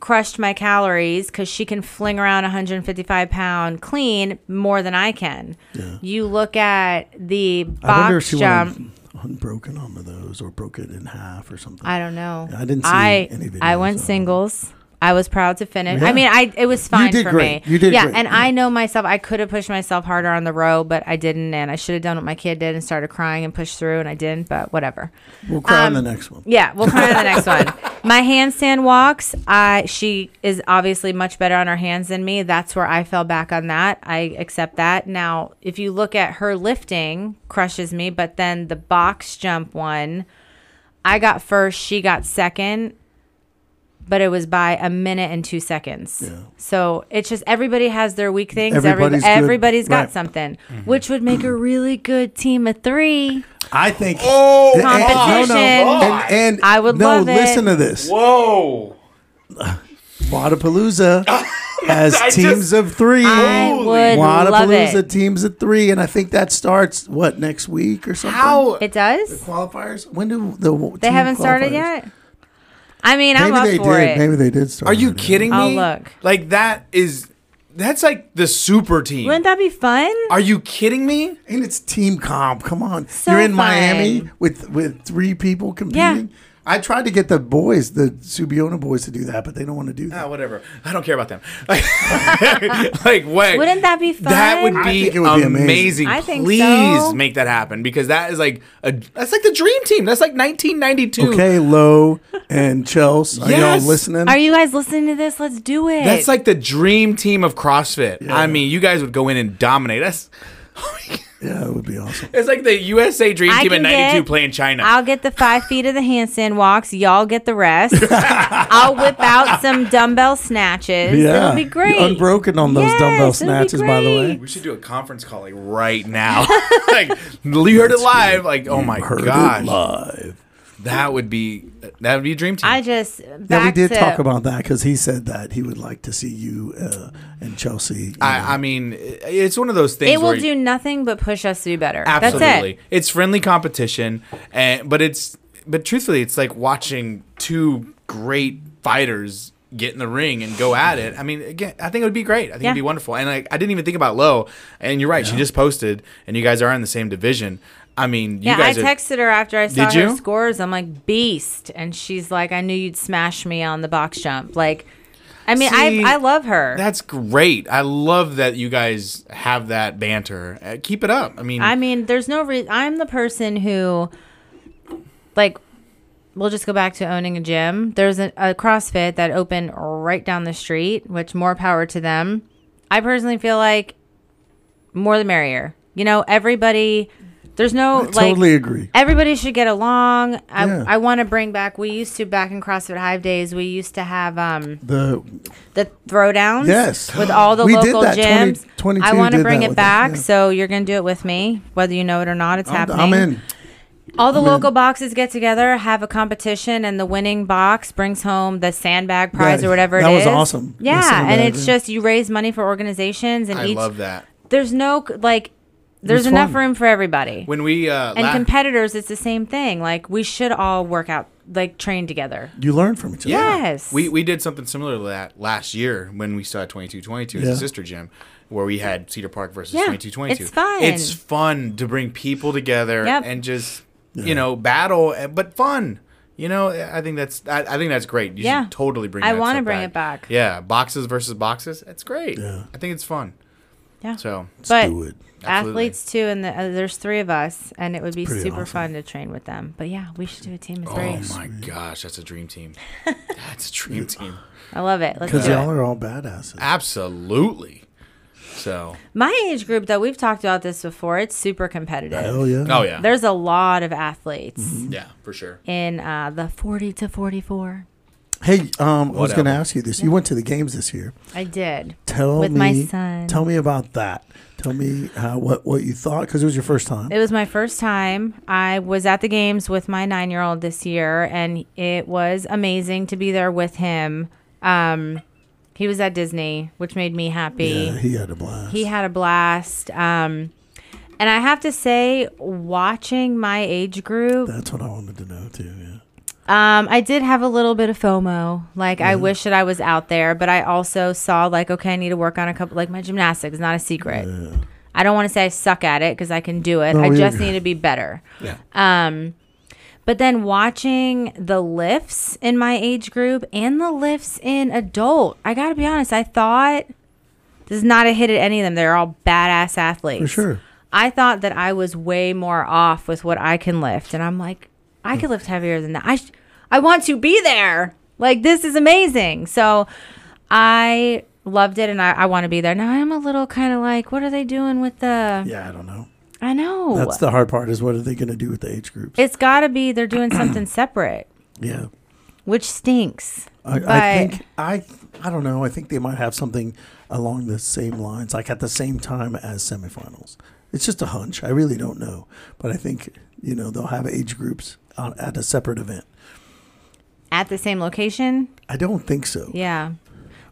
Speaker 5: crushed my calories because she can fling around 155 pound clean more than I can. You look at the box
Speaker 3: I wonder if she
Speaker 5: jump.
Speaker 3: went unbroken on one of those or broke it in half or something.
Speaker 5: I don't know.
Speaker 3: I didn't see
Speaker 5: I,
Speaker 3: any
Speaker 5: I
Speaker 3: videos,
Speaker 5: went
Speaker 3: so-
Speaker 5: singles. I was proud to finish. I
Speaker 3: Yeah.
Speaker 5: mean, I it was fine
Speaker 3: did
Speaker 5: for
Speaker 3: great.
Speaker 5: me.
Speaker 3: You did
Speaker 5: yeah,
Speaker 3: great.
Speaker 5: and
Speaker 3: Yeah.
Speaker 5: I know myself. I could have pushed myself harder on the row, but I didn't, and I should have done what my kid did and started crying and pushed through, and I didn't. But whatever.
Speaker 3: we'll cry
Speaker 5: um,
Speaker 3: on the next one.
Speaker 5: Yeah, we'll try on the next one. My handstand walks, I she is obviously much better on her hands than me. That's where I fell back on that. I accept that. Now, if you look at her lifting, crushes me, but then the box jump one, I got first, she got second, but it was by a minute and 2 seconds. So, it's just everybody has their weak things.
Speaker 3: Everybody's
Speaker 5: Everybody's,
Speaker 3: good.
Speaker 5: everybody's got
Speaker 3: Right. Mm-hmm.
Speaker 5: something, which would make a really good team of 3.
Speaker 3: I think.
Speaker 2: Oh,
Speaker 3: and- and-
Speaker 5: Competition.
Speaker 3: And, and
Speaker 5: I would
Speaker 3: no,
Speaker 5: love it.
Speaker 3: listen to this.
Speaker 2: Whoa.
Speaker 3: Wadapalooza has
Speaker 2: I just-
Speaker 3: teams of three.
Speaker 5: I would love it.
Speaker 3: Wadapalooza teams of three, and I think that starts what next week or something.
Speaker 2: How?
Speaker 5: It does?
Speaker 3: qualifiers? When do the
Speaker 5: They haven't started yet. I mean,
Speaker 3: Maybe
Speaker 5: I'm up
Speaker 3: they
Speaker 5: for
Speaker 3: did.
Speaker 5: it.
Speaker 3: Maybe they did start.
Speaker 2: are you
Speaker 3: it.
Speaker 2: kidding me?
Speaker 5: Oh, look.
Speaker 2: Like that is that's like the super team.
Speaker 5: Wouldn't that be fun?
Speaker 2: are you kidding me?
Speaker 3: And it's team comp. Come on, you're in
Speaker 5: fun.
Speaker 3: Miami with with three people competing. I tried to get the boys, the Subiona boys, to do that, but they don't want to do that.
Speaker 2: Ah, whatever. I don't care about them. Like, like wait.
Speaker 5: Wouldn't that be fun?
Speaker 2: That would be,
Speaker 3: I think it would be
Speaker 2: amazing.
Speaker 3: amazing.
Speaker 5: I think
Speaker 2: Please
Speaker 5: so.
Speaker 2: make that happen because that is like a that's like the dream team. That's like 1992.
Speaker 3: Okay, Lowe and Chels, are
Speaker 2: Yes.
Speaker 3: y'all listening?
Speaker 5: Are you guys listening to this? Let's do it.
Speaker 2: That's like the dream team of CrossFit. I mean, you guys would go in and dominate us.
Speaker 3: yeah, it would be awesome.
Speaker 2: It's like the USA dream
Speaker 5: I
Speaker 2: team in
Speaker 5: can
Speaker 2: '92
Speaker 5: get-
Speaker 2: playing China.
Speaker 5: I'll get the five feet of the handstand walks. Y'all get the rest. I'll whip out some dumbbell snatches.
Speaker 3: Yeah,
Speaker 5: It'll be great.
Speaker 3: Unbroken on those
Speaker 5: Yes,
Speaker 3: dumbbell
Speaker 5: it'll be
Speaker 3: snatches, by the way.
Speaker 5: great.
Speaker 2: we should do a conference call like right now. like you heard it live. Like oh my
Speaker 3: Heard it
Speaker 2: gosh,
Speaker 3: live.
Speaker 2: that would be that would be a dream team.
Speaker 5: I just
Speaker 3: Yeah, we
Speaker 5: back
Speaker 3: did
Speaker 5: to-
Speaker 3: talk about that because he said that he would like to see you uh, and Chelsea.
Speaker 2: I, I mean, it's one of those things.
Speaker 5: It
Speaker 2: where
Speaker 5: will do nothing but push us to be better.
Speaker 2: Absolutely.
Speaker 5: That's it.
Speaker 2: It's friendly competition, and but it's but truthfully, it's like watching two great fighters get in the ring and go at it. I mean, again, I think it would be great. I think
Speaker 5: Yeah.
Speaker 2: it'd be wonderful. And like, I didn't even think about Low. And you're right. She just posted, and you guys are in the same division. I mean, you
Speaker 5: Yeah, I
Speaker 2: guys are-
Speaker 5: texted her after I saw
Speaker 2: Did
Speaker 5: her
Speaker 2: you?
Speaker 5: scores. I'm like, beast. And she's like, I knew you'd smash me on the box jump. Like, I mean,
Speaker 2: See,
Speaker 5: I, I love her.
Speaker 2: That's great. I love that you guys have that banter. Uh, keep it up. I mean,
Speaker 5: I mean, there's no reason. I'm the person who, like, we'll just go back to owning a gym. There's a, a CrossFit that opened right down the street, which more power to them. I personally feel like more the merrier. You know, everybody. There's no
Speaker 3: I
Speaker 5: like.
Speaker 3: totally agree.
Speaker 5: Everybody should get along. I,
Speaker 3: Yeah.
Speaker 5: I want to bring back. We used to back in CrossFit Hive days. We used to have um
Speaker 3: The
Speaker 5: the throwdowns.
Speaker 3: Yes.
Speaker 5: with all the
Speaker 3: We did
Speaker 5: local
Speaker 3: that. 20
Speaker 5: gyms.
Speaker 3: 22
Speaker 5: I want to
Speaker 3: did
Speaker 5: bring
Speaker 3: that
Speaker 5: it
Speaker 3: with us,
Speaker 5: back.
Speaker 3: yeah.
Speaker 5: So you're gonna do it with me, whether you know it or not. It's
Speaker 3: I'm,
Speaker 5: happening.
Speaker 3: I'm in.
Speaker 5: All the local boxes get together, have a competition, and the winning box brings home the sandbag prize
Speaker 3: That-
Speaker 5: or whatever
Speaker 3: that
Speaker 5: it is.
Speaker 3: was awesome. The
Speaker 5: Yeah, and
Speaker 3: sandbag,
Speaker 5: it's
Speaker 3: yeah.
Speaker 5: just you raise money for organizations, and
Speaker 2: I
Speaker 5: each
Speaker 2: love that.
Speaker 5: there's no like there's
Speaker 3: was
Speaker 5: enough
Speaker 3: fun.
Speaker 5: room for everybody.
Speaker 2: When we uh,
Speaker 5: and
Speaker 2: la-
Speaker 5: competitors, it's the same thing. Like we should all work out, like train together.
Speaker 3: You learn from each other.
Speaker 5: Yeah. Yes.
Speaker 2: We we did something similar to that last year when we saw 2222 as
Speaker 3: Yeah.
Speaker 2: a sister gym where we had Cedar Park versus
Speaker 5: Yeah,
Speaker 2: 2222.
Speaker 5: it's fun.
Speaker 2: It's fun to bring people together
Speaker 5: Yep.
Speaker 2: and just you know, battle, eh, but fun. You know, I think that's I, I think that's great. You
Speaker 5: Yeah.
Speaker 2: should totally bring.
Speaker 5: I
Speaker 2: that
Speaker 5: wanna
Speaker 2: stuff
Speaker 5: bring it back.
Speaker 2: Yeah, boxes versus boxes. That's great.
Speaker 3: Yeah.
Speaker 2: I think it's fun.
Speaker 5: Yeah.
Speaker 2: So
Speaker 5: but
Speaker 3: do it.
Speaker 2: Absolutely.
Speaker 5: athletes too, and the, uh, there's three of us, and it would be
Speaker 3: pretty
Speaker 5: super
Speaker 3: awesome.
Speaker 5: fun to train with them. But yeah, we should do a team of three.
Speaker 2: Oh my gosh, that's a dream team. That's a dream team.
Speaker 5: I love it. Let's do
Speaker 3: Because y'all
Speaker 5: it.
Speaker 3: are all badasses.
Speaker 2: Absolutely. So,
Speaker 5: My age group, though, we've talked about this before. It's super competitive.
Speaker 3: Hell yeah. Mm-hmm.
Speaker 2: oh yeah,
Speaker 5: There's a lot of athletes
Speaker 2: yeah, for sure.
Speaker 5: in uh, the 40 to 44.
Speaker 3: Hey, um, I was going
Speaker 2: Whatever.
Speaker 3: to ask you this. You went to the games this year.
Speaker 5: I did.
Speaker 3: Tell
Speaker 5: With
Speaker 3: me,
Speaker 5: my son.
Speaker 3: Tell me about that. Tell me how, what what you thought because it was your first time.
Speaker 5: It was my first time. I was at the games with my nine year old this year, and it was amazing to be there with him. Um, he was at Disney, which made me happy.
Speaker 3: yeah, he had a blast.
Speaker 5: He had a blast. Um, and I have to say, watching my age group,
Speaker 3: That's what I wanted to know too. Yeah.
Speaker 5: um, I did have a little bit of FOMO. Like, I wish that I was out there, but I also saw, like, okay, I need to work on a couple, like, my gymnastics is not a secret. I don't want to say I suck at it because I can do it.
Speaker 3: No,
Speaker 5: I
Speaker 3: you're
Speaker 5: just
Speaker 3: good.
Speaker 5: need to be better.
Speaker 2: Yeah.
Speaker 5: Um, but then watching the lifts in my age group and the lifts in adult, I got to be honest, I thought this is not a hit at any of them. They're all badass athletes.
Speaker 3: For sure.
Speaker 5: I thought that I was way more off with what I can lift, and I'm like, I could lift heavier than that. I, sh- I want to be there. Like this is amazing. So, I loved it, and I, I want to be there. Now I'm a little kind of like, what are they doing with the?
Speaker 3: Yeah, I don't know.
Speaker 5: I know.
Speaker 3: That's the hard part is what are they going to do with the age groups?
Speaker 5: it's got to be they're doing something separate,
Speaker 3: yeah.
Speaker 5: which stinks.
Speaker 3: I, I
Speaker 5: But-
Speaker 3: think I I don't know. I think they might have something along the same lines, like at the same time as semifinals. It's just a hunch. I really don't know, but I think you know they'll have age groups on, at a separate event.
Speaker 5: At the same location,
Speaker 3: I don't think so.
Speaker 5: yeah.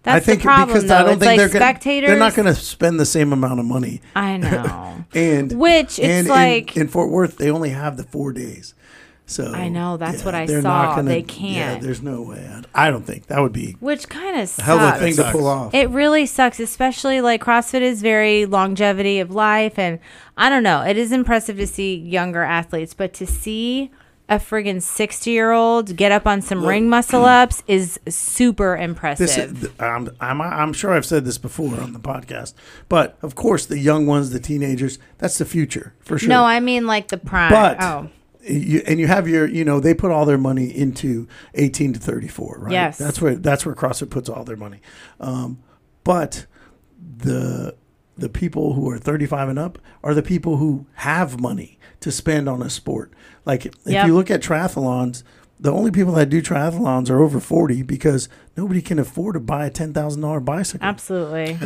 Speaker 5: That's
Speaker 3: I think
Speaker 5: the problem,
Speaker 3: because
Speaker 5: though.
Speaker 3: I don't
Speaker 5: it's
Speaker 3: think
Speaker 5: like
Speaker 3: they're gonna,
Speaker 5: spectators.
Speaker 3: They're not going to spend the same amount of money.
Speaker 5: I know.
Speaker 3: And
Speaker 5: Which it's
Speaker 3: and in-
Speaker 5: like-
Speaker 3: in, Fort Worth they only have the four days. So
Speaker 5: I know, that's what I
Speaker 3: they're not
Speaker 5: saw.
Speaker 3: gonna-
Speaker 5: They
Speaker 3: Yeah,
Speaker 5: can't.
Speaker 3: there's no way. I, I don't think that would be
Speaker 5: Which kind of sucks.
Speaker 3: a hell of a thing to
Speaker 2: sucks.
Speaker 3: pull off.
Speaker 5: It really sucks, especially like CrossFit is very longevity of life. And I don't know, it is impressive to see younger athletes, but to see a friggin' 60 year old get up on some ring muscle ups is super impressive.
Speaker 3: This is, th- I'm, I'm, I'm sure I've said this before on the podcast, but of course, the young ones, the teenagers, that's the future for sure.
Speaker 5: No, I mean like the prime.
Speaker 3: but
Speaker 5: oh,
Speaker 3: you, and you have your, you know, they put all their money into 18 to 34, right?
Speaker 5: Yes.
Speaker 3: That's where that's where CrossFit puts all their money. Um, but the the people who are 35 and up are the people who have money to spend on a sport. Like if
Speaker 5: Yep.
Speaker 3: you look at triathlons, the only people that do triathlons are over 40 because nobody can afford to buy a $10,000 bicycle.
Speaker 5: absolutely.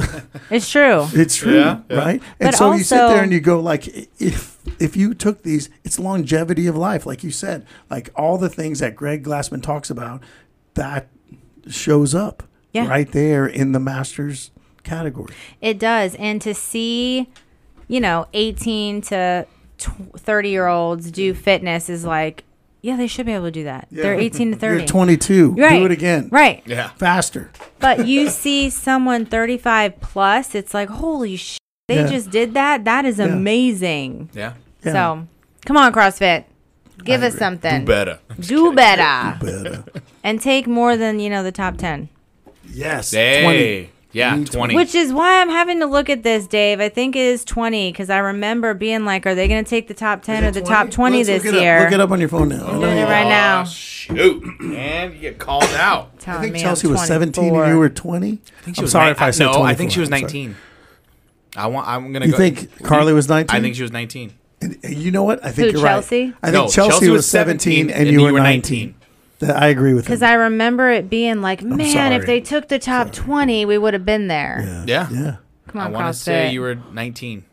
Speaker 5: it's true.
Speaker 3: It's true,
Speaker 2: Yeah, yeah.
Speaker 3: right? And
Speaker 5: But
Speaker 3: so you sit
Speaker 5: also-
Speaker 3: there and you go like, i- if if you took these, it's longevity of life, like you said, like all the things that Greg Glassman talks about, that shows up
Speaker 5: Yeah.
Speaker 3: right there in the masters category.
Speaker 5: It does. And to see, you know, 18 to tw- 30 year olds do fitness is like, yeah, they should be able to do that. They're 18 to 30.
Speaker 3: You're 22.
Speaker 5: Right.
Speaker 3: Do it again.
Speaker 5: Right.
Speaker 2: Yeah.
Speaker 3: Faster.
Speaker 5: But you see someone 35 plus, it's like, holy sh! They
Speaker 3: Yeah.
Speaker 5: just did that. That is amazing.
Speaker 2: Yeah.
Speaker 3: Yeah.
Speaker 5: So, come on, CrossFit, give
Speaker 3: I
Speaker 5: us
Speaker 3: agree.
Speaker 5: something.
Speaker 2: Better.
Speaker 5: Do better
Speaker 3: But, uh,
Speaker 5: and take more than you know the top 10.
Speaker 3: yes.
Speaker 2: Hey. Yeah. 20.
Speaker 5: Which is why I'm having to look at this, Dave. I think it is 20 because I remember being like, are they going to take the top 10 or the top 20
Speaker 3: Let's
Speaker 5: this
Speaker 3: look it up.
Speaker 5: year? Oh,
Speaker 3: Look it up on your phone now.
Speaker 5: doing it right now.
Speaker 2: Shoot. And you get called out.
Speaker 5: Telling
Speaker 3: I think
Speaker 5: me I'm
Speaker 3: Chelsea was 17 and
Speaker 5: 24.
Speaker 3: you were 20. I
Speaker 2: think she
Speaker 3: am
Speaker 2: was
Speaker 3: sorry
Speaker 2: nine-
Speaker 3: if I said
Speaker 2: No, I think
Speaker 3: 24.
Speaker 2: she was
Speaker 3: I'm sorry.
Speaker 2: 19. I want. I'm gonna.
Speaker 3: You
Speaker 2: go,
Speaker 3: think Carly was 19?
Speaker 2: I think she was 19.
Speaker 3: And- and you know what? I think
Speaker 5: Who,
Speaker 3: you're
Speaker 5: Chelsea?
Speaker 3: right. I
Speaker 2: No,
Speaker 3: think Chelsea,
Speaker 2: Chelsea
Speaker 3: was
Speaker 2: was
Speaker 3: 17
Speaker 2: 17
Speaker 3: and, you were 19. That- I agree with
Speaker 5: Because
Speaker 3: him.
Speaker 5: I remember it being like, man, if
Speaker 3: sorry.
Speaker 5: they took the top 20, we would have been there.
Speaker 2: Yeah.
Speaker 3: yeah.
Speaker 5: Come
Speaker 2: I
Speaker 5: on,
Speaker 2: want to
Speaker 5: CrossFit.
Speaker 2: say you were 19.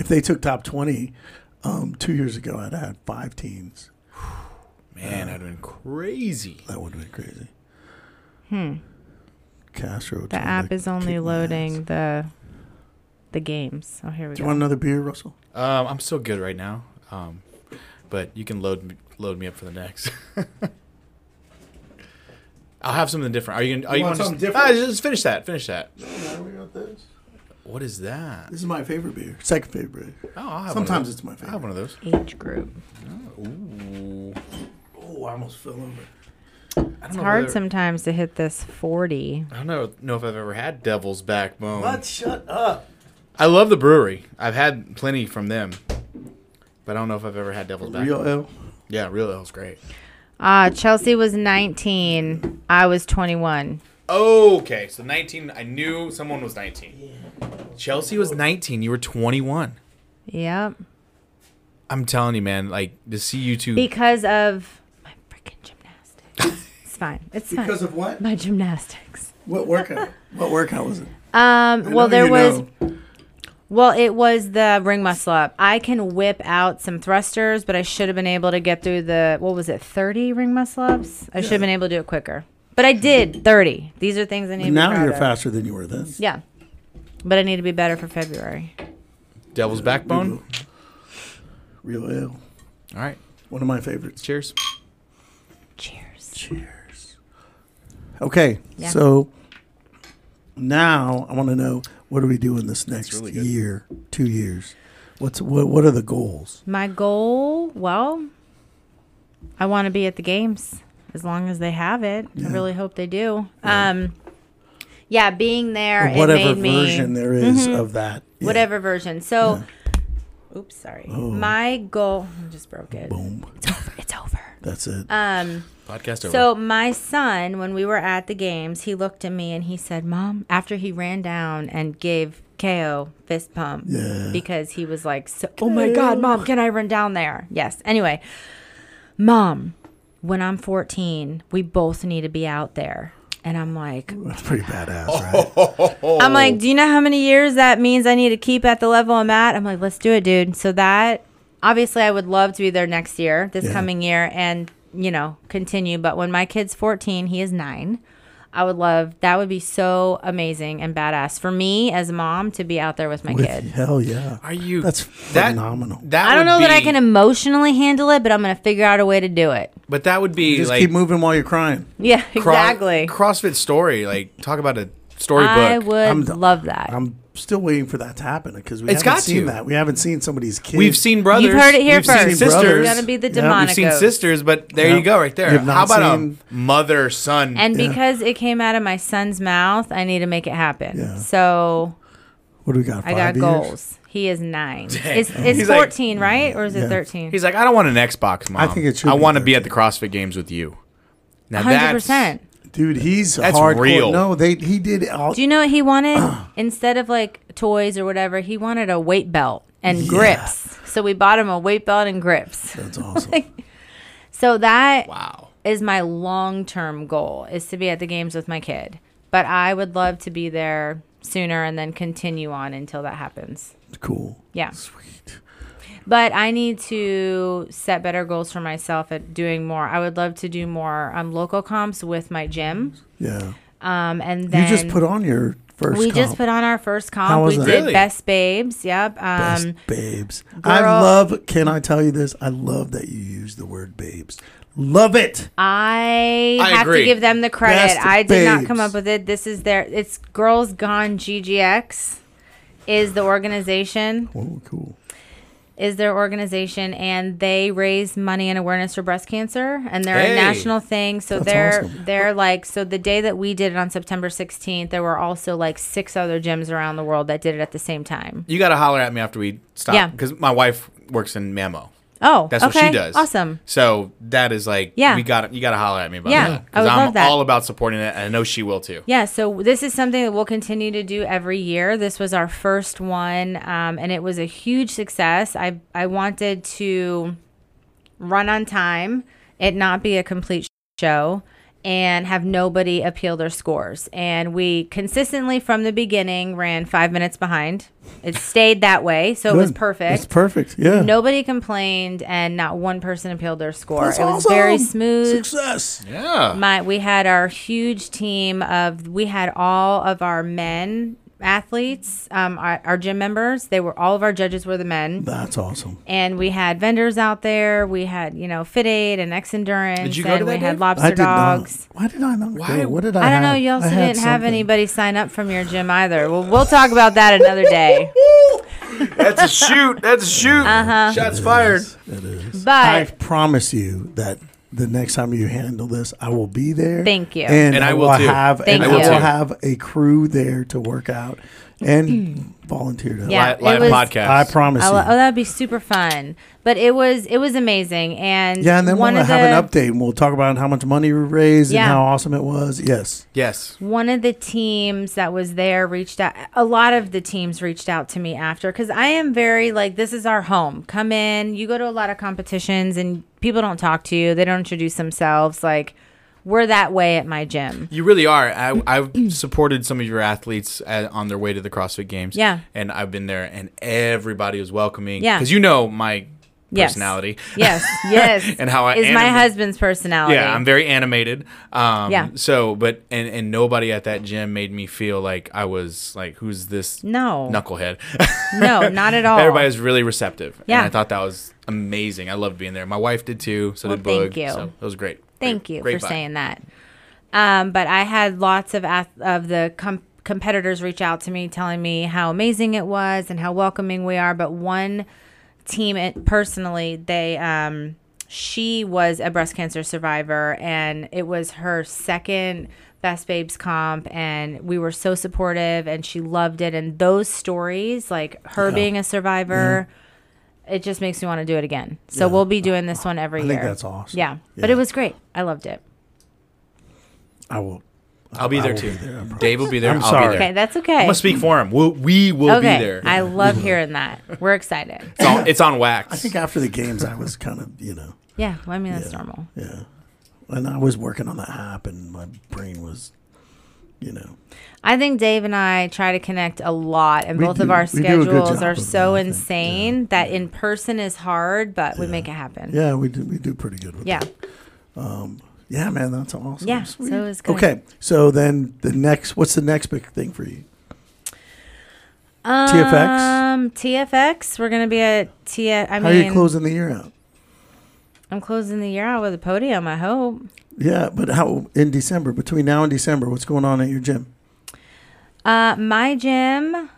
Speaker 3: If they took top 20 um, two years ago, I'd have had five teams.
Speaker 2: Man, that'd have been crazy.
Speaker 3: That would have been crazy. Hmm. Castro.
Speaker 5: The app is only loading the the games. Oh, here we
Speaker 3: Do
Speaker 5: go.
Speaker 3: you want another beer, Russell?
Speaker 2: Um, I'm so good right now. Um, but you can load me- load me up for the next. I'll have something different. Are you Ah, gonna? Are you,
Speaker 3: want
Speaker 2: want
Speaker 3: something
Speaker 2: to,
Speaker 3: different?
Speaker 2: just finish that. Finish that.
Speaker 3: we got this.
Speaker 2: What is that?
Speaker 3: This is my favorite beer. Second favorite beer.
Speaker 2: Oh, I'll have
Speaker 3: Sometimes
Speaker 2: one of those.
Speaker 3: it's my
Speaker 2: I have
Speaker 3: favorite.
Speaker 2: one of those.
Speaker 5: Age group.
Speaker 2: Ooh.
Speaker 3: Oh, I almost fell over.
Speaker 2: I don't
Speaker 5: It's
Speaker 2: know
Speaker 5: hard
Speaker 2: whether-
Speaker 5: sometimes to hit this 40.
Speaker 2: I don't know, know if I've ever had Devil's Backbone.
Speaker 3: But shut up.
Speaker 2: I love the brewery. I've had plenty from them, but I don't know if I've ever had Devil's
Speaker 3: Real
Speaker 2: Backbone.
Speaker 3: L.
Speaker 2: Yeah, real ale's great.
Speaker 5: Uh, Chelsea was 19. I was 21.
Speaker 2: Okay, so 19. I knew someone was 19. Chelsea was 19. You were 21.
Speaker 5: Yep.
Speaker 2: I'm telling you, man. Like to see you two.
Speaker 5: Because of my freaking gymnastics. it's fine. It's fine.
Speaker 3: Because of what?
Speaker 5: my gymnastics.
Speaker 3: What workout? what workout was it?
Speaker 5: Um,
Speaker 3: I know
Speaker 5: well, there
Speaker 3: you
Speaker 5: was.
Speaker 3: know.
Speaker 5: Well, it was the ring muscle up. I can whip out some thrusters, but I should have been able to get through the what was it, thirty ring muscle ups? I should have been able to do it quicker, but I did thirty. These are things I need. to be
Speaker 3: Now
Speaker 5: proud
Speaker 3: you're
Speaker 5: of.
Speaker 3: faster than you were then.
Speaker 5: Yeah, but I need to be better for February.
Speaker 2: Devil's Backbone.
Speaker 3: Real L.
Speaker 2: All right.
Speaker 3: One of my favorites.
Speaker 2: Cheers.
Speaker 5: Cheers.
Speaker 3: Cheers. Okay,
Speaker 5: Yeah.
Speaker 3: so now I want to know what are we doing this next
Speaker 2: really good.
Speaker 3: year, two years? What's what? What are the goals?
Speaker 5: My goal, well, I want to be at the games as long as they have it. I really hope they do. Um, yeah, being there,
Speaker 3: Or whatever
Speaker 5: it made me Mm-hmm.
Speaker 3: version there is of that. Yeah. Oh.
Speaker 5: whatever version. So, oops, sorry. My goal, I just broke it.
Speaker 3: Boom.
Speaker 5: It's over. It's over.
Speaker 3: That's it.
Speaker 5: Um,
Speaker 2: Podcast over.
Speaker 5: so my son, when we were at the games, he looked at me and he said, "Mom." After he ran down and gave Ko fist pump
Speaker 3: Yeah.
Speaker 5: because he was like, so, "Oh my God, Mom, can I run down there?" Yes. Anyway, Mom, when I'm 14, we both need to be out there. And I'm like,
Speaker 3: That's pretty badass,
Speaker 2: Oh,
Speaker 3: right?
Speaker 5: I'm like, do you know how many years that means I need to keep at the level I'm at? I'm like, let's do it, dude. So that obviously I would love to be there next year, this
Speaker 3: Yeah.
Speaker 5: coming year, and you know, continue. But when my kid's 14, he is nine. I would love that would be so amazing and badass for me as a mom to be out there with my
Speaker 3: With-
Speaker 5: kid.
Speaker 3: hell yeah.
Speaker 2: Are you
Speaker 3: That's
Speaker 2: that-
Speaker 3: phenomenal.
Speaker 2: That
Speaker 5: I don't
Speaker 2: would
Speaker 5: know that I
Speaker 2: be-
Speaker 5: can emotionally handle it, but I'm gonna figure out a way to do it.
Speaker 2: But that would be
Speaker 3: Just
Speaker 2: like
Speaker 3: keep moving while you're crying.
Speaker 5: Yeah,
Speaker 2: cro-
Speaker 5: exactly.
Speaker 2: CrossFit story. Like talk about a storybook.
Speaker 5: I would
Speaker 3: I'm d-
Speaker 5: love that.
Speaker 3: I'm still waiting for that to happen because we
Speaker 2: It's
Speaker 3: haven't
Speaker 2: got
Speaker 3: seen
Speaker 2: to.
Speaker 3: that. We haven't seen somebody's kid.
Speaker 2: We've seen brothers.
Speaker 5: You've heard it here
Speaker 2: We've seen
Speaker 5: first.
Speaker 2: sisters.
Speaker 3: Brothers.
Speaker 5: Gonna be
Speaker 3: Yeah.
Speaker 5: the
Speaker 3: We've seen
Speaker 5: demonic.
Speaker 2: We've seen
Speaker 5: goat.
Speaker 2: sisters, but there
Speaker 3: Yeah.
Speaker 2: you go, right there.
Speaker 3: You've not
Speaker 2: How about
Speaker 3: seen-
Speaker 2: a mother son?
Speaker 5: And because it came out of my son's mouth, I need to make it happen.
Speaker 3: Yeah.
Speaker 5: So
Speaker 3: What do we got?
Speaker 5: I got
Speaker 3: five years?
Speaker 5: goals. He is nine. It's, it's
Speaker 2: He's like-
Speaker 5: 14, right? Or is it
Speaker 3: Yeah.
Speaker 5: 13?
Speaker 2: he's like, I don't want an Xbox, mom.
Speaker 3: think it should
Speaker 2: I
Speaker 3: be
Speaker 2: want to be
Speaker 3: 13.
Speaker 2: at the CrossFit Games with you. Now
Speaker 5: 100%.
Speaker 3: Dude, he's
Speaker 2: That's
Speaker 3: hardcore.
Speaker 2: real.
Speaker 3: No, they he did all
Speaker 5: Do you know what he wanted? Instead of like toys or whatever, he wanted a weight belt and grips. So we bought him a weight belt and grips.
Speaker 3: That's awesome.
Speaker 5: So that is
Speaker 2: wow.
Speaker 5: my long term goal is to be at the games with my kid. But I would love to be there sooner and then continue on until that happens.
Speaker 3: cool.
Speaker 5: Yeah.
Speaker 3: Sweet.
Speaker 5: But I need to set better goals for myself at doing more. I would love to do more um, local comps with my gym.
Speaker 3: Yeah.
Speaker 5: Um, and then
Speaker 3: you just put on your first.
Speaker 5: we just
Speaker 3: comp.
Speaker 5: put on our first comp.
Speaker 3: How was
Speaker 5: we
Speaker 3: that?
Speaker 5: did
Speaker 2: Really?
Speaker 5: Best Babes. Yep. Um,
Speaker 3: Best babes. I
Speaker 5: girl-
Speaker 3: love. Can I tell you this? I love that you use the word babes. Love it.
Speaker 5: I,
Speaker 2: I
Speaker 5: have
Speaker 2: agree.
Speaker 5: to give them the credit.
Speaker 3: Best
Speaker 5: I did not come
Speaker 3: Babes.
Speaker 5: up with it. This is their. It's Girls Gone GGX is the organization.
Speaker 3: Oh, cool.
Speaker 5: is their organization and they raise money and awareness for breast cancer and they're
Speaker 2: Hey.
Speaker 5: a national thing so
Speaker 3: That's
Speaker 5: they're
Speaker 3: awesome.
Speaker 5: they're like so the day that we did it on September 16th there were also like six other gyms around the world that did it at the same time
Speaker 2: You got to holler at me after we stop.
Speaker 5: Yeah.
Speaker 2: Because my wife works in Mammo.
Speaker 5: oh
Speaker 2: That's
Speaker 5: okay.
Speaker 2: what she does.
Speaker 5: awesome
Speaker 2: So that is like,
Speaker 5: Yeah.
Speaker 2: we got you got to holler at me about
Speaker 5: Yeah,
Speaker 2: that.
Speaker 5: I would
Speaker 2: I'm
Speaker 5: love that.
Speaker 2: all about supporting it. And I know she will too.
Speaker 5: yeah so this is something that we'll continue to do every year this was our first one um, and it was a huge success I I wanted to run on time, it not be a complete show, and have nobody appeal their scores. And we consistently from the beginning ran five minutes behind. It stayed that way, so it was
Speaker 3: Good. It's
Speaker 5: perfect.
Speaker 3: perfect. Yeah.
Speaker 5: Nobody complained, and not one person appealed their score.
Speaker 3: That's
Speaker 5: it was
Speaker 3: awesome.
Speaker 5: very smooth.
Speaker 3: Success.
Speaker 2: Yeah.
Speaker 5: My, we had our huge team of we had all of our men athletes, um, our, our gym members. They were all of our judges were the men,
Speaker 3: That's awesome.
Speaker 5: and we had vendors out there. We had you know Fit Aid and X Endurance.
Speaker 2: Did you go
Speaker 5: and
Speaker 2: to
Speaker 5: we
Speaker 2: that,
Speaker 5: had
Speaker 2: Dave?
Speaker 5: lobster
Speaker 3: I did
Speaker 5: dogs.
Speaker 3: not. Why did I not
Speaker 2: Why-
Speaker 3: go? What did I?
Speaker 5: I don't
Speaker 3: have?
Speaker 5: know. You also
Speaker 3: I had
Speaker 5: didn't have
Speaker 3: something.
Speaker 5: anybody sign up from your gym either. Well, we'll talk about that another day.
Speaker 2: That's a shoot. That's a shoot. Uh-huh. Shots fired.
Speaker 3: It is. I
Speaker 5: But
Speaker 3: promise you that the next time you handle this, I will be there.
Speaker 5: Thank you.
Speaker 3: And, I will
Speaker 2: too.
Speaker 3: have
Speaker 5: Thank
Speaker 3: and I
Speaker 5: you.
Speaker 3: will have a crew there to work out and volunteer to.
Speaker 5: Yeah,
Speaker 2: Li- live
Speaker 5: it was-
Speaker 2: podcast.
Speaker 3: I promise
Speaker 5: I'll-
Speaker 3: you.
Speaker 5: oh, that'd be super fun. But it was it was amazing. And
Speaker 3: yeah, and then
Speaker 5: one
Speaker 3: we'll
Speaker 5: of
Speaker 3: have an
Speaker 5: the-
Speaker 3: update and we'll talk about how much money we raised
Speaker 5: Yeah.
Speaker 3: and how awesome it was. Yes.
Speaker 2: yes.
Speaker 5: one of the teams that was there reached out a lot of the teams reached out to me after because i am very like this is our home come in you go to a lot of competitions and people don't talk to you they don't introduce themselves like we're that way at my gym
Speaker 2: You really are. I, I've supported some of your athletes at, on their way to the CrossFit Games.
Speaker 5: Yeah.
Speaker 2: And I've been there, and everybody was welcoming.
Speaker 5: Yeah.
Speaker 2: Because you know my
Speaker 5: Yes.
Speaker 2: personality.
Speaker 5: yes yes
Speaker 2: And how I
Speaker 5: is my
Speaker 2: anim-
Speaker 5: husband's personality
Speaker 2: Yeah, I'm very animated. Um,
Speaker 5: Yeah.
Speaker 2: So, but and and nobody at that gym made me feel like I was like, who's this
Speaker 5: no
Speaker 2: knucklehead?
Speaker 5: no not at all
Speaker 2: Everybody was really receptive.
Speaker 5: Yeah.
Speaker 2: And I thought that was amazing. I loved being there. My wife did too. So
Speaker 5: Well,
Speaker 2: did
Speaker 5: thank
Speaker 2: Boog.
Speaker 5: you.
Speaker 2: So it was great.
Speaker 5: Thank
Speaker 2: Great-
Speaker 5: you
Speaker 2: great
Speaker 5: for
Speaker 2: vibe.
Speaker 5: saying that. Um, but I had lots of ath- of the com- competitors reach out to me, telling me how amazing it was and how welcoming we are. But one team it, personally, they um, she was a breast cancer survivor, and it was her second Best Babes comp, and we were so supportive, and she loved it. And those stories, like her being a survivor. It just makes me want to do it again. So we'll be doing this one every
Speaker 3: I
Speaker 5: year.
Speaker 3: think that's awesome.
Speaker 5: Yeah. But
Speaker 3: Yeah.
Speaker 5: it was great. I loved it.
Speaker 3: I will.
Speaker 2: I'll be
Speaker 3: I
Speaker 2: there
Speaker 3: will
Speaker 2: too.
Speaker 3: be there, I promise.
Speaker 2: Dave will be there.
Speaker 3: I'm
Speaker 2: I'll
Speaker 3: sorry.
Speaker 2: be there.
Speaker 5: Okay, that's okay.
Speaker 2: I'm gonna speak for him. We'll, we will
Speaker 5: okay.
Speaker 2: be there.
Speaker 5: I love hearing that. We're excited.
Speaker 2: it's, on, it's on wax.
Speaker 3: I think after the games, I was kind of, you know,
Speaker 5: Yeah, well, I mean that's normal.
Speaker 3: yeah. And I was working on the app and my brain was, you know.
Speaker 5: I think Dave and I try to connect a lot, and
Speaker 3: We
Speaker 5: both
Speaker 3: do-
Speaker 5: of our
Speaker 3: we do a good
Speaker 5: schedules
Speaker 3: job
Speaker 5: are
Speaker 3: of
Speaker 5: so
Speaker 3: that, I think.
Speaker 5: insane that in person is hard, but we make it happen.
Speaker 3: Yeah, we do, we do pretty good with
Speaker 5: Yeah.
Speaker 3: that. Yeah, man, that's awesome.
Speaker 5: Yeah, so
Speaker 3: Sweet.
Speaker 5: it was good.
Speaker 3: Okay, so then the next, what's the next big thing for you?
Speaker 5: Um,
Speaker 3: TFX?
Speaker 5: TFX. We're gonna be at T. I mean,
Speaker 3: How are you closing the year out?
Speaker 5: I'm closing the year out with a podium. I hope.
Speaker 3: Yeah, but how in December? Between now and December, what's going on at your gym?
Speaker 5: Uh, my gym.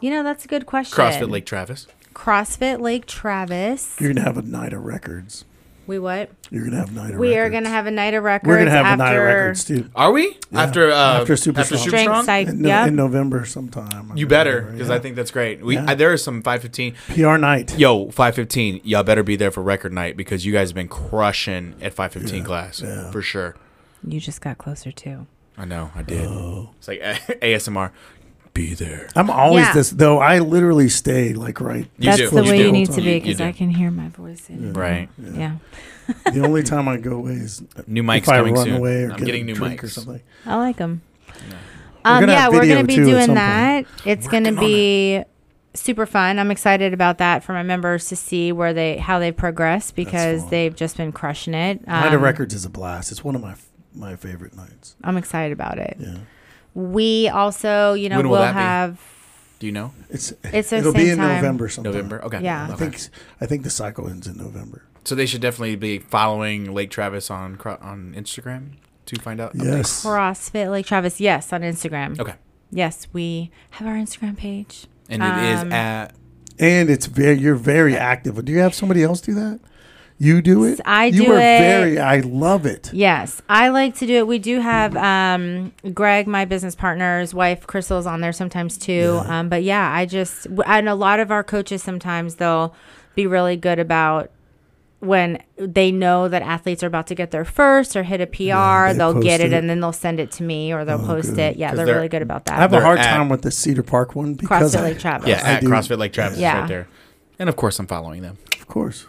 Speaker 5: You know, that's a good question.
Speaker 2: CrossFit Lake Travis.
Speaker 5: CrossFit Lake Travis.
Speaker 3: You're gonna have a night of records.
Speaker 5: We what?
Speaker 3: You're gonna have a night of
Speaker 5: We
Speaker 3: records.
Speaker 5: are gonna have a night of records.
Speaker 3: We're gonna have
Speaker 5: after
Speaker 3: a night of records too.
Speaker 2: Are we after uh,
Speaker 3: After Super Strong.
Speaker 5: Strength Psych.
Speaker 3: In, no-
Speaker 5: yep.
Speaker 3: in November sometime.
Speaker 2: You better because
Speaker 3: yeah.
Speaker 2: I think that's great. We
Speaker 3: Yeah.
Speaker 2: I, there is some 515.
Speaker 3: PR night.
Speaker 2: Yo, 515. Y'all better be there for record night because you guys have been crushing at 515 class
Speaker 3: yeah.
Speaker 2: for sure.
Speaker 5: You just got closer too.
Speaker 2: I know I did.
Speaker 3: Oh.
Speaker 2: It's like ASMR. Be there.
Speaker 3: I'm always
Speaker 5: Yeah.
Speaker 3: this though. I literally stay like right.
Speaker 2: You
Speaker 5: That's
Speaker 2: do.
Speaker 5: the
Speaker 2: You
Speaker 5: way
Speaker 2: do.
Speaker 5: you, need to
Speaker 2: You-
Speaker 5: be
Speaker 2: you
Speaker 5: because
Speaker 2: do.
Speaker 5: I can hear my voice. In.
Speaker 2: Right.
Speaker 5: Yeah.
Speaker 3: the only time I go away is
Speaker 2: New mics
Speaker 3: if I
Speaker 2: coming
Speaker 3: run
Speaker 2: soon.
Speaker 3: away or
Speaker 2: I'm
Speaker 3: get
Speaker 2: getting
Speaker 3: a
Speaker 2: new
Speaker 3: drink or
Speaker 2: mics.
Speaker 3: something.
Speaker 5: I like them.
Speaker 3: We're
Speaker 5: Um,
Speaker 3: gonna
Speaker 5: yeah,
Speaker 3: have
Speaker 5: we're
Speaker 3: video
Speaker 5: going to be
Speaker 3: too at
Speaker 5: doing
Speaker 3: some
Speaker 5: that. It's going to
Speaker 3: Working on
Speaker 5: be super fun. I'm excited about that for my members to see where they how they progress because
Speaker 3: fun.
Speaker 5: they've just been crushing it.
Speaker 3: night of
Speaker 5: Um,
Speaker 3: records is a blast. It's one of my f- my favorite nights.
Speaker 5: I'm excited about it.
Speaker 3: Yeah.
Speaker 5: We also, you know,
Speaker 2: When will
Speaker 5: we'll
Speaker 2: that be?
Speaker 5: have
Speaker 2: Do you know
Speaker 3: It's,
Speaker 5: It's the
Speaker 3: it'll be
Speaker 5: same
Speaker 3: in
Speaker 5: time.
Speaker 3: November sometime.
Speaker 2: November? Okay.
Speaker 5: Yeah.
Speaker 2: Okay.
Speaker 3: I think I think the cycle ends in November.
Speaker 2: so. They should definitely be following Lake Travis on cro- on Instagram to find out. updates.
Speaker 3: Yes.
Speaker 5: CrossFit Lake Travis. Yes, on Instagram.
Speaker 2: Okay.
Speaker 5: Yes, we have our Instagram page.
Speaker 2: And it is
Speaker 5: Um,
Speaker 2: at
Speaker 3: And it's very you're very active. Do you have somebody else do that? You do it.
Speaker 5: I
Speaker 3: you
Speaker 5: do
Speaker 3: are
Speaker 5: it.
Speaker 3: Very. I love it.
Speaker 5: Yes, I like to do it. We do have um, Greg, my business partner's wife, Crystal's on there sometimes too. Um, but yeah, I just w- and a lot of our coaches sometimes they'll be really good about when they know that athletes are about to get their first or hit a PR,
Speaker 3: they
Speaker 5: they'll
Speaker 3: post
Speaker 5: get it,
Speaker 3: it.
Speaker 5: and then they'll send it to me or they'll post
Speaker 3: good.
Speaker 5: it. Yeah,
Speaker 2: 'Cause
Speaker 5: they're
Speaker 2: they're-
Speaker 5: really good about
Speaker 3: I have
Speaker 5: that.
Speaker 3: a
Speaker 2: They're
Speaker 3: hard
Speaker 2: at-
Speaker 3: time with the Cedar Park one because
Speaker 5: CrossFit
Speaker 3: I,
Speaker 5: Lake Travis.
Speaker 2: yeah
Speaker 3: I
Speaker 2: at
Speaker 3: do.
Speaker 2: CrossFit Lake Travis is
Speaker 5: Yeah.
Speaker 2: right there. And of course, I'm following them.
Speaker 3: of course.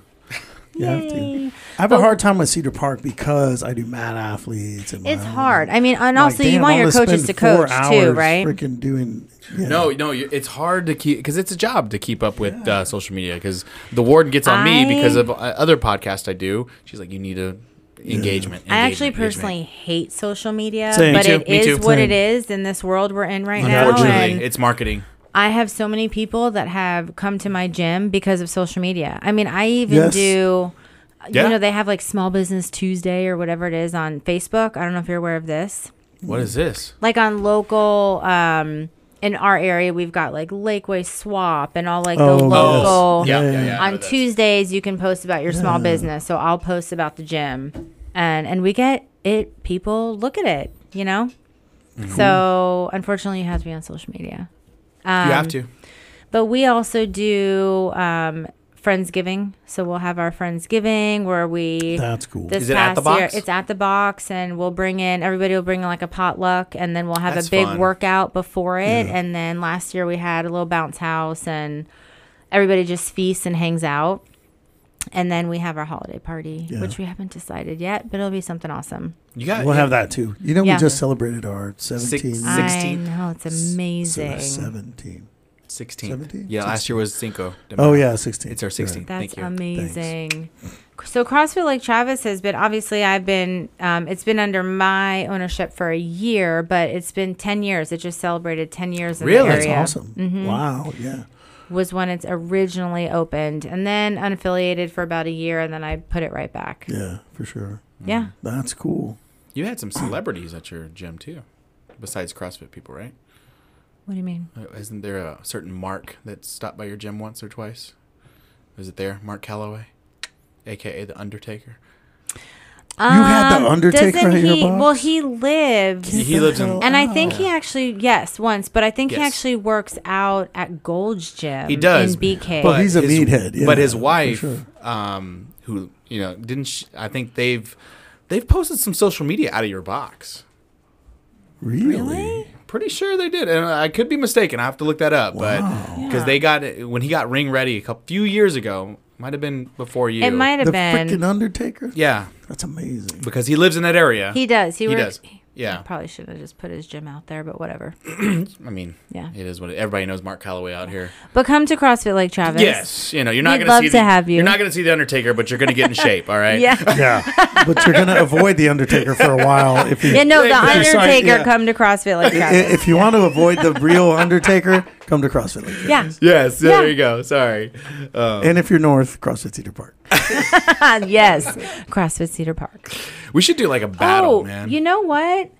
Speaker 3: You have to.
Speaker 5: Yay.
Speaker 3: I have a hard time with Cedar Park because I do mad athletes. And
Speaker 5: It's
Speaker 3: my own-
Speaker 5: hard. I mean, and
Speaker 3: Like,
Speaker 5: also you
Speaker 3: damn,
Speaker 5: want
Speaker 3: I'm
Speaker 5: your
Speaker 3: gonna
Speaker 5: coaches to
Speaker 3: spend four
Speaker 5: coach too,
Speaker 3: hours
Speaker 5: right?
Speaker 3: Freaking doing. you know,
Speaker 2: No, no, you- it's hard to keep because it's a job to keep up with uh, social media because the warden gets on me because
Speaker 5: I-
Speaker 2: of uh, other podcasts I do. She's like, you need to engagement.
Speaker 5: I actually
Speaker 2: engagement,
Speaker 5: personally
Speaker 2: engagement.
Speaker 5: hate social media,
Speaker 1: Same. Me
Speaker 5: but
Speaker 2: too,
Speaker 5: it
Speaker 2: me
Speaker 5: is
Speaker 2: too.
Speaker 5: what
Speaker 1: Same.
Speaker 5: it is in this world we're in right now.
Speaker 2: Unfortunately,
Speaker 5: And
Speaker 2: it's marketing.
Speaker 5: I have so many people that have come to my gym because of social media. I mean, I even
Speaker 3: Yes.
Speaker 5: do.
Speaker 2: Yeah.
Speaker 5: You know, they have like Small Business Tuesday or whatever it is on Facebook. I don't know if you're aware of this.
Speaker 2: What is this?
Speaker 5: like on local um in our area we've got like lakeway swap and all like
Speaker 1: Oh,
Speaker 5: the
Speaker 1: yes.
Speaker 5: local
Speaker 2: yeah, yeah, yeah, I know
Speaker 5: on
Speaker 2: this.
Speaker 5: tuesdays you can post about your small business so i'll post about the gym and and we get it people look at it you know
Speaker 1: Mm-hmm.
Speaker 5: so unfortunately you have to be on social media um,
Speaker 2: you have to.
Speaker 5: but we also do um friendsgiving so we'll have our friendsgiving where we
Speaker 1: That's cool.
Speaker 5: this
Speaker 2: Is it at the
Speaker 5: past year-
Speaker 2: box?
Speaker 5: it's at the box, and we'll bring in everybody will bring in like a potluck, and then we'll have
Speaker 2: That's
Speaker 5: a big
Speaker 2: fun.
Speaker 5: workout before it. And then last year we had a little bounce house, and everybody just feasts and hangs out. And then we have our holiday party, which we haven't decided yet, but it'll be something awesome.
Speaker 2: You got.
Speaker 1: we'll have that too.
Speaker 3: You know,
Speaker 5: Yeah.
Speaker 3: we just celebrated our 17.
Speaker 2: Six-
Speaker 3: so
Speaker 5: I
Speaker 2: 16.
Speaker 5: know it's amazing.
Speaker 3: 17.
Speaker 2: 16.
Speaker 3: 17?
Speaker 2: Yeah, last year was Cinco. de
Speaker 3: Oh,
Speaker 2: Mayo.
Speaker 3: yeah, 16.
Speaker 2: It's our 16th.
Speaker 5: That's
Speaker 2: Thank you.
Speaker 5: amazing. So CrossFit Lake Travis has been obviously I've been um, it's been under my ownership for a year, but it's been ten years. It just celebrated ten years in
Speaker 2: Really?
Speaker 5: the
Speaker 2: That's
Speaker 5: area. Mm-hmm.
Speaker 3: That's awesome. Wow. Yeah.
Speaker 5: Was when it's originally opened, and then unaffiliated for about a year, and then I put it right back. Yeah,
Speaker 3: Yeah, for sure. That's cool.
Speaker 2: You had some celebrities at your gym too, besides CrossFit people, right?
Speaker 5: what do you mean?
Speaker 2: Uh, Isn't there a certain Mark that stopped by your gym once or twice? Is it there, Mark Calloway, aka the Undertaker?
Speaker 3: had the Undertaker
Speaker 5: Um, doesn't
Speaker 3: at your
Speaker 5: he- Well,
Speaker 3: box?
Speaker 5: he lives.
Speaker 2: He lives in.
Speaker 5: And I think he actually yes once, but I think he
Speaker 2: Yes.
Speaker 5: actually works out at Gold's gym.
Speaker 2: He does.
Speaker 5: in BK.
Speaker 3: Well, he's a meathead, yeah,
Speaker 2: but his
Speaker 3: for
Speaker 2: wife,
Speaker 3: sure.
Speaker 2: um, who you know, didn't she, I think they've they've posted some social media out of your box.
Speaker 3: Really?
Speaker 2: Pretty sure they did, and I could be mistaken. I have to look that up, but
Speaker 3: Wow.
Speaker 2: because they got when he got ring ready a couple few years ago, might have been before you.
Speaker 5: it might have
Speaker 3: The
Speaker 5: been
Speaker 3: freaking Undertaker?
Speaker 2: Yeah,
Speaker 3: That's amazing.
Speaker 2: because he lives in that area.
Speaker 5: He does. He,
Speaker 2: He does.
Speaker 5: works.
Speaker 2: Yeah.
Speaker 5: Probably should have just put his gym out there, but whatever.
Speaker 2: I mean,
Speaker 5: Yeah.
Speaker 2: it is what it, everybody knows. Mark Calloway out here.
Speaker 5: But come to CrossFit Lake Travis.
Speaker 2: Yes, you know you're not
Speaker 5: We'd
Speaker 2: going to
Speaker 5: love
Speaker 2: see
Speaker 5: to have you.
Speaker 2: are not going to see the Undertaker, but you're going to get in shape. All right.
Speaker 5: Yeah.
Speaker 1: yeah.
Speaker 3: but you're going to avoid the Undertaker for a while if you
Speaker 5: yeah. No, the
Speaker 2: Exactly.
Speaker 5: Undertaker
Speaker 3: Sorry, yeah.
Speaker 5: come to CrossFit Lake
Speaker 3: I-
Speaker 5: Travis.
Speaker 3: if you want to avoid the real Undertaker, come to CrossFit Lake.
Speaker 5: yeah.
Speaker 2: Yes.
Speaker 5: Yeah.
Speaker 2: There you go. Sorry.
Speaker 3: And if you're north, CrossFit Cedar Park.
Speaker 5: Ah, yes. CrossFit Cedar Park.
Speaker 2: We should do like a battle,
Speaker 5: oh,
Speaker 2: man.
Speaker 5: you know what?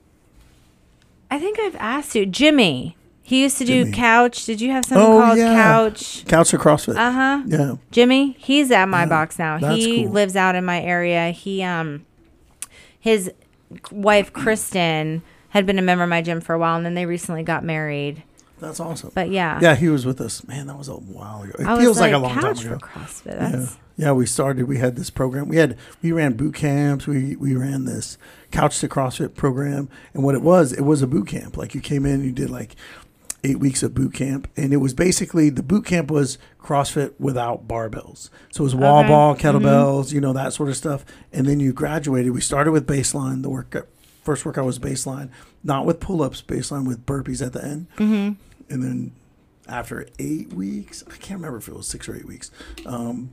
Speaker 5: I think I've asked you, Jimmy. He used to do
Speaker 3: Jimmy.
Speaker 5: couch. Did you have something
Speaker 3: Oh,
Speaker 5: called
Speaker 3: yeah.
Speaker 5: couch?
Speaker 3: Couch to CrossFit.
Speaker 5: Uh huh.
Speaker 3: Yeah.
Speaker 5: Jimmy, he's at my box now.
Speaker 3: that's
Speaker 5: He
Speaker 3: cool.
Speaker 5: lives out in my area. He um his wife Kristen had been a member of my gym for a while and then they recently got married.
Speaker 3: That's awesome.
Speaker 5: But yeah.
Speaker 3: yeah, he was with us. Man, that was a while ago. It
Speaker 5: I was
Speaker 3: feels like, a long time
Speaker 5: couch
Speaker 3: ago.
Speaker 5: for CrossFit.
Speaker 3: Yeah.
Speaker 5: That's
Speaker 3: yeah, we started. We had this program. We had we ran boot camps. We we ran this couch to CrossFit program. And what it was, it was a boot camp. Like you came in, you did like eight weeks of boot camp, and it was basically the boot camp was CrossFit without barbells. So it was wall
Speaker 5: Okay.
Speaker 3: ball, kettlebells, you know that sort of stuff. And then you graduated. We started with baseline. The workout first workout was baseline, not with pull ups. Baseline with burpees at the end. Mm-hmm. And then after eight weeks, I can't remember if it was six or eight weeks. Um,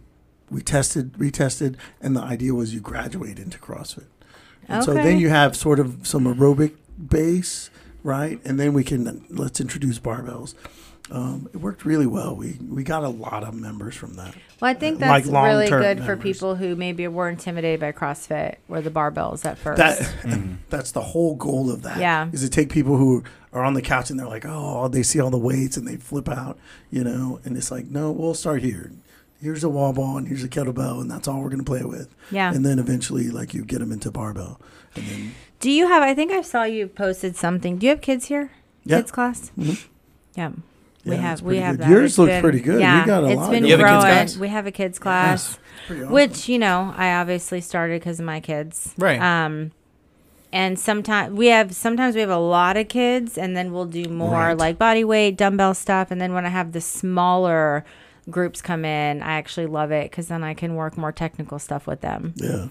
Speaker 3: we tested, retested, and the idea was you graduate into CrossFit. And so
Speaker 5: Okay.
Speaker 3: then you have sort of some aerobic base, right? And then we can let's introduce barbells. Um, it worked really well. We we got a lot of members from that.
Speaker 5: well, I think
Speaker 3: Like
Speaker 5: that's really
Speaker 3: long-term
Speaker 5: good for
Speaker 3: members.
Speaker 5: people who maybe were intimidated by CrossFit or the barbells at first.
Speaker 3: That that's the whole goal of that.
Speaker 5: Yeah.
Speaker 3: Is to take people who are on the couch and they're like, oh, they see all the weights and they flip out, you know, and it's like, no, we'll start here. Here's a wall ball and here's a kettlebell and that's all we're gonna play with.
Speaker 5: Yeah.
Speaker 3: And then eventually, like, you get them into barbell. And then
Speaker 5: do you have I think I saw you posted something. Do you have kids here?
Speaker 3: Yeah. Mm-hmm.
Speaker 5: Kids class? Yeah. We
Speaker 3: Yeah,
Speaker 5: have
Speaker 3: it's
Speaker 5: we
Speaker 3: pretty
Speaker 5: have
Speaker 3: good.
Speaker 5: that.
Speaker 3: Yours
Speaker 5: It's
Speaker 3: looks
Speaker 5: been-
Speaker 3: pretty good. You
Speaker 5: Yeah,
Speaker 3: got a
Speaker 5: it's
Speaker 3: lot
Speaker 5: been
Speaker 3: going
Speaker 2: You have a kids'
Speaker 5: growing.
Speaker 2: class?
Speaker 5: We have a kids class.
Speaker 3: pretty awesome.
Speaker 5: which you know i obviously started because of my kids
Speaker 2: Right.
Speaker 5: um and sometimes we have sometimes we have a lot of kids and then we'll do more
Speaker 3: Right.
Speaker 5: like body weight dumbbell stuff and then when i have the smaller groups come in i actually love it because then i can work more technical stuff with them
Speaker 3: Yeah.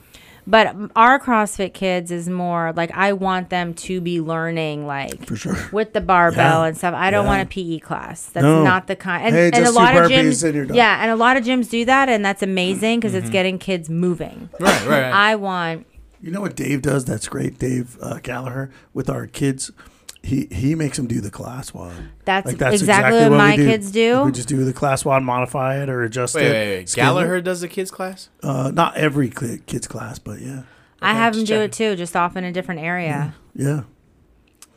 Speaker 5: but um, our crossfit kids is more like i want them to be learning like
Speaker 3: For sure.
Speaker 5: with the barbell
Speaker 3: Yeah.
Speaker 5: and stuff. I don't
Speaker 3: Yeah.
Speaker 5: want a PE class. That's
Speaker 3: No.
Speaker 5: not the kind. And,
Speaker 3: Hey,
Speaker 5: and
Speaker 3: just
Speaker 5: a
Speaker 3: do
Speaker 5: lot of
Speaker 3: burpees
Speaker 5: gyms,
Speaker 3: and you're done.
Speaker 5: yeah, and a lot of gyms do that, and that's amazing because it's getting kids moving.
Speaker 2: Mm-hmm. Right. Right. right.
Speaker 5: I want
Speaker 3: You know what Dave does? That's great, Dave uh, Gallagher with our kids. He he makes them do the class wad.
Speaker 5: That's exactly what my kids do.
Speaker 3: We just do the class wad, modify it or adjust
Speaker 2: Wait,
Speaker 3: it.
Speaker 2: wait, wait.
Speaker 3: skim it.
Speaker 2: Gallagher does the kids class.
Speaker 3: Uh, not every cl- kids class, but yeah,
Speaker 5: I have them
Speaker 2: just
Speaker 5: do it too, just off in a different area.
Speaker 3: yeah.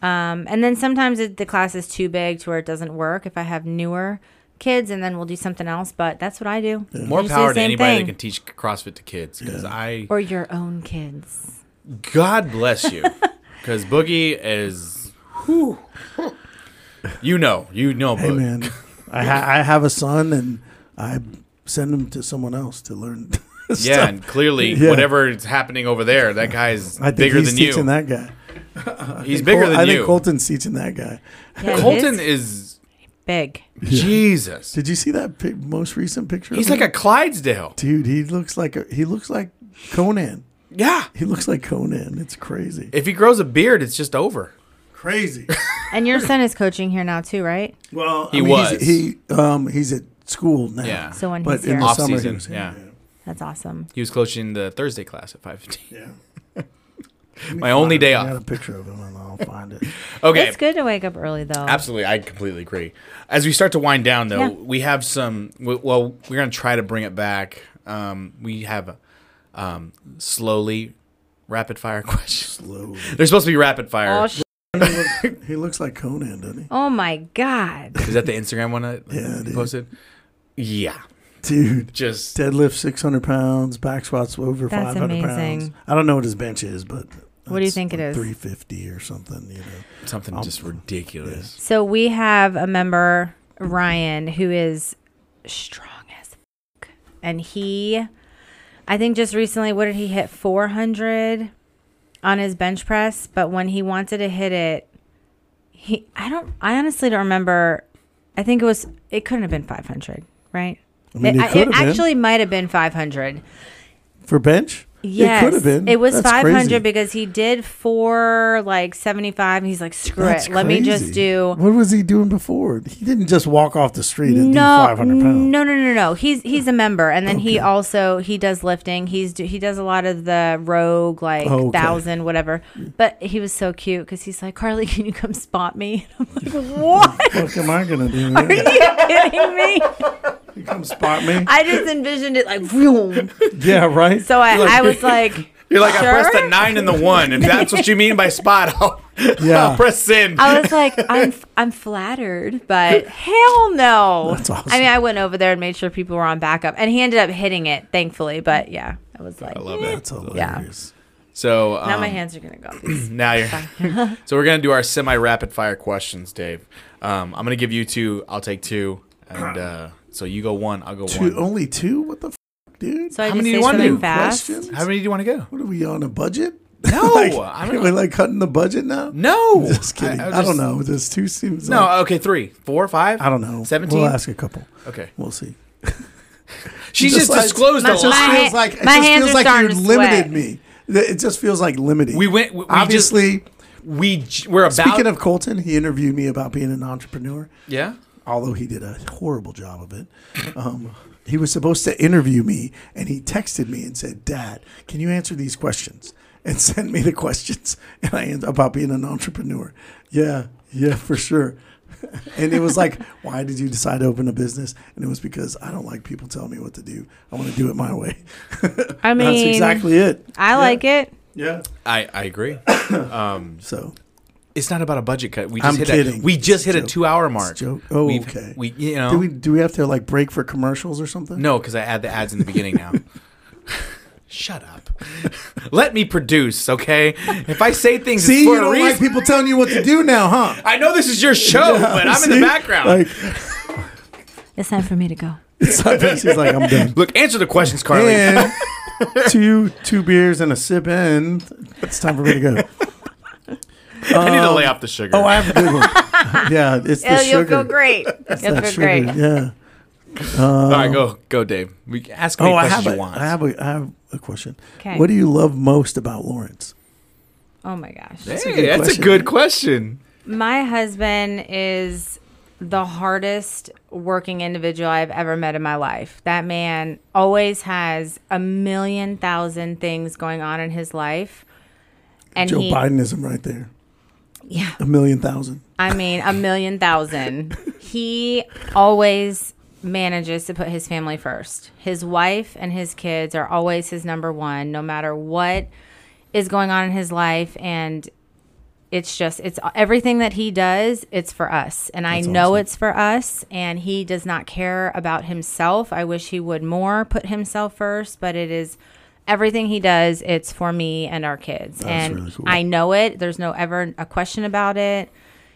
Speaker 5: Um, and then sometimes it, the class is too big to where it doesn't work if I have newer kids, and then we'll do something else. But that's what I do.
Speaker 2: More
Speaker 5: Just do the
Speaker 2: power to
Speaker 5: same
Speaker 2: anybody
Speaker 5: thing.
Speaker 2: that can teach CrossFit to kids. Because I,
Speaker 5: Or your own kids.
Speaker 2: God bless you. Because Boogie is, you know, you know,
Speaker 3: Hey
Speaker 2: Boog.
Speaker 3: man, I ha- I have a son and I send him to someone else to learn. stuff.
Speaker 2: Yeah, and clearly,
Speaker 3: Yeah.
Speaker 2: whatever is happening over there, that guy's
Speaker 3: I think
Speaker 2: bigger
Speaker 3: he's
Speaker 2: than you.
Speaker 3: teaching that guy.
Speaker 2: He's bigger
Speaker 3: Col-
Speaker 2: than
Speaker 3: I
Speaker 2: you.
Speaker 3: think Colton's teaching that guy.
Speaker 5: Yeah, it
Speaker 2: Colton
Speaker 5: is
Speaker 2: is
Speaker 5: big.
Speaker 2: Jesus.
Speaker 3: Did you see that pic- most recent picture? of
Speaker 2: He's
Speaker 3: him?
Speaker 2: like a Clydesdale.
Speaker 3: dude. He looks like a, he looks like Conan.
Speaker 2: Yeah.
Speaker 3: He looks like Conan. It's crazy.
Speaker 2: If he grows a beard, it's just over.
Speaker 3: crazy.
Speaker 5: And your son is coaching here now too, right?
Speaker 3: well,
Speaker 2: He was.
Speaker 3: he um he's at school now.
Speaker 2: Yeah.
Speaker 5: So when
Speaker 3: but
Speaker 5: he's
Speaker 3: in
Speaker 5: here,
Speaker 3: the
Speaker 2: Off
Speaker 3: summer,
Speaker 2: season,
Speaker 3: he was,
Speaker 2: yeah.
Speaker 5: that's awesome.
Speaker 2: He was coaching the Thursday class at 5:15.
Speaker 3: yeah.
Speaker 2: My only day
Speaker 3: I got a
Speaker 2: off.
Speaker 3: picture of him and I'll find it.
Speaker 2: Okay.
Speaker 5: It's good to wake up early though.
Speaker 2: Absolutely, I completely agree. As we start to wind down, though,
Speaker 5: Yeah.
Speaker 2: we have some. we- Well, we're gonna try to bring it back. Um, we have um, slowly rapid fire questions.
Speaker 3: Slow.
Speaker 2: They're supposed to be rapid fire.
Speaker 5: Oh,
Speaker 2: Is
Speaker 5: sh-
Speaker 3: he looks like Conan, doesn't he?
Speaker 5: oh my god.
Speaker 2: that the Instagram one that
Speaker 3: Yeah,
Speaker 2: you
Speaker 3: dude.
Speaker 2: posted? Yeah,
Speaker 3: Dude,
Speaker 2: just
Speaker 3: deadlift six hundred pounds, back squats over
Speaker 5: That's
Speaker 3: five hundred pounds.
Speaker 5: amazing.
Speaker 3: I don't know what his bench is, but
Speaker 5: What do you think it is?
Speaker 3: Three fifty or something. You know,
Speaker 2: something just ridiculous.
Speaker 5: So we have a member, Ryan, who is strong as fuck. And he, I think just recently, what did he hit? 400 on his bench press. But when he wanted to hit it, he, I don't, I honestly don't remember. I think it was, it couldn't have been 500, right?
Speaker 3: I mean,
Speaker 5: it
Speaker 3: it, could
Speaker 5: it
Speaker 3: have
Speaker 5: actually might have been 500.
Speaker 3: been for bench.
Speaker 5: Yes,
Speaker 3: it could have been.
Speaker 5: It was
Speaker 3: That's
Speaker 5: five
Speaker 3: crazy.
Speaker 5: hundred because he did four like seventy five, and he's like, "Screw
Speaker 3: That's
Speaker 5: it, let me just
Speaker 3: crazy.
Speaker 5: do."
Speaker 3: What was he doing before? He didn't just walk off the street and do
Speaker 5: no,
Speaker 3: 500 pounds.
Speaker 5: No, no, no, no. He's he's a member, and then he also he does lifting. He's do, he does a lot of the rogue like
Speaker 3: Oh, okay.
Speaker 5: thousand whatever. But he was so cute because he's like, Carly, can you come spot me? And I'm like, what?
Speaker 3: What am I gonna do?
Speaker 5: Are
Speaker 3: man?
Speaker 5: you kidding me?
Speaker 3: You come spot me.
Speaker 5: I just envisioned it like, vroom.
Speaker 3: yeah, right.
Speaker 5: so I, I was like,
Speaker 2: You're like, I pressed
Speaker 5: Sure?
Speaker 2: the nine and the one. If that's what you mean by spot, I'll,
Speaker 3: Yeah.
Speaker 2: I'll press in.
Speaker 5: I was like, I'm I'm flattered, but hell no.
Speaker 3: That's awesome.
Speaker 5: I mean, I went over there and made sure people were on backup, and he ended up hitting it, thankfully. But yeah, I was like,
Speaker 2: love
Speaker 5: eh.
Speaker 2: that.
Speaker 3: That's hilarious.
Speaker 2: so um,
Speaker 5: now my hands are gonna go. up.
Speaker 2: Now you're. so we're gonna do our semi rapid fire questions, Dave. Um, I'm gonna give you two. I'll take two, and uh, so you go one. I'll go
Speaker 3: Two,
Speaker 2: one.
Speaker 3: only two? What the f- dude?
Speaker 5: So I
Speaker 2: How
Speaker 5: just
Speaker 2: many do
Speaker 5: say
Speaker 2: you wanna
Speaker 5: something
Speaker 2: do?
Speaker 5: fast.
Speaker 3: Questions?
Speaker 2: How many do you want to go?
Speaker 3: What are we on a budget?
Speaker 2: No,
Speaker 3: like,
Speaker 2: I'm
Speaker 3: are
Speaker 2: not-
Speaker 3: we like cutting the budget now?
Speaker 2: No,
Speaker 3: Just kidding. I,
Speaker 2: was
Speaker 3: don't
Speaker 2: just-
Speaker 3: know. This two seems. like,
Speaker 2: No, okay, three, four, five.
Speaker 3: I don't know.
Speaker 2: Seventeen.
Speaker 3: We'll ask a couple.
Speaker 2: Okay,
Speaker 3: We'll see.
Speaker 2: she
Speaker 3: Just
Speaker 2: just,
Speaker 3: like-
Speaker 2: disclosed
Speaker 5: My-
Speaker 2: a lot.
Speaker 5: my-
Speaker 3: It feels like it
Speaker 5: my
Speaker 3: just
Speaker 5: hands
Speaker 3: feels
Speaker 5: are
Speaker 3: like you
Speaker 5: starting to
Speaker 3: limited
Speaker 5: sweat.
Speaker 3: me. Th- It just feels like limiting.
Speaker 2: We went- we just-
Speaker 3: obviously.
Speaker 2: We j- we're about.
Speaker 3: Speaking of Colton, he interviewed me about being an entrepreneur.
Speaker 2: yeah,
Speaker 3: although he did a horrible job of it, um, he was supposed to interview me, and he texted me and said, "Dad, can you answer these questions?" And sent me the questions, and I end about being an entrepreneur. Yeah, yeah, for sure. and it was like, why did you decide to open a business? And it was because I don't like people telling me what to do. I want to do it my way.
Speaker 5: I mean,
Speaker 3: That's exactly it.
Speaker 5: I like it.
Speaker 3: Yeah.
Speaker 2: I I agree.
Speaker 3: So
Speaker 2: It's not about a budget cut. We just
Speaker 3: I'm
Speaker 2: hit
Speaker 3: kidding.
Speaker 2: A, we just hit a
Speaker 3: Joke.
Speaker 2: two hour mark.
Speaker 3: joke. Oh,
Speaker 2: We've-
Speaker 3: okay.
Speaker 2: We you know
Speaker 3: do we do we have to like break for commercials or something?
Speaker 2: No, because I add the ads in the beginning now. Shut up. Let me produce, okay? If I say things, it's
Speaker 3: See, you
Speaker 2: for a
Speaker 3: don't like
Speaker 2: reason.
Speaker 3: people telling you what to do now, huh?
Speaker 2: I know this is your show, but I'm in
Speaker 3: See?
Speaker 2: the background.
Speaker 3: Like,
Speaker 5: It's time for me to go.
Speaker 3: So then she's like, I'm done.
Speaker 2: Look, answer the questions, Carly.
Speaker 3: And two two beers and a sip in. It's time for me to go.
Speaker 2: I need to lay off the sugar.
Speaker 3: Oh, I have a good one. Yeah, it's the
Speaker 5: Oh,
Speaker 3: sugar.
Speaker 5: you'll feel great. You'll feel
Speaker 3: That sugar,
Speaker 5: great.
Speaker 3: Yeah.
Speaker 2: All right, go, go, Dave. We can ask any
Speaker 3: Oh, I
Speaker 2: questions
Speaker 3: have,
Speaker 2: you
Speaker 3: a,
Speaker 2: want.
Speaker 3: I have a I have a question.
Speaker 5: 'Kay.
Speaker 3: What do you love most about Lawrence?
Speaker 5: Oh my gosh.
Speaker 2: Hey, that's
Speaker 3: a good
Speaker 2: a
Speaker 3: question.
Speaker 2: good question.
Speaker 5: My husband is the hardest working individual I've ever met in my life. That man always has a million thousand things going on in his life. And
Speaker 3: Joe
Speaker 5: he,
Speaker 3: Bidenism right there.
Speaker 5: Yeah.
Speaker 3: A million thousand.
Speaker 5: I mean, a million thousand. He always manages to put his family first. His wife and his kids are always his number one, no matter what is going on in his life. And it's just, it's everything that he does, it's for us. And I know it's for us. And he does not care about himself. I wish he would more put himself first, but it is. Everything he does, it's for me and our kids. and
Speaker 3: really cool.
Speaker 5: I know it. There's no ever a question about it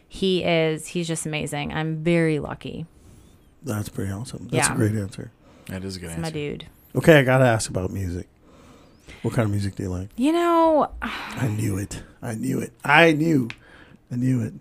Speaker 5: he is he's just amazing i'm very lucky
Speaker 3: That's pretty awesome. That's a
Speaker 5: Yeah.
Speaker 3: great answer.
Speaker 2: That is a good
Speaker 5: my
Speaker 2: answer.
Speaker 5: dude
Speaker 3: Okay, I gotta ask about music. What kind of music do you like?
Speaker 5: you know
Speaker 3: I knew it. I knew it. I knew. I knew it.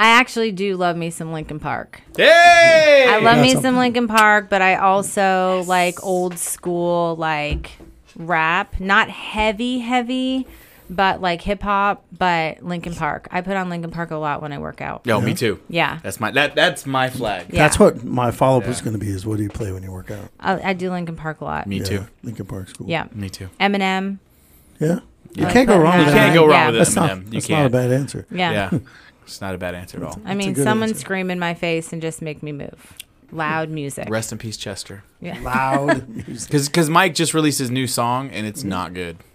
Speaker 5: i actually do love me some linkin park
Speaker 2: Hey!
Speaker 5: i love me
Speaker 3: That's
Speaker 5: some
Speaker 3: a-
Speaker 5: linkin park but i also like old school like rap not heavy heavy but like hip hop but linkin park i put on linkin park a lot when i work out
Speaker 2: Yo, me too.
Speaker 5: yeah
Speaker 2: That's my that that's my flag.
Speaker 5: Yeah.
Speaker 3: That's what my follow up is
Speaker 2: Yeah.
Speaker 3: going to be: is what do you play when you work out?
Speaker 5: I, I do linkin park a lot
Speaker 2: Me
Speaker 3: yeah,
Speaker 2: too.
Speaker 3: Lincoln Park School.
Speaker 5: yeah Uh,
Speaker 2: Me too.
Speaker 5: eminem
Speaker 3: yeah. You
Speaker 5: Like
Speaker 3: can't go wrong
Speaker 5: putting that
Speaker 3: with
Speaker 2: You
Speaker 3: that.
Speaker 2: can't go wrong
Speaker 5: Yeah.
Speaker 2: with
Speaker 3: That's
Speaker 2: Eminem.
Speaker 3: not.
Speaker 2: you
Speaker 3: that's not a
Speaker 2: can't.
Speaker 3: bad answer.
Speaker 5: yeah,
Speaker 2: yeah. It's not a bad answer at all.
Speaker 5: i
Speaker 3: That's a
Speaker 5: mean
Speaker 3: good
Speaker 5: someone
Speaker 3: answer.
Speaker 5: scream in my face and just make me move loud music
Speaker 2: Rest in peace, Chester.
Speaker 3: Loud music.
Speaker 2: Because because Mike just released his new song and it's not good.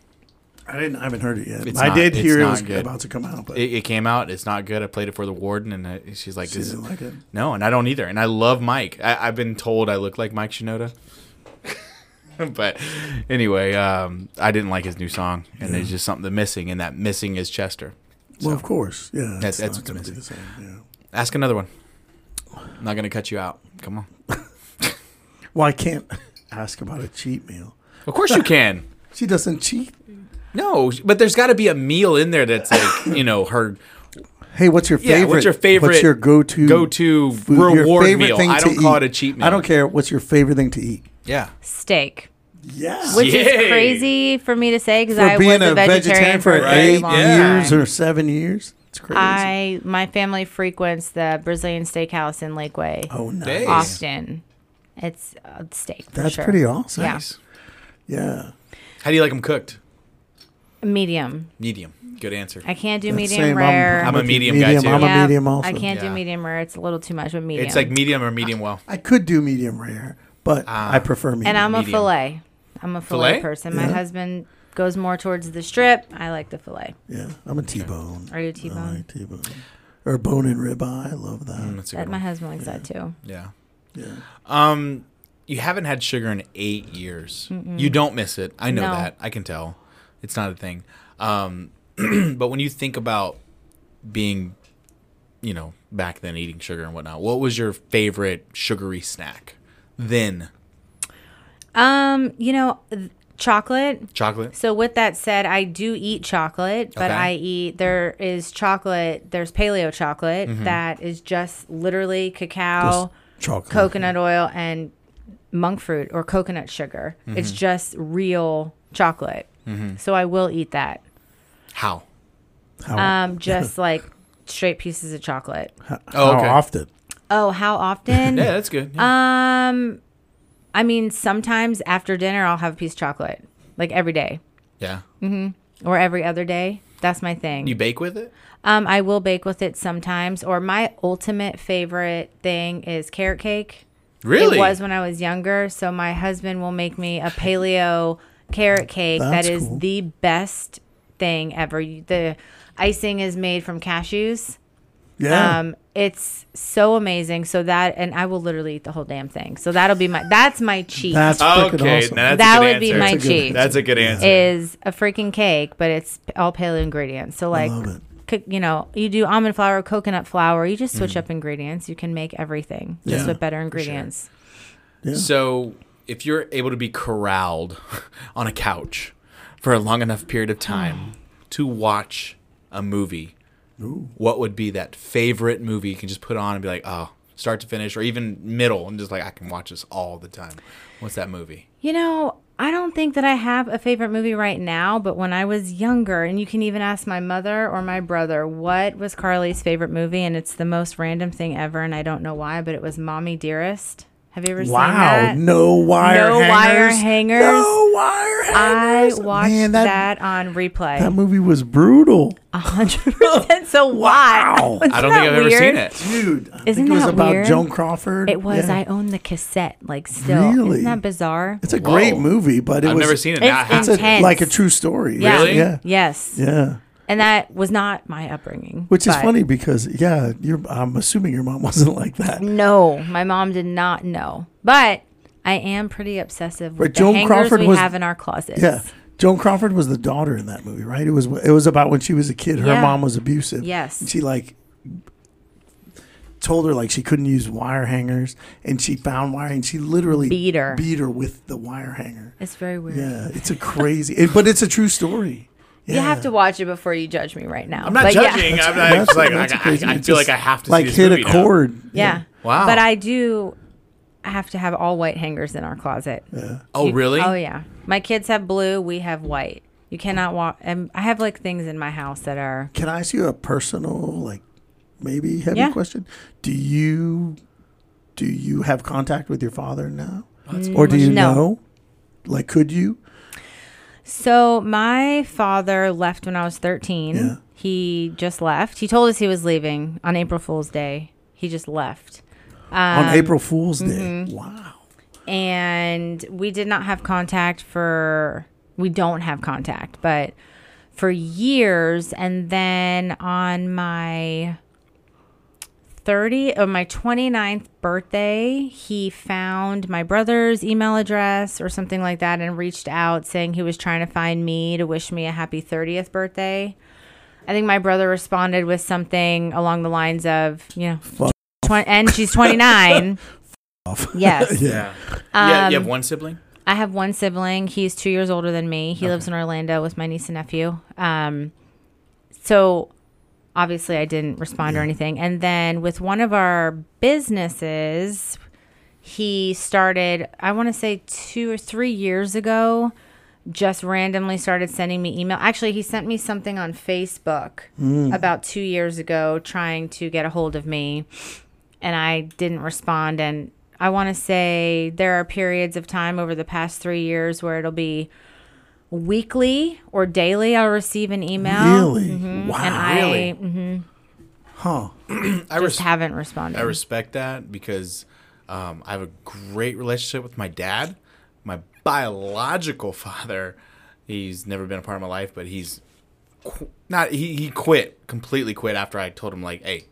Speaker 3: I didn't. I haven't heard it yet.
Speaker 2: It's
Speaker 3: I
Speaker 2: not-
Speaker 3: did
Speaker 2: it's
Speaker 3: hear it
Speaker 2: not
Speaker 3: was
Speaker 2: good.
Speaker 3: about to come out, but
Speaker 2: It, it came out. It's not good. I played it for the warden and I, she's like,
Speaker 3: she
Speaker 2: this,
Speaker 3: didn't like it.
Speaker 2: no, and I don't either. And I love Mike. I, I've been told I look like Mike Shinoda. but anyway, um, I didn't like his new song and there's just something missing and that missing is Chester.
Speaker 3: Well, of course. Yeah.
Speaker 2: That's-
Speaker 3: it's not
Speaker 2: that's
Speaker 3: gonna be
Speaker 2: amazing.
Speaker 3: the same, yeah.
Speaker 2: Ask another one. I'm not going to cut you out. Come on.
Speaker 3: Well, I can't ask about a cheat meal.
Speaker 2: Of course you can.
Speaker 3: She doesn't cheat.
Speaker 2: No, but there's got to be a meal in there that's like, you know, her
Speaker 3: Hey, what's your
Speaker 2: Yeah,
Speaker 3: favorite?
Speaker 2: what's your favorite
Speaker 3: What's your go-to
Speaker 2: go-to
Speaker 3: food- your
Speaker 2: reward
Speaker 3: favorite
Speaker 2: meal?
Speaker 3: thing
Speaker 2: I
Speaker 3: to
Speaker 2: don't call
Speaker 3: eat?
Speaker 2: it a cheat meal.
Speaker 3: I don't care. What's your favorite thing to eat?
Speaker 2: Yeah.
Speaker 5: steak
Speaker 3: Yeah.
Speaker 5: which
Speaker 2: Yay.
Speaker 5: is crazy for me to say because
Speaker 3: for
Speaker 5: I was
Speaker 3: being
Speaker 5: a vegetarian, for a very
Speaker 3: eight
Speaker 5: long
Speaker 2: yeah.
Speaker 3: years
Speaker 5: time.
Speaker 3: or seven years. It's crazy.
Speaker 5: I my family frequents the Brazilian steakhouse in Lakeway
Speaker 3: oh no,
Speaker 2: Hey.
Speaker 5: often. It's uh, steak. For
Speaker 3: that's
Speaker 5: sure.
Speaker 3: pretty awesome.
Speaker 5: Yeah.
Speaker 2: Nice.
Speaker 3: Yeah,
Speaker 2: How do you like them cooked?
Speaker 5: Medium.
Speaker 2: Medium. Good answer.
Speaker 5: I can't do
Speaker 3: That's
Speaker 5: medium
Speaker 3: same. I'm-
Speaker 5: rare.
Speaker 2: I'm a
Speaker 3: with you.
Speaker 2: medium guy, too.
Speaker 3: I'm
Speaker 5: Yeah,
Speaker 3: a medium also.
Speaker 5: I can't
Speaker 2: Yeah.
Speaker 5: do medium rare. It's a little too much, but medium. Oh,
Speaker 2: It's like medium or medium well.
Speaker 3: I could do medium rare, but
Speaker 2: Ah.
Speaker 3: I prefer medium.
Speaker 5: and I'm
Speaker 2: medium.
Speaker 5: a fillet. I'm a fillet,
Speaker 2: Fillet?
Speaker 5: person. My husband goes more towards the strip. I like the fillet.
Speaker 3: yeah, I'm a T-bone.
Speaker 5: Are you a
Speaker 3: I
Speaker 5: T-bone?
Speaker 3: like T-bone or bone and ribeye. I love that.
Speaker 2: Mm, That's a
Speaker 5: That
Speaker 2: good
Speaker 5: my
Speaker 2: one.
Speaker 5: husband likes that too.
Speaker 2: Yeah.
Speaker 3: Yeah.
Speaker 2: Um, you haven't had sugar in eight years. You don't miss it. I know
Speaker 5: No.
Speaker 2: that. I can tell. It's not a thing. Um, but when you think about being, you know, back then eating sugar and whatnot, what was your favorite sugary snack? Then
Speaker 5: Um, you know, th- chocolate.
Speaker 2: chocolate.
Speaker 5: So with that said, I do eat chocolate, but
Speaker 2: Okay.
Speaker 5: I eat there is chocolate, there's paleo chocolate that is just literally cacao,
Speaker 3: Chocolate.
Speaker 5: coconut oil and monk fruit or coconut sugar. It's just real chocolate. So I will eat that.
Speaker 2: How?
Speaker 3: How,
Speaker 5: Um just like straight pieces of chocolate.
Speaker 2: Oh,
Speaker 3: how
Speaker 2: okay.
Speaker 3: often?
Speaker 5: Oh, how often?
Speaker 2: Yeah, that's good. Yeah.
Speaker 5: Um I mean sometimes after dinner I'll have a piece of chocolate. Like every day
Speaker 2: yeah.
Speaker 5: or every other day. That's my thing.
Speaker 2: You bake with it?
Speaker 5: Um, I will bake with it sometimes. Or my ultimate favorite thing is carrot cake.
Speaker 2: Really?
Speaker 5: It was when I was younger. So my husband will make me a paleo carrot cake
Speaker 3: That's
Speaker 5: that is
Speaker 3: cool.
Speaker 5: the best thing ever. You- The icing is made from cashews.
Speaker 3: Yeah.
Speaker 5: Um, it's so amazing. So that, and I will literally eat the whole damn thing. So that'll be my, that's my cheat.
Speaker 3: that's freaking
Speaker 2: okay.
Speaker 3: awesome.
Speaker 2: now that's a
Speaker 5: That
Speaker 2: good
Speaker 5: would be
Speaker 2: answer.
Speaker 5: my
Speaker 3: That's a good
Speaker 5: cheat.
Speaker 3: answer.
Speaker 2: That's a good answer.
Speaker 5: Is a freaking cake, but it's p- all paleo ingredients. So like,
Speaker 3: love it.
Speaker 5: cook- you know, you do almond flour, coconut flour. You just switch up ingredients. You can make everything just
Speaker 3: Yeah,
Speaker 5: with better ingredients.
Speaker 2: So, if you're able to be corralled on a couch for a long enough period of time to watch a movie, what would be that favorite movie you can just put on and be like, oh, start to finish, or even middle, and just like, I can watch this all the time? What's that movie?
Speaker 5: You know, I don't think that I have a favorite movie right now, but when I was younger, and you can even ask my mother or my brother, what was Carly's favorite movie? And it's the most random thing ever, and I don't know why, but it was Mommy Dearest. Have you ever seen
Speaker 1: Wow,
Speaker 5: that?
Speaker 1: no wire
Speaker 5: No wire
Speaker 1: hangers.
Speaker 5: hangers.
Speaker 1: No wire
Speaker 5: I
Speaker 1: hangers.
Speaker 5: watched
Speaker 1: Man,
Speaker 5: that, on
Speaker 1: That
Speaker 5: replay.
Speaker 1: movie was brutal.
Speaker 5: A hundred percent. So why?
Speaker 1: Wow.
Speaker 5: Isn't
Speaker 2: I don't think I've
Speaker 5: that
Speaker 2: ever
Speaker 5: weird?
Speaker 2: seen it.
Speaker 3: Dude, I
Speaker 5: Isn't
Speaker 3: think it was
Speaker 5: that
Speaker 3: about
Speaker 5: weird?
Speaker 3: Joan Crawford.
Speaker 5: It was.
Speaker 3: Yeah.
Speaker 5: I own the cassette. Like still,
Speaker 3: Really?
Speaker 5: isn't that bizarre?
Speaker 3: It's a great
Speaker 2: Whoa.
Speaker 3: movie, but it
Speaker 2: I've
Speaker 3: was
Speaker 2: never seen it.
Speaker 5: It's
Speaker 2: Now I have
Speaker 3: It's
Speaker 2: to.
Speaker 3: a,
Speaker 5: Intense.
Speaker 3: like a true story.
Speaker 5: Yeah.
Speaker 2: Really?
Speaker 3: Yeah.
Speaker 5: Yes,
Speaker 3: Yeah.
Speaker 5: and that was not my upbringing.
Speaker 3: Which is
Speaker 5: but-
Speaker 3: funny because yeah, you're, I'm assuming your mom wasn't like that.
Speaker 5: No, my mom did not know, but I am pretty obsessive with
Speaker 3: But
Speaker 5: the
Speaker 3: Joan
Speaker 5: hangers
Speaker 3: Crawford
Speaker 5: we
Speaker 3: was-
Speaker 5: have in our closets.
Speaker 3: Yeah. Joan Crawford was the daughter in that movie, right? It was it was about when she was a kid. Her
Speaker 5: Yeah.
Speaker 3: mom was abusive.
Speaker 5: Yes.
Speaker 3: And she like told her like she couldn't use wire hangers, and she found wire, and she literally
Speaker 5: Beat her.
Speaker 3: beat her with the wire hanger.
Speaker 5: it's very weird.
Speaker 3: Yeah, it's a crazy, it, but it's a true story.
Speaker 5: You have to watch it before you judge me right now.
Speaker 2: I'm not
Speaker 5: but yeah.
Speaker 2: judging. I'm
Speaker 3: That's-
Speaker 2: not it's like,
Speaker 3: that's
Speaker 2: I,
Speaker 3: a crazy-
Speaker 2: I, I
Speaker 3: it's
Speaker 2: feel
Speaker 3: just
Speaker 2: like I have to
Speaker 3: like
Speaker 2: see this
Speaker 3: hit
Speaker 2: movie
Speaker 3: a
Speaker 2: now.
Speaker 3: chord.
Speaker 5: Yeah.
Speaker 2: Wow.
Speaker 5: But I do have to have all white hangers in our closet.
Speaker 2: Oh really?
Speaker 5: Oh yeah. My kids have blue. We have white. You cannot walk. And I have like things in my house that are.
Speaker 3: Can I ask you a personal, like maybe heavy
Speaker 5: Yeah.
Speaker 3: question? Do you do you have contact with your father now, or do you
Speaker 5: No.
Speaker 3: know? Like, could you?
Speaker 5: So my father left when I was 13.
Speaker 3: Yeah.
Speaker 5: He just left. He told us he was leaving on April Fool's Day. He just left. Um,
Speaker 3: on April Fool's Day.
Speaker 5: mm-hmm.
Speaker 3: Wow.
Speaker 5: and we did not have contact for we don't have contact but for years and then on my 30 or my 29th birthday he found my brother's email address or something like that and reached out saying he was trying to find me to wish me a happy 30th birthday i think my brother responded with something along the lines of you know
Speaker 3: Fuck
Speaker 5: twen- and she's 29
Speaker 3: off.
Speaker 5: yes
Speaker 2: Yeah. yeah.
Speaker 5: Um,
Speaker 2: You have one sibling.
Speaker 5: I have one sibling. He's two years older than me. He lives in Orlando with my niece and nephew. Um, so obviously, I didn't respond or anything. And then with one of our businesses, he started, I want to say two or three years ago, just randomly started sending me email. Actually, he sent me something on Facebook about two years ago trying to get a hold of me and I didn't respond. And I want to say there are periods of time over the past three years where it'll be weekly or daily. I'll receive an email,
Speaker 3: Really?
Speaker 5: Mm-hmm.
Speaker 3: Wow.
Speaker 5: Oh, and I
Speaker 2: Really?
Speaker 5: mhm,
Speaker 3: huh.
Speaker 2: I
Speaker 5: just
Speaker 2: res-
Speaker 5: haven't responded.
Speaker 2: I respect that because um, I have a great relationship with my dad. My biological father, he's never been a part of my life, but he's qu- not. He, he quit completely. Quit after I told him like, "Hey,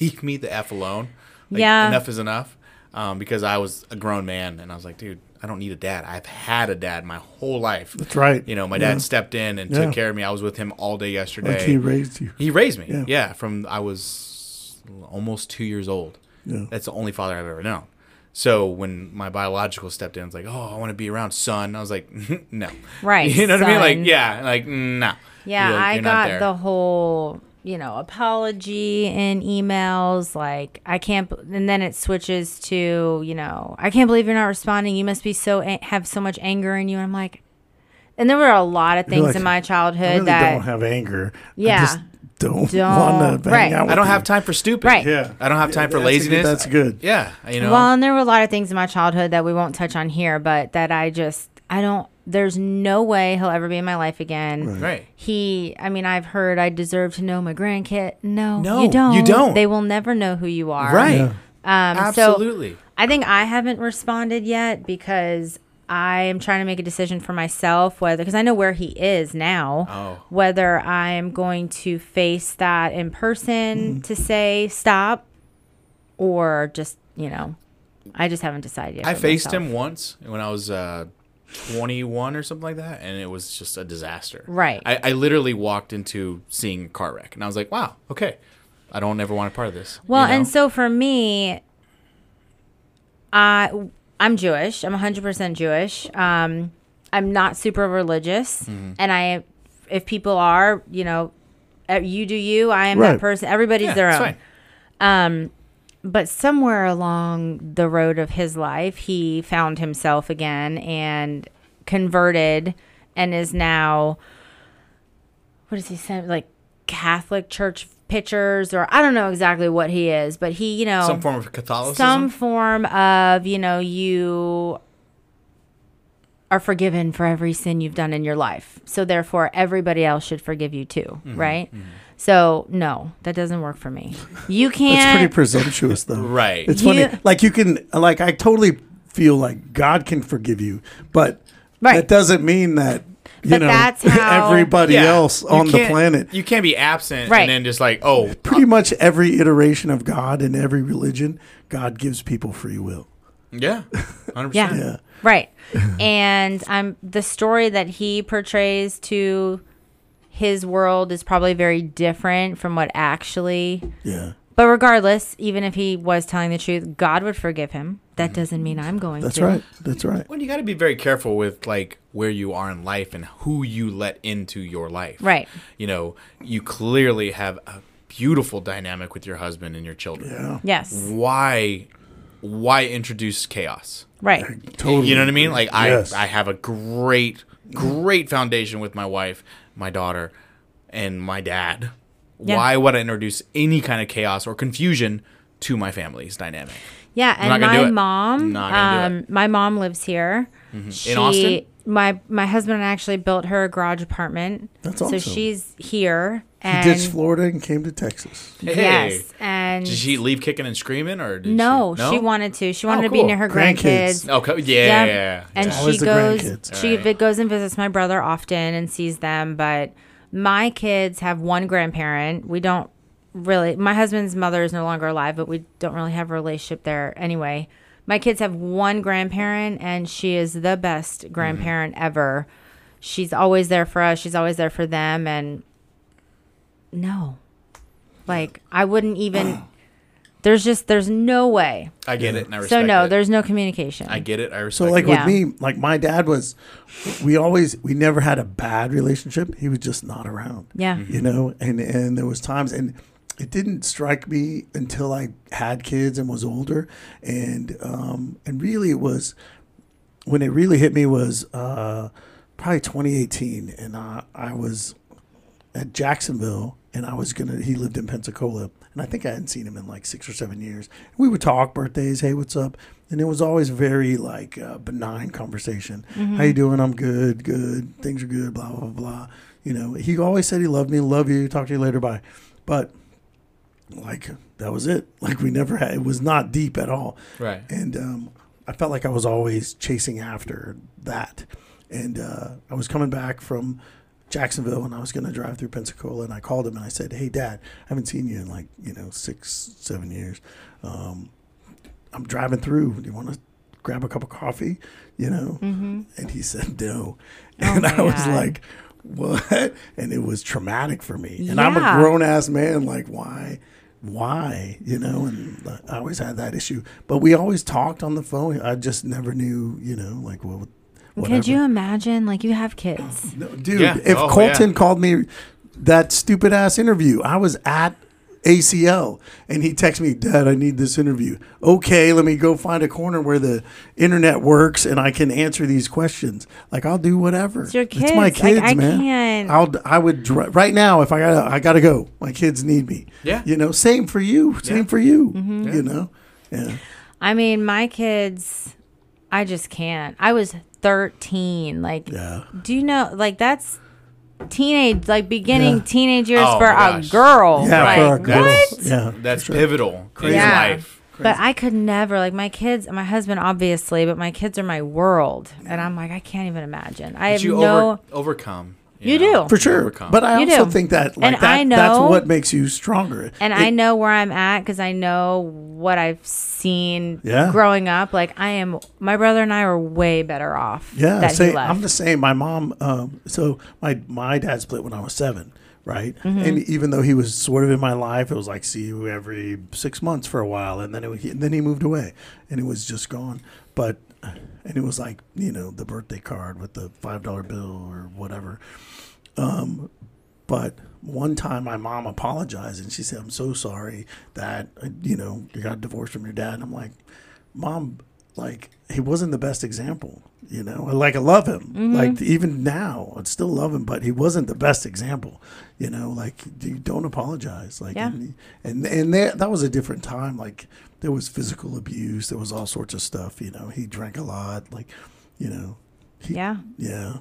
Speaker 2: leave me the f alone. Like,
Speaker 5: Yeah.
Speaker 2: enough is enough." Um, because I was a grown man, and I was like, "Dude, I don't need a dad. I've had a dad my whole life." That's
Speaker 3: right.
Speaker 2: You know, my
Speaker 3: Yeah.
Speaker 2: dad stepped in and
Speaker 3: Yeah.
Speaker 2: took care of me. I was with him all day yesterday.
Speaker 3: Like he raised you.
Speaker 2: He raised me.
Speaker 3: Yeah.
Speaker 2: Yeah. from I was almost two years old.
Speaker 3: Yeah.
Speaker 2: That's the only father I've ever known. So when my biological stepped in, I was like, "Oh, I want to be around son." I was like, "No,
Speaker 5: Right,
Speaker 2: You know what I mean?
Speaker 5: son.
Speaker 2: Like, yeah, like no.
Speaker 5: yeah,
Speaker 2: You're-
Speaker 5: I
Speaker 2: you're not
Speaker 5: got
Speaker 2: there.
Speaker 5: the whole you know apology in emails. Like I can't, b- and then it switches to you know I can't believe you're not responding. You must be so an- have so much anger in you. And I'm like, and there were a lot of things
Speaker 3: like,
Speaker 5: in my childhood
Speaker 3: I really
Speaker 5: that
Speaker 3: don't have anger. I
Speaker 5: Yeah.
Speaker 3: just don't,
Speaker 5: Don't-
Speaker 3: want to
Speaker 5: right.
Speaker 3: hang out with
Speaker 2: I don't
Speaker 3: you.
Speaker 2: have time for stupid.
Speaker 5: Right.
Speaker 3: Yeah.
Speaker 2: I don't have time for
Speaker 3: that's a good-
Speaker 2: laziness.
Speaker 3: that's good.
Speaker 2: Yeah, you know.
Speaker 5: Well, and there were a lot of things in my childhood that we won't touch on here, but that I just I don't. There's no way he'll ever be in my life again.
Speaker 2: right.
Speaker 5: He, I mean, I've heard I deserve to know my grandkid. No,
Speaker 2: No,
Speaker 5: you
Speaker 2: you
Speaker 5: don't.
Speaker 2: don't.
Speaker 5: They will never know who you are.
Speaker 2: Right.
Speaker 5: Um, So
Speaker 2: Absolutely.
Speaker 5: I think I haven't responded yet because I am trying to make a decision for myself whether because I know where he is now.
Speaker 2: Oh.
Speaker 5: Whether I am going to face that in
Speaker 2: Mm-hmm.
Speaker 5: person to say stop, or just you know, I just haven't decided yet.
Speaker 2: I
Speaker 5: for
Speaker 2: faced
Speaker 5: myself.
Speaker 2: him once when I was uh, 21 or something like that, and it was just a disaster.
Speaker 5: Right.
Speaker 2: I, I literally walked into seeing a car wreck, and I was like, wow, okay, I don't ever want a part of this. you
Speaker 5: Well,
Speaker 2: know?
Speaker 5: and so for me, I I'm Jewish. I'm 100% Jewish. Um, I'm not super religious,
Speaker 2: Mm-hmm.
Speaker 5: and I if people are, you know, uh, you do you. I am
Speaker 3: Right.
Speaker 5: that person. Everybody's
Speaker 2: Yeah,
Speaker 5: their
Speaker 2: it's
Speaker 5: own.
Speaker 2: fine.
Speaker 5: But somewhere along the road of his life, he found himself again, and converted and is now what does he say like Catholic church pictures or I don't know exactly what he is, but he, you know,
Speaker 2: Some form of Catholicism.
Speaker 5: some form of you know you are forgiven for every sin you've done in your life so therefore everybody else should forgive you too
Speaker 1: Mm-hmm.
Speaker 5: right so no that doesn't work for me you
Speaker 1: That's
Speaker 5: can't
Speaker 1: pretty presumptuous, though.
Speaker 2: Right.
Speaker 1: It's
Speaker 5: You-
Speaker 1: funny. Like you can, like I totally feel like God can forgive you, but
Speaker 5: Right.
Speaker 1: that doesn't mean that you
Speaker 5: But
Speaker 1: know
Speaker 5: that's how-
Speaker 1: everybody
Speaker 2: Yeah.
Speaker 1: else
Speaker 2: You
Speaker 1: on the
Speaker 2: can't-
Speaker 1: planet.
Speaker 2: You can't be absent
Speaker 5: Right.
Speaker 2: and then just like, oh,
Speaker 1: Pretty much every iteration of God in every religion, God gives people free will.
Speaker 2: yeah, 100%.
Speaker 5: yeah,
Speaker 1: Yeah.
Speaker 5: right and i'm the story that he portrays to his world is probably very different from what actually
Speaker 1: Yeah.
Speaker 5: but regardless even if he was telling the truth god would forgive him that doesn't mean i'm going
Speaker 1: Mm-hmm. That's
Speaker 5: to
Speaker 1: right. That's right.
Speaker 2: Well, you got to be very careful with like where you are in life and who you let into your life.
Speaker 5: Right.
Speaker 2: You know, you clearly have a beautiful dynamic with your husband and your children.
Speaker 1: Yeah.
Speaker 5: yes
Speaker 2: Why why introduce chaos?
Speaker 5: right
Speaker 1: Totally.
Speaker 2: You know what I mean? Like I
Speaker 1: Yes.
Speaker 2: I have a great great foundation with my wife, my daughter, and my dad.
Speaker 5: Yeah.
Speaker 2: Why would I introduce any kind of chaos or confusion to my family's dynamic?
Speaker 5: Yeah, and
Speaker 2: not gonna do
Speaker 5: my
Speaker 2: it.
Speaker 5: mom,
Speaker 2: Not gonna do Mm-hmm.
Speaker 5: um, my mom lives here. She,
Speaker 2: Austin?
Speaker 5: my my husband actually built her a garage apartment.
Speaker 1: That's
Speaker 5: So
Speaker 1: awesome.
Speaker 5: she's here,
Speaker 1: He
Speaker 5: and
Speaker 1: ditched Florida and came to Texas.
Speaker 2: Hey.
Speaker 5: yes, and
Speaker 2: Did she leave kicking and screaming or did
Speaker 5: no,
Speaker 2: she,
Speaker 5: she, wanted to. She wanted to be
Speaker 2: cool.
Speaker 5: near her
Speaker 1: Grandkids.
Speaker 5: grandkids.
Speaker 2: Okay, yeah. yeah.
Speaker 5: and
Speaker 1: Always
Speaker 5: she
Speaker 1: the
Speaker 5: goes.
Speaker 1: grandkids.
Speaker 5: She vi- goes and visits my brother often and sees them. But my kids have one grandparent. We don't really. My husband's mother is no longer alive, but we don't really have a relationship there anyway. My kids have one grandparent, and she is the
Speaker 2: Mm-hmm.
Speaker 5: best grandparent ever. She's always there for us. She's always there for them, and no, like I wouldn't even. There's just there's no way.
Speaker 2: I get it. And I
Speaker 5: So
Speaker 2: respect
Speaker 5: no,
Speaker 2: it.
Speaker 5: there's no communication.
Speaker 2: I get it. I respect
Speaker 1: So like
Speaker 2: it.
Speaker 5: Yeah.
Speaker 1: with me, like my dad was, we always we never had a bad relationship. He was just not around.
Speaker 5: Yeah.
Speaker 1: you know, and and there was times and it didn't strike me until I had kids and was older, and um and really it was when it really hit me was uh probably 2018, and I I was at Jacksonville, and I was gonna. He lived in Pensacola, and I think I hadn't seen him in like six or seven years. We would talk birthdays, hey, what's up? And it was always very like uh, benign conversation. How you doing? I'm good, good. Things are good. Blah blah blah. You know, he always said he loved me, love you, talk to you later, bye. But like that was it. Like we never had. It was not deep at all.
Speaker 2: Right.
Speaker 1: And um, I felt like I was always chasing after that. And uh, I was coming back from Jacksonville and I was going to drive through Pensacola. And I called him and I said, Hey, Dad, I haven't seen you in like, you know, six, seven years. Um, I'm driving through. Do you want to grab a cup of coffee? You know? And he said, No. And I
Speaker 5: Mm-hmm. Oh my
Speaker 1: was
Speaker 5: God.
Speaker 1: like, what? And it was traumatic for me. And I'm a
Speaker 5: Yeah.
Speaker 1: grown ass man. Like, why? Why? You know, and like, I always had that issue. But we always talked on the phone. I just never knew, you know, like what. Whatever.
Speaker 5: Could you imagine? Like you have kids.
Speaker 1: No, dude,
Speaker 2: Yeah.
Speaker 1: if
Speaker 2: Oh,
Speaker 1: Colton
Speaker 2: yeah.
Speaker 1: called me that stupid ass interview, I was at ACL and he texted me, Dad, I need this interview. Okay, let me go find a corner where the internet works and I can answer these questions. Like I'll do whatever. It's
Speaker 5: your
Speaker 1: my
Speaker 5: kids. Like,
Speaker 1: kids,
Speaker 5: I
Speaker 1: man.
Speaker 5: can't-
Speaker 1: I'll I would dri- right now if I gotta I gotta go. My kids need me.
Speaker 2: Yeah.
Speaker 1: You know, same for you. Same for you.
Speaker 5: Mm-hmm.
Speaker 1: You know? Yeah.
Speaker 5: I mean, my kids. I just can't. I was 13. Like,
Speaker 1: Yeah.
Speaker 5: do you know? Like that's teenage, like beginning
Speaker 1: Yeah.
Speaker 5: teenage years
Speaker 2: Oh,
Speaker 5: for
Speaker 2: my
Speaker 5: a
Speaker 2: gosh.
Speaker 5: girl.
Speaker 1: Yeah,
Speaker 5: like,
Speaker 1: for our
Speaker 5: What?
Speaker 1: girls. Yeah.
Speaker 2: That's pivotal in
Speaker 5: Yeah.
Speaker 2: life.
Speaker 5: But I could never. Like my kids, my husband obviously, but my kids are my world, and I'm like, I can't even imagine. I
Speaker 2: But
Speaker 5: have
Speaker 2: you
Speaker 5: no.
Speaker 2: over, overcome.
Speaker 5: You
Speaker 2: know.
Speaker 5: do.
Speaker 1: For sure.
Speaker 2: overcome.
Speaker 1: But I
Speaker 5: You
Speaker 1: also
Speaker 5: do.
Speaker 1: think that like that,
Speaker 5: And I
Speaker 1: that's
Speaker 5: know-
Speaker 1: what makes you stronger.
Speaker 5: and
Speaker 1: It-
Speaker 5: I know where I'm at because I know what I've seen
Speaker 1: Yeah.
Speaker 5: growing up. Like I am, my brother and I were way better off.
Speaker 1: Yeah,
Speaker 5: that
Speaker 1: say-
Speaker 5: he left.
Speaker 1: I'm the same. My mom. Um, so my my dad split when I was seven, right?
Speaker 5: Mm-hmm.
Speaker 1: And even though he was sort of in my life, it was like see you every six months for a while, and then it, he- then he moved away, and it was just gone. But and it was like you know the birthday card with the five dollar bill or whatever. Um, But one time my mom apologized and she said, I'm so sorry that, uh, you know, you got divorced from your dad. And I'm like, Mom,
Speaker 3: like he wasn't the best example. You know, like I love him. Like even now, I still love him, but he wasn't the best example. You know, like you don't apologize. Like
Speaker 5: Yeah.
Speaker 3: and and, and that that was a different time. Like there was physical abuse. There was all sorts of stuff. You know, he drank a lot. Like you know, he,
Speaker 5: Yeah.
Speaker 3: yeah.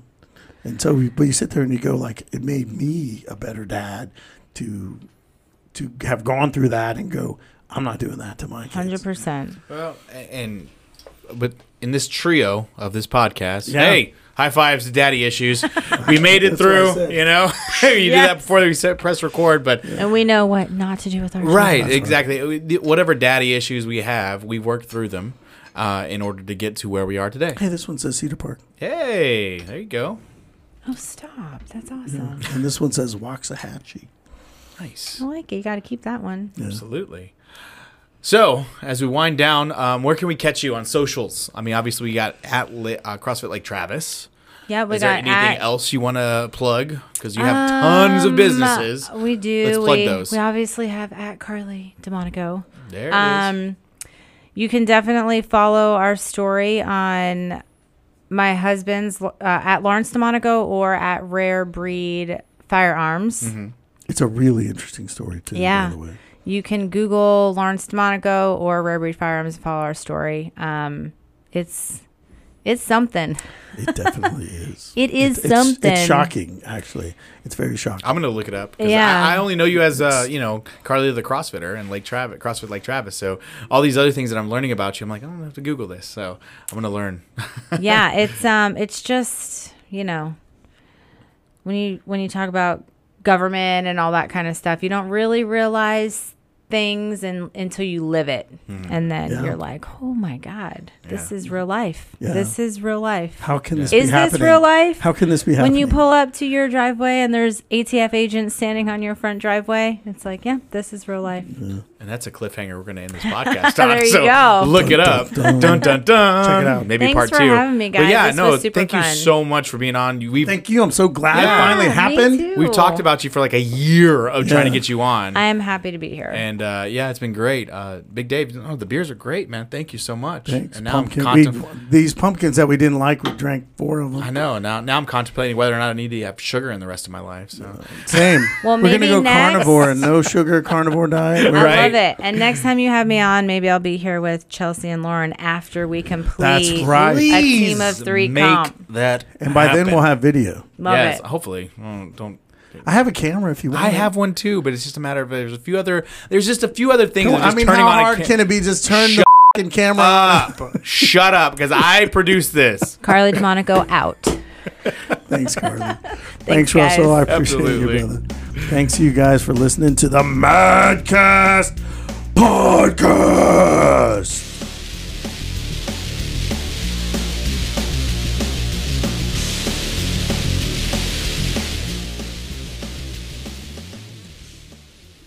Speaker 3: And so, we- but you sit there and you go, like, it made me a better dad to to have gone through that and go, I'm not doing that to my kids.
Speaker 5: Hundred percent.
Speaker 2: Well, a- and but in this trio of this podcast,
Speaker 3: Yeah.
Speaker 2: hey, high fives to daddy issues. We made it
Speaker 3: That's what I
Speaker 2: through.
Speaker 3: said.
Speaker 2: You know, you did
Speaker 5: Yes.
Speaker 2: that before we set, press record, but
Speaker 5: And we know what not to do with our
Speaker 2: right,
Speaker 5: children.
Speaker 2: exactly. We- the- Whatever daddy issues we have, we worked through them uh, in order to get to where we are today.
Speaker 3: Hey, this one says Cedar Park,
Speaker 2: Hey, there you go.
Speaker 5: Oh, stop! That's awesome.
Speaker 3: and this one says Waxahachie.
Speaker 2: Nice.
Speaker 5: I like it. You got to keep that one.
Speaker 2: Absolutely. So, as we wind down, um, where can we catch you on socials? I mean, obviously, we got at Li- uh, CrossFit like Travis.
Speaker 5: Yeah, we
Speaker 2: Is there
Speaker 5: got
Speaker 2: anything
Speaker 5: at,
Speaker 2: else you want to plug? Because you have tons of
Speaker 5: Um,
Speaker 2: businesses.
Speaker 5: We do.
Speaker 2: Let's plug
Speaker 5: we,
Speaker 2: those.
Speaker 5: we obviously have at Carly DeMonico.
Speaker 2: There it is.
Speaker 5: Um, you can definitely follow our story on my husband's uh, at Lawrence DeMonico or at Rare Breed
Speaker 2: Mm-hmm.
Speaker 5: Firearms.
Speaker 3: It's a really interesting story too.
Speaker 5: Yeah.
Speaker 3: By the way,
Speaker 5: You can Google Lawrence DeMonico or Rare Breed Firearms and follow our story. Um, it's it's something.
Speaker 3: it definitely is.
Speaker 5: It
Speaker 3: It's- it's-
Speaker 5: is
Speaker 3: It's
Speaker 5: something.
Speaker 3: shocking, actually. It's very shocking.
Speaker 2: I'm gonna look it up. 'cause
Speaker 5: Yeah.
Speaker 2: I, I only know you as uh, you know Carly the CrossFitter and Lake Travis, CrossFit Lake Travis. So all these other things that I'm learning about you, I'm like, "Oh, I don't have to Google this. So I'm gonna learn.
Speaker 5: yeah, it's um, it's just you know, when you when you talk about government and all that kind of stuff, you don't really realize things and until you live it,
Speaker 3: Mm-hmm.
Speaker 5: and then
Speaker 3: Yeah.
Speaker 5: you're like, oh my god, this
Speaker 2: Yeah.
Speaker 5: is real life.
Speaker 3: Yeah.
Speaker 5: This is real life.
Speaker 3: How can this be
Speaker 5: Is this
Speaker 3: happening?
Speaker 5: real life?
Speaker 3: How can this be happening?
Speaker 5: When you pull up to your driveway and there's ATF agents standing on your front driveway, it's like, yeah, this is real life.
Speaker 2: And that's a cliffhanger. We're gonna end this podcast on.
Speaker 5: There you
Speaker 2: so
Speaker 5: go.
Speaker 2: look it up. Dun dun dun. Check
Speaker 3: it out.
Speaker 2: Maybe
Speaker 5: Thanks
Speaker 2: part
Speaker 5: for
Speaker 2: two.
Speaker 5: having me,
Speaker 2: But
Speaker 5: guys.
Speaker 2: yeah,
Speaker 5: This
Speaker 2: no,
Speaker 5: was super
Speaker 2: thank you
Speaker 5: fun.
Speaker 2: so much for being on. We've
Speaker 3: Thank you. I'm so glad
Speaker 2: Yeah.
Speaker 3: it finally
Speaker 5: Yeah, Oh,
Speaker 3: happened.
Speaker 5: me too.
Speaker 2: we've talked about you for like a year of trying to
Speaker 3: Yeah.
Speaker 2: get you on.
Speaker 5: I am happy to be here.
Speaker 2: and uh, yeah, it's been great. Uh, Big Dave, oh, the beers are great, man. Thank you so much.
Speaker 3: Thanks.
Speaker 2: And now
Speaker 3: Pumpkin.
Speaker 2: I'm
Speaker 3: we-
Speaker 2: contemplating.
Speaker 3: these pumpkins that we didn't like, we drank four of them.
Speaker 2: I know. Now, now I'm contemplating whether or not I need to have sugar in the rest of my life. So
Speaker 3: Same.
Speaker 5: Well,
Speaker 3: We're
Speaker 5: maybe
Speaker 3: gonna go
Speaker 5: next-
Speaker 3: carnivore and no sugar carnivore diet. We're-
Speaker 5: I
Speaker 2: Right.
Speaker 5: love it. And next time you have me on, maybe I'll be here with Chelsea and Lauren after we complete
Speaker 3: right.
Speaker 5: a team of three
Speaker 2: make
Speaker 5: comp.
Speaker 2: that.
Speaker 3: And by then
Speaker 2: happen.
Speaker 3: we'll have video.
Speaker 5: Love
Speaker 2: yes,
Speaker 5: it.
Speaker 2: hopefully. Oh, don't.
Speaker 3: I have a camera if you want.
Speaker 2: I have one too, but it's just a matter of there's a few other there's just a few other things.
Speaker 3: Well,
Speaker 2: that are
Speaker 3: I
Speaker 2: just
Speaker 3: mean,
Speaker 2: turning
Speaker 3: how
Speaker 2: on a
Speaker 3: hard
Speaker 2: ca-
Speaker 3: can it be? Just turn
Speaker 2: Shut
Speaker 3: the fing camera
Speaker 5: Uh,
Speaker 2: up.
Speaker 3: up.
Speaker 2: Shut up, because I produce this.
Speaker 5: Carly DeMonico out.
Speaker 3: Thanks, Carly. Thanks,
Speaker 5: Thanks,
Speaker 3: Russell. I
Speaker 5: guys.
Speaker 3: appreciate
Speaker 2: Absolutely.
Speaker 3: you, brother. Thanks, you guys, for listening to the Madcast podcast.